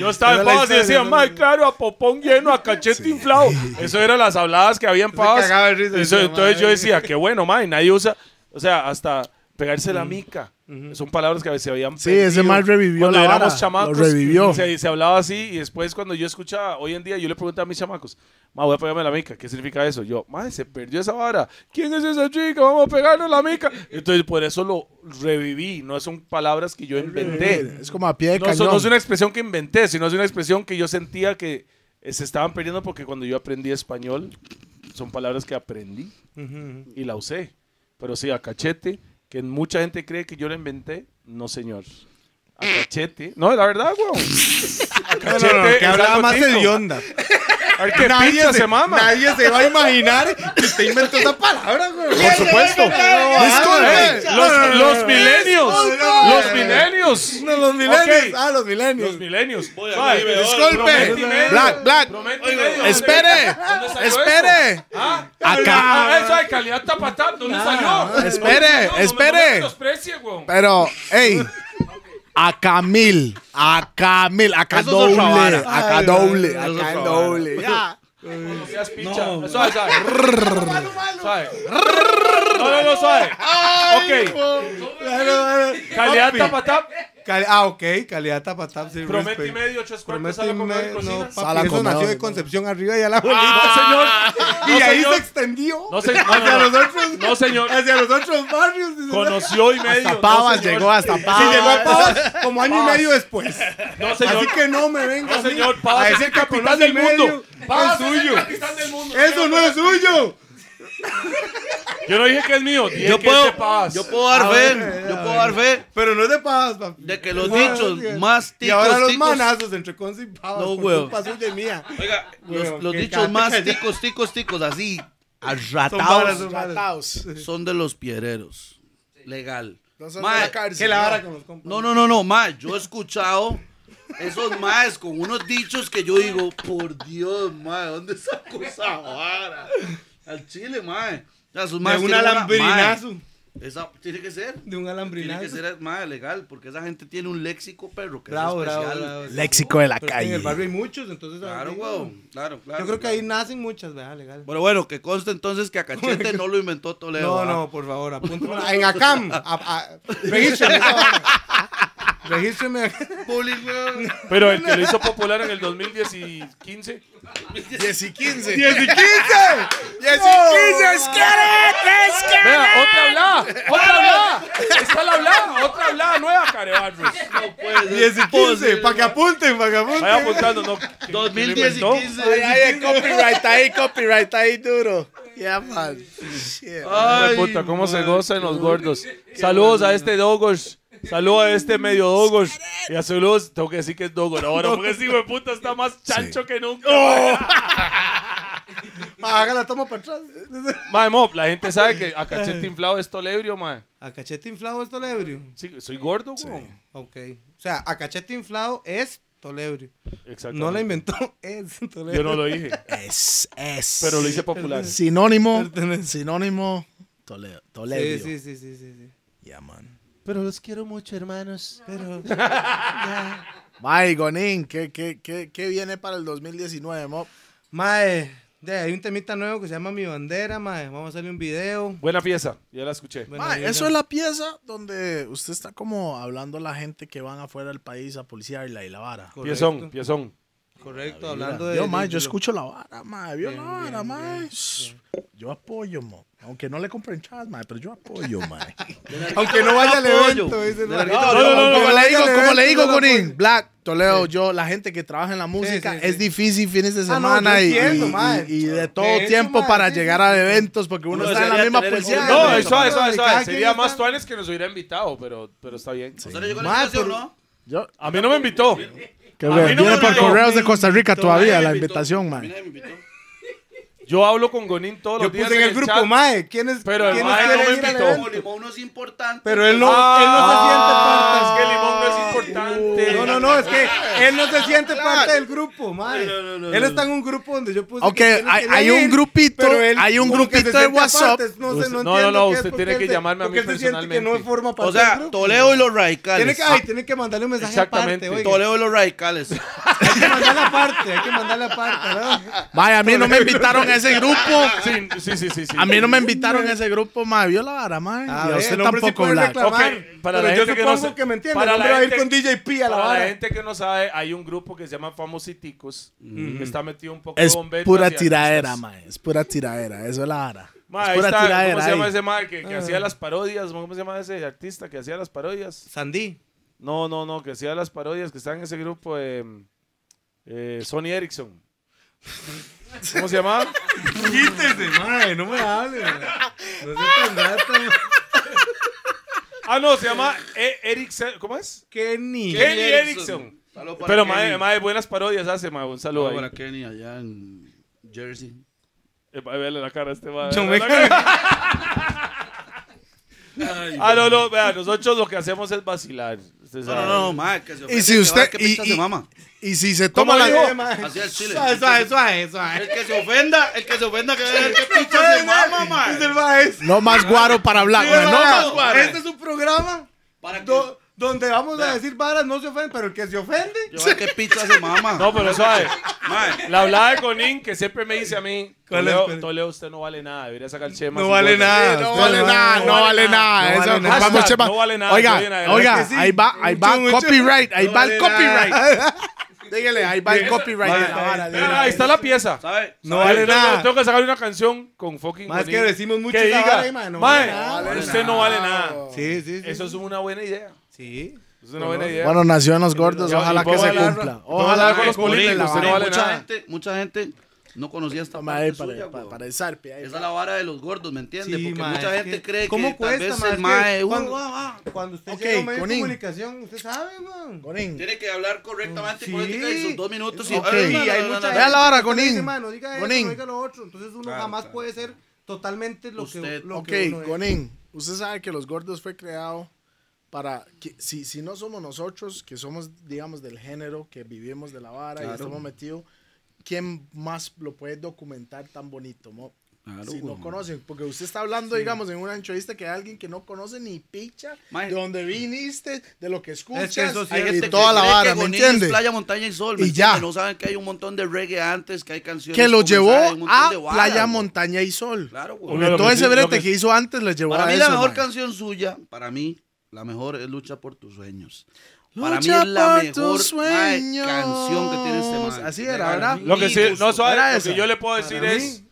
Yo estaba
Esa es
en
la
Pavas y
historia,
decía,
esa es
mae, claro, a popón lleno, a cachete inflado. Eso eran las habladas que había en
Se
Pavas.
cagaba de risa,
Eso,
decía,
entonces yo
"Mae".
decía, qué bueno, mae, nadie usa. O sea, hasta pegarse
Mm.
la mica. Son palabras que se habían
Sí, ese mae revivió
cuando
la vara,
éramos
lo
chamacos,
revivió.
Se, se hablaba así y después cuando yo escuchaba, hoy en día yo le preguntaba a mis chamacos, ma, voy a pegarme la mica, ¿qué significa eso? Yo, ma, se perdió esa vara, ¿quién es esa chica? Vamos a pegarnos la mica. Entonces por eso lo reviví, no son palabras que yo inventé.
Es como a
Eh,
pie de
No,
cañón.
son- no es una expresión que inventé, sino es una expresión que yo sentía que eh, se estaban perdiendo porque cuando yo aprendí español, son palabras que aprendí
Ujú.
y la usé. Pero sí, a cachete, que mucha gente cree que yo la inventé, no señor. A cachete. No, la verdad, güey. A
No, no, no,
cachete.
que
es
hablaba
algo
más
tico.
hedionda.
A ver, qué picha se mama.
nadie se va a imaginar que usted inventó esa palabra, güey.
Por supuesto.
Disculpe.
Ey, Los, los milenios.
Disculpe.
Los milenios.
No, los milenios.
Ok.
Ah, los milenios.
Los milenios.
Ay,
Ay, Promete y medio.
Disculpe. Black, black.
Promete y medio.
Espere.
¿Dónde salió
Espere.
eso? ¿Ah?
Acá.
Ah, eso de calidad tapatá, ¿dónde salió?
espere,
¿Dónde salió? No me-
espere.
no me menosprecie, güey.
Pero, hey. A Camil, a Camil, acá
Eso es otra
doble,
vara.
acá
Ay,
doble,
eso
acá
otra
doble. Ya.
No seas picha. Suave, suave. Suave. No, no, no, suave. Ok. Calidad tapatap.
Cali- ah, ok, calidad tapatap. Sí,
Promete y
respect.
medio, ocho cuartos,
Promete
sala
y
con
medio. No,
cocina.
papi,
Sala
eso
con
nació
nueve,
de
no.
Concepción arriba y a la abuelita.
Ah, No, señor.
y
No,
ahí
señor.
se extendió.
No, señor. No,
hacia
no,
los
no.
otros.
No, señor.
Hacia los otros barrios. dice,
Conoció y medio. no,
Hasta Pavas
señor.
llegó, hasta
Sí,
Pavas.
llegó a Pavas como año y medio después.
No, señor.
Así que no me venga.
No, señor. Pavas es el capitán del mundo.
Pavas
Pavas
es suyo.
el capitán del mundo.
Eso no es suyo.
Yo no dije que es mío. Dije
Yo
que es de
puedo,
Pavas.
yo puedo dar
A
fe,
ver,
yo
a
puedo
ver.
dar fe
Pero no es de Pavas, papi.
de que los
No,
dichos
sí.
más
Y ahora los
ticos, ticos
manazos entre Conce y Pavas.
No,
por
huevo.
culpa suya y mía.
Oiga,
Huevón,
los, los
que
dichos
cante,
más
calla.
ticos, ticos, ticos, así,
Son varas,
arratados,
son varas.
son de los piedreros. Legal.
No son
Mae,
de la cárcel.
Que la vara
no.
con los compas.
No, no, no, no, más. Yo he escuchado esos más con unos dichos que yo digo, por Dios, más, ¿dónde sacó esa vara? Al chile, más.
De un alambrinazo.
Esa tiene que ser.
De un
Tiene que
alambrinazo.
ser más legal, porque esa gente tiene un léxico, perro, que
Bravo,
es
bravo,
especial.
bravo.
Léxico de la
Pero es que En el barrio
calle.
hay muchos, entonces.
Claro,
ahí-
weón. Claro, claro.
Yo creo que
claro.
ahí nacen muchas, ¿verdad? Legal.
Bueno, bueno, que conste entonces que a Cachete no lo inventó Toledo.
No,
¿ah?
no, por favor, apúntame. En ACAM. a- a- Regístreme. esa vara. Regístreme.
Público.
Pero el que lo hizo popular en el 2015.
10 y 15.
10 y 15. 10
15,
Vea, otra hablada, otra hablada. Está la hablada, otra hablada nueva, Carebarros.
No puede ser
10 y 15.
posible,
Para que apunten, para que apunten.
Vaya apuntando, no. ¿Quién- quién lo
2010 y
inventó?
15.
Ay, ay, copyright ahí, copyright ahí duro. Ya, man. Shit.
Ay, puta, cómo se gozan los gordos. Saludos a este Dogos. Saludos a este medio Dogos. Y a saludos, tengo que decir que es Dogor ahora, porque ese hijo de puta está más chancho que nunca.
Haga la toma para atrás.
Mae, Mop, la gente sabe que a cachete inflado es tolebrio, mae.
A cachete inflado es tolebrio.
Sí, soy gordo, güey.
Ok. O sea, a cachete inflado es tolebrio.
Exacto.
No la inventó, es tolebrio.
Yo no lo dije,
Es, es.
pero lo hice popular.
Sinónimo.
Pertenece.
Sinónimo. Toledo.
Sí,
Toledo.
sí, sí, sí, sí. sí.
Ya, man.
Pero los quiero mucho, hermanos. Pero.
Mae, Gonin, ¿qué, qué, qué, ¿qué viene para el 2019, mo?
Mae, de, hay un temita nuevo que se llama Mi Bandera, mae. Vamos a hacerle un video.
Buena pieza, ya la escuché.
Bueno,
Mae,
yo
eso
ya-
es la pieza donde usted está como hablando a la gente que van afuera del país a policiarla y la vara.
Correcto.
Piezón, piezón.
Correcto, hablando de.
Yo,
de-
ma,
de
yo
lo-
escucho la vara, ma. Vio la
Bien,
vara,
bien,
ma.
bien,
Yo apoyo, mo. Aunque no le compren chas, ma, pero yo apoyo, ma.
Aunque no vaya al
Apoyo.
evento. eh. dice,
De
no,
larguito
no,
apoyo.
no, no, no,
como
no,
le digo,
no,
como
no,
le digo,
no,
Corín, Black, Toledo,
Sí.
yo, la gente que trabaja en la música,
sí,
es
sí.
difícil fines de
Ah, no, yo
semana y,
entiendo,
y-
ma.
y- y de todo
Eso,
tiempo
ma,
para
sí,
llegar
sí,
a
sí.
eventos, porque uno,
Uno
está en la
debería
misma
tener el
posición.
control.
No,
no,
eso, suave,
no,
suave,
no,
suave.
cada quien
Sería
está-
más tuanes que nos hubiera invitado, pero, pero está bien.
¿Usted no llegó a la
Ma,
invitación,
pero-
no?
Yo,
A mí no me invitó.
que
A
ve-
mí no
viene
me
por
invitó.
correos de Costa Rica
Nadie
todavía
me
la
invitó.
invitación, ma.
Nadie me invitó.
Yo hablo con Gonín todos
Yo
los días.
puse en el grupo,
chat.
mae. ¿Quién es?
Pero el
quién
mae
quiere
no me
ir al
invitó.
evento?
Como limón no es importante.
Pero él no, él no
Ah,
se siente parte.
Es que limón no es importante.
No, no, no, es que él no se siente parte del grupo, madre.
No, no, no, no,
él
no.
está en un grupo donde yo puse.
Ok,
que tiene
hay-
que
hay un
ir,
grupito,
pero él
hay un
como que se
grupito de
siente
WhatsApp.
aparte, No, sé,
Usted-
no,
no,
entiendo
no,
qué es,
usted
porque
tiene
él
que
se-
llamarme a
porque
mí
él se siente que no
personalmente.
forma parte
O
del
sea,
grupo.
Toleo y los
Tiene
radicales.
que, ay, tiene que mandarle un mensaje
Exactamente.
aparte. oiga.
Toleo y los radicales.
Hay que mandarle aparte, hay que mandarle aparte. ¿no?
Ma, a mí no me invitaron a ese grupo.
Sí, sí, sí, sí, sí.
A mí no me invitaron a ese grupo, ma. Vio la vara, ma.
A
Y a
ver,
usted
el hombre sí
tampoco,
puede
Black.
reclamar.
Ok, para
Pero
la
yo
gente que no
supongo
se-
que me entiende,
para
el
la
hombre va a ir
gente-
con DJ P a la
Para
vara.
la gente que no sabe, hay un grupo que se llama Famositicos. que Está metido un poco
Es
bombetas y
pura
artistas.
tiradera, ma. Es pura tiradera. Eso es la vara.
Ma,
es
ahí
pura
está, ¿Cómo se llama
ahí. Ah.
ese ma que, que hacía las parodias? ¿Cómo se llama ese artista que hacía las parodias?
Sandy.
No, no, no, que hacía las parodias que está en ese grupo eh, eh, Sony Erickson. ¿Cómo se llamaba?
Quítese, madre, no me hable. No se tan gato.
Ah, no, se llama E- Erickson. ¿Cómo es?
Kenny.
Kenny Erickson.
Saludos para
Pero
Kenny.
madre, madre, buenas parodias hace, madre. Un saludo
Saludos
ahí.
para Kenny allá en Jersey.
Eh, pa- Véale la cara a este madre.
Yo
véale
me-
la cara. Ah, no, no, vea, nosotros lo que hacemos es vacilar. usted
No,
sabe.
no, no, mae, que se
Y
ofende,
si
que
usted.
va, que
Y,
pinchas
y-
de mama.
y si se
¿Cómo
toma la.
dijo?
Así es, chile.
Suave, suave, suave, suave.
El que se ofenda, el que se ofenda, que vea que pinchas de mama,
Es el
mae.
maestro.
No más guaro para Black, ma,
Vea,
No más
no, guaro.
Este es un programa
Para que-
do- donde vamos a
Vea.
decir varas, no se ofenden, pero el que se ofende.
Yo vea que pinchas de mama.
No, pero suave.
Mae,
La hablaba de Conin que siempre me dice a mí,
¿Cuál es,
Toledo,
cuál?
Toleeo, usted no vale nada, debería sacar Chema.
No
sin
vale
bolsa".
nada.
Sí,
No
Usted
vale
no-
nada, no vale nada.
no
Eso,
vale
nos
nada.
vamos,
Hashtag,
Chema.
no vale nada,
Oiga,
estoy en adelante.
oiga,
Sí.
ahí va, ahí va
Mucho,
el
mucho.
copyright, ahí
No
va el
vale
copyright. Dígale, ahí va el copyright de la
Vale,
vara.
ahí
no,
dígale.
Ah, ahí está la pieza.
¿sabe?
No
Ahí
vale
tengo-
nada.
Tengo que sacar una canción con fucking
Más que
Conin
decimos mucho
que
esa
diga,
vara, y, ma, no
"Mae,
vale nada".
usted no vale nada.
Sí, sí, sí.
Eso es una buena idea.
Sí.
Es una buena idea.
Bueno, nació en los gordos,
Ya, y
ojalá que
puedo
se
hablar-
cumpla.
puedo
Ojalá
hablar
que
con los
se cumpla la
políticos, usted
vara.
no vale
mucha
nada.
gente, mucha gente no conocía esta
Toma ahí
parte
para-
suya,
para-
weón.
para el zarpe, ahí
Esa
va.
es la vara de los gordos, ¿me entiendes?
Sí,
Porque
ma,
mucha
es
gente
que-
cree
¿Cómo
que
cuesta,
tal vez
ma? Es
el
que
mae, uh,
cuando-
ah, ah.
Cuando usted
Ok,
llega a un medio de
Conin.
comunicación, usted sabe, man.
Gonín.
tiene que hablar correctamente
Sí.
política y sus dos minutos. Y,
Ok.
Ay, no,
Sí, hay
no, no,
mucha
no,
gente
Vea la vara,
que
Gonín.
dice, "Ma, no diga eso,
Gonín.
no diga lo otro. Entonces uno
Claro,
jamás
claro.
puede ser totalmente lo que
Usted-
lo
Ok,
que uno es.
Gonín, usted sabe que los gordos fue creado para que si, si no somos nosotros, que somos, digamos, del género, que vivimos de la vara y
Claro.
estamos metidos, ¿quién más lo puede documentar tan bonito, mo?
Claro,
si no
weón.
conocen, porque usted está hablando, digamos, en una entrevista que hay alguien que no conoce ni picha
Ma-
de dónde viniste, de lo que escuchas
Es que eso sí
Hay
es-
y
gente que
toda la
cree que
vara, ¿me
Gonín
entiende?
es Playa, montaña y sol. ¿me
Y ya.
entiende? No saben que hay un montón de reggae antes, que hay canciones.
Que lo
con
llevó
mensaje, un montón
a
de varas,
Playa,
weón.
Montaña y Sol.
Claro, weón.
Uno de los
Todo ese
principios-
brete
lo
que hizo antes lo llevó
Para
a
mí, la
eso,
mejor
ma.
canción suya, para mí, la mejor es Lucha por tus sueños. para mí
Lucha
es la
por
mejor
tus
mae,
sueños.
canción que tiene este man.
Así era,
Para
¿verdad?
mí,
Lo que sí, no suave,
Era
lo
esa.
que yo le puedo decir
Para
es.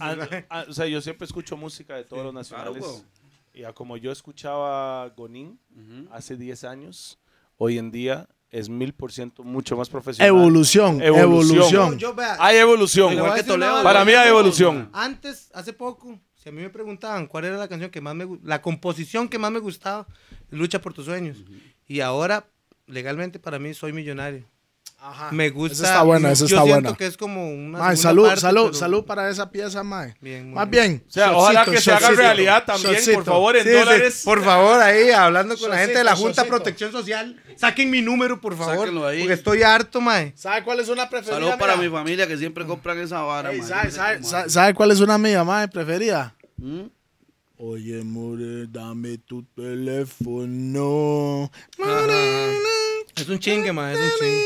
a- a- o sea, yo siempre escucho música de todos los nacionales.
claro, weón.
y a como yo escuchaba Gonin
Ujú.
hace 10 años, hoy en día es mil por ciento mucho más profesional.
Evolución,
Evolución.
Yo,
evolución.
yo, vea,
Hay evolución.
Oiga, voy
Igual
a
que
decir una
Toledo.
vara.
Para mí hay evolución.
Antes, hace poco, si a mí me preguntaban cuál era la canción que más me gu- la composición que más me gustaba, Lucha por tus sueños. Y ahora, legalmente para mí, soy millonario.
Ajá.
Me gusta.
Esa está buena, esa
yo
está
siento
buena.
que es como una. segunda
Mae, salud,
parte,
salud,
pero-
salud para esa pieza, mae.
Bien, muy
Más
bien.
bien.
O sea,
shotcito,
ojalá que se haga
shotcito,
realidad también, por
shotcito.
favor, en
Sí, sí,
dólares.
Por favor, ahí hablando con la
Socito,
gente de la Junta de
socito.
Protección Social, saquen mi número, por favor,
Sáquenlo ahí.
porque estoy harto, mae.
¿Sabe cuál es una preferida?
Saludos para mi
mía?
familia que siempre compran esa vara.
Ey,
mae.
¿sabe,
Yo no sé
sabe-
cómo
sabe-
hacen.
sabe cuál es una mía, mae, preferida?
¿Mm?
Oye, more, dame tu teléfono.
Es un chingue, mae, es un chingue.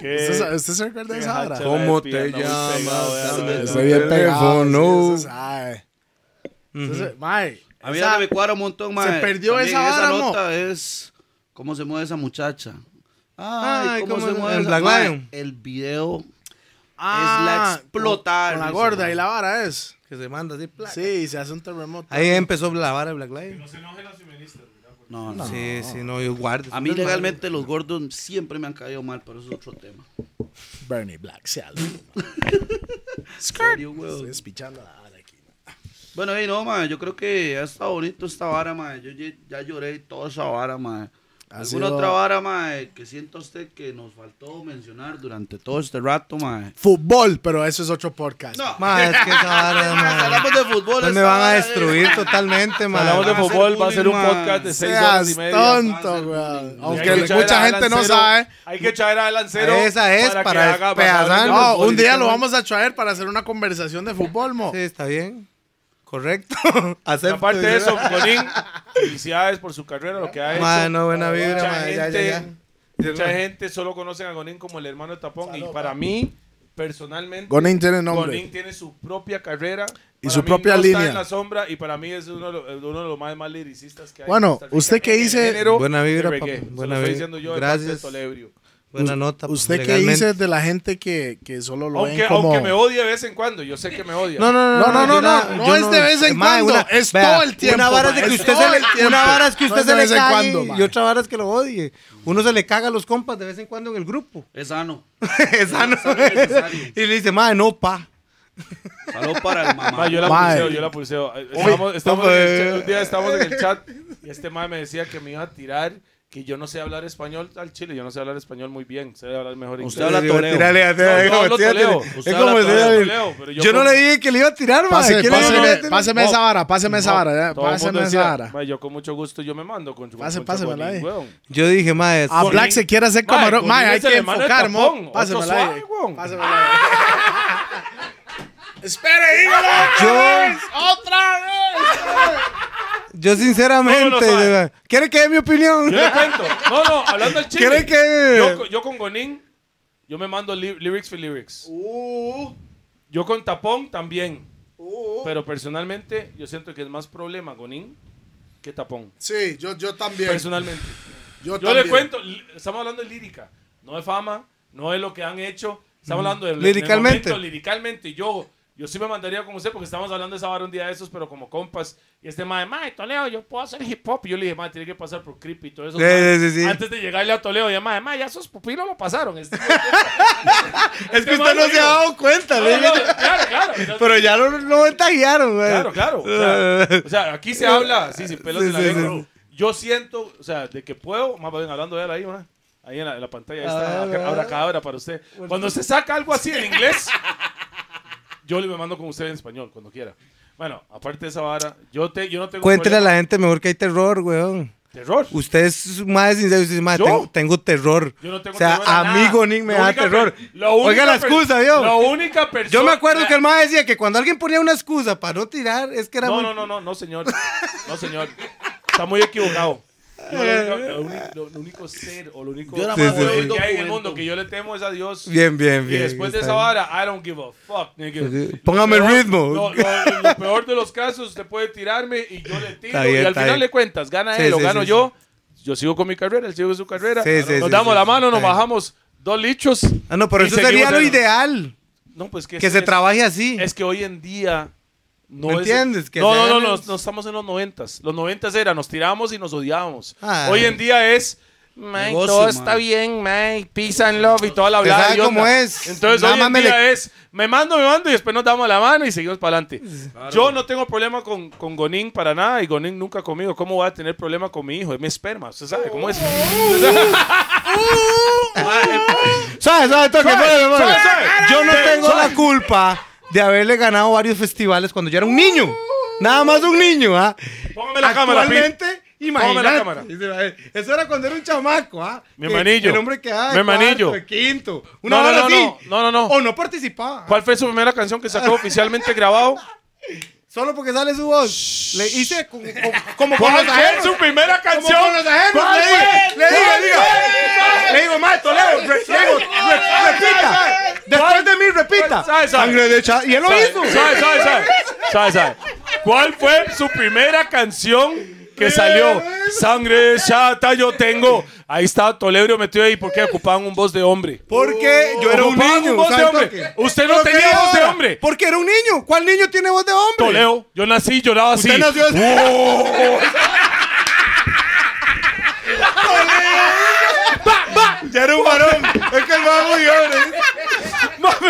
¿Qué?
¿Usted, sa- usted se recuerda de esa
Qué
hora?
hacha. ¿Cómo te llamas? Dame
Estoy bien pegado.
Teléfono.
sí, eso sabe. Entonces, mae,
A mí
esa-
ya me cuadra un montón, mae.
perdió
También
esa vara, mo.
nota es cómo se mueve esa muchacha. Ay,
Ay,
¿cómo,
¿cómo
se
es?
mueve
En
esa-
Black
Mae,
Lion.
El video
Ah,
es la explotar.
Con la
dice,
gorda
mae.
y la vara es.
Que se manda así, placa.
Sí, se hace un terremoto.
Ahí empezó la vara de Black Lion.
No, no.
Sí, sí, no, yo guardo.
A mí legalmente los gordos siempre me han caído mal, pero eso es otro tema.
Bernie Black se alza.
Serio, weón.
Estoy despichando la vara aquí. mae.
Bueno, hey, no, mae, yo creo que ha estado bonito esta vara, mae. Yo ye- ya lloré toda esa vara, mae.
Ha
¿Alguna
sido-
otra vara, mae, que sienta usted que nos faltó mencionar durante todo este rato, mae?
Fútbol, pero eso es otro podcast.
No.
Ma, es que esa vara, ma.
Hablamos de fútbol.
Pues me
esta
van a
vara, eh.
destruir totalmente, Ah, ma.
Hablamos de
van a hacer
fútbol, va a ser un
bullying, ma.
podcast de seis horas
Seas
y media.
Va a ser
tonto,
bullying.
weón.
Y
Hay
Aunque
que echar
mucha
a
gente no
Lancero-
sabe.
Hay que echar al lancero.
Esa es
que
para
haga pasar
despedazar.
de
No,
fútbol.
un día lo vamos a traer para hacer una conversación de fútbol, mo.
Sí, está bien. Correcto.
Y
Acepto.
Aparte de eso, Colín, felicidades por su carrera, lo que ha hecho.
Ma, no, buena vibra,
Mucha
ma. Ya, ya,
gente-
ya.
Mucha gente solo conocen a Gonin como el hermano de Tapón. y para mí, personalmente,
Gonin tiene nombre.
Gonin tiene su propia carrera.
Y
Para
su
mí
propia
no
línea.
Está en la sombra y para mí es uno de los, uno de los más, más liricistas que hay.
Bueno,
en Costa Rica
usted que
en el
dice-
género
Buena
de
vibra,
reggae.
papi,
Se lo
buena
estoy
vibra.
diciendo yo de
Gracias.
parte de Tolebrio.
Buena nota. pa,
¿Usted qué
legalmente.
dice de la gente que, que solo lo
Aunque,
ven como...
aunque me odie de vez en cuando, yo sé que me odia.
No, no, no,
No, no, no,
yo
no, no
yo
es de vez en
Ma,
cuando,
una-
es
vea,
todo el tiempo,
Una vara es
ma,
de que
es
usted
todo
se le,
el tiempo.
una vara es que
No
usted
es
se
de
le
vez en
cae
cuando, ma.
y otra vara es que lo odie. Uno se le caga a los compas de vez en cuando en el grupo.
Es sano.
es sano.
sano y necesario.
y le dice, madre, no, pa.
Salud para el mamá.
Ma, Ah, yo la
Mae.
pulseo, yo la pulseo. Eh, Estamos, estamos en el chat, un día estamos en el chat y este mae me decía que me iba a tirar que yo no sé hablar español al chile. Yo no sé hablar español muy bien, sé hablar mejor inglés.
Usted habla
Yo
toreo.
tirarle a-
No, yo hablo
tírale.
toleo.
Es
Usted
como
habla
decirle,
toleo, toleo, pero yo
Yo no
con-
le dije que le iba a tirar, madre.
Pase-
¿Quién le dijo que le iba a
páseme,
tirar?
páseme esa vara, páseme esa vara, eh,
Todo el mundo
páseme esa
decía,
vara.
"Ma, yo con mucho gusto yo me mando con
Pase,
con
pase,
Chabolín,
¿verdad?
weón".
Yo dije, madre,
A
Gonin-
Black se quiere hacer
Mae,
camarón.
Gonin
Mae, hay
es el
que
hermano de
enfocar,
Tapón,
mo.
otro
Pásemela
suave,
ahí.
weón.
Pásemela ahí. Espere, dígalo otra vez. Otra vez.
yo sinceramente,
No, no, no,
yo- ¿quiere que dé mi opinión?
Yo le cuento. No, no, hablando al chile.
¿Quiere que-
Yo, co- yo con Gonin, yo me mando li- lyrics for lyrics.
Uh.
Yo con Tapón también. Pero personalmente, yo siento que es más problema Gonin que Tapón.
Sí, yo, yo también.
Personalmente.
Yo,
Yo le
también.
cuento, li- estamos hablando de lírica, no de fama, no de lo que han hecho, estamos hablando de
Liricalmente.
del momento, liricalmente. Y yo, yo sí me mandaría como usted, porque estamos hablando de esa vara un día de esos, pero como compas. Y este mae, mae, Toleo, yo puedo hacer hip hop. Y yo le dije, mae, tiene que pasar por creepy y todo eso.
Sí,
mae".
sí, sí, sí.
Antes de llegarle a Toleo, ya mae, mae, ya sus pupilos lo pasaron. Este-
Es que
Este
usted
mae
no se
dijo,
ha dado cuenta,
"No,
le
no,
dije,
no, claro, claro. Entonces,
pero ya no, no me taguearon, güey.
Claro, claro. O sea, o sea, aquí se habla, sí, sin pelos
Sí,
en la
sí,
lengua.
sí.
Yo siento, o sea, de que puedo, más bien hablando de él ahí, ¿verdad? ahí en la, en la pantalla, ahí está,
Ah,
acá- abra cadabra para usted. Cuando se saca algo así en inglés, yo le me mando con usted en español, cuando quiera. Bueno, aparte de esa vara, yo, te, yo no tengo
Cuéntele a
problema-
la gente mejor que hay terror, weón.
terror.
Usted es más sincero, usted dice, "Mae,
¿Yo?
tengo, tengo terror.
Yo no tengo
o sea,
terror a nada.
amigo Nick me
La
da
única
terror.
per- la única
Oiga la
per-
excusa, yo.
La única persona.
Yo me acuerdo que el más decía que cuando alguien ponía una excusa para no tirar, es que era
No,
muy-
no, no, no, no, señor. No, señor. Está muy equivocado. Yo lo, único, lo uni- lo- lo único ser o lo único
Yo nada
más
que
veo
hay en el
documento.
mundo que yo le temo es a Dios.
Bien, bien,
y
bien.
después de
está
esa
bien.
vara, I don't give a fuck, nigga.
Sí.
Lo
Póngame el
peor-
ritmo.
Lo, lo- lo peor de los casos, usted puede tirarme y yo le tiro.
Está bien,
y al
está
final
bien.
le cuentas, gana
Sí,
él o
sí,
gano
sí,
yo. Yo sigo con mi carrera, él sigue con su carrera.
Sí, sí,
nos
sí,
damos
sí,
la
sí,
mano,
está
nos
bien.
bajamos dos lichos.
Ah, no, pero
y
eso
seguimos
sería lo
en-
ideal.
No, pues que,
Que
es-
se
es-
trabaje así.
es que hoy en día no
¿Me
es-
entiendes? Que
no,
se
no, no,
hagan
no,
los-
no estamos en los noventas. Los noventas era nos tirábamos y nos odiábamos.
Ah.
Hoy en día es "Mae,
Negocio,
todo
mae.
está bien, mae, peace and love y toda la
Usted
hablada.
sabe
idiota.
cómo es.
Entonces
Nada
hoy
más
en
me
día es me mando, me mando y después nos damos la mano y seguimos para adelante. Yo no tengo problema con, con Gonin para nada y Gonin nunca conmigo. ¿Cómo voy a tener problema con mi hijo? Es mi esperma, usted sabe cómo es.
¿Sabes? ¿Sabes? Toque,
Ah, Suave,
mueve, mueve.
suave, suave.
Yo no
Suave,
tengo
suave.
la culpa de haberle ganado varios festivales cuando yo era un niño. Nada más un niño, ¿ah?
Póngame la cámara, Pi.
Actualmente,
Póngame la
imagínate.
cámara.
Eso era cuando era un chamaco, ¿ah?
Mi
Que
hermanillo.
El hombre que ah,
Mi hermanillo.
cuarto, de quinto.
No,
Una
no,
hora
no,
así.
no, no, no, no.
O no participaba.
¿Cuál fue su primera canción que sacó oficialmente grabado?
Solo porque sale su voz. Le hice como, como, como con
¿Cuál
los
fue
ajenos.
su primera
Como
canción?
con los ajenos.
¿Cuál
Le digo,
fue?
le digo,
¿Cuál
le digo. Le digo, maestro, Leo, re- le digo, re- repita. Después de mí, repita.
¿Sabe, sabe?
Sangre de cha... Y él lo
¿Sabe,
hizo.
sabe, sabe, sabe? ¿Sabe, sabe? ¿Cuál fue su primera canción que salió. Sangre chata yo tengo. Ahí estaba Tolebrio metido ahí porque ocupaban un voz de hombre.
Porque yo era un
Ocupaban
niño.
un voz de
¿sabe
hombre.
por qué?
Usted no
Porque
tenía voz de
ahora,
hombre.
Porque era un niño. ¿Cuál niño tiene voz de hombre?
Toleo, yo nací y lloraba así.
Usted nació así. Ya era un varón. Es que el mago y hombre.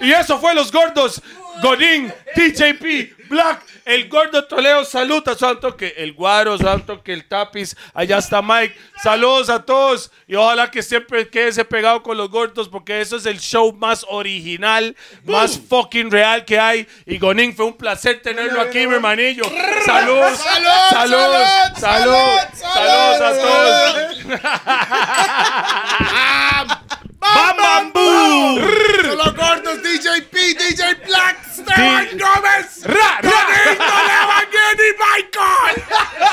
Y eso fue los gordos. Godín, TJP, Black, el gordo Toleo, saluda, santo que el guaro, santo que el tapiz, allá está Mike, saludos a todos y ojalá que siempre quédese pegado con los gordos porque eso es el show más original, más fucking real que hay y Godín fue un placer tenerlo aquí, mi hermanillo, saludos, saludos, saludos, saludos, saludos a todos. ¡Bam, bam, boom!
Los gordos, DJ P, DJ Black, Esteban
Sí.
Gómez.
¡Ra, ra!
¡Tito Levanguini, Michael!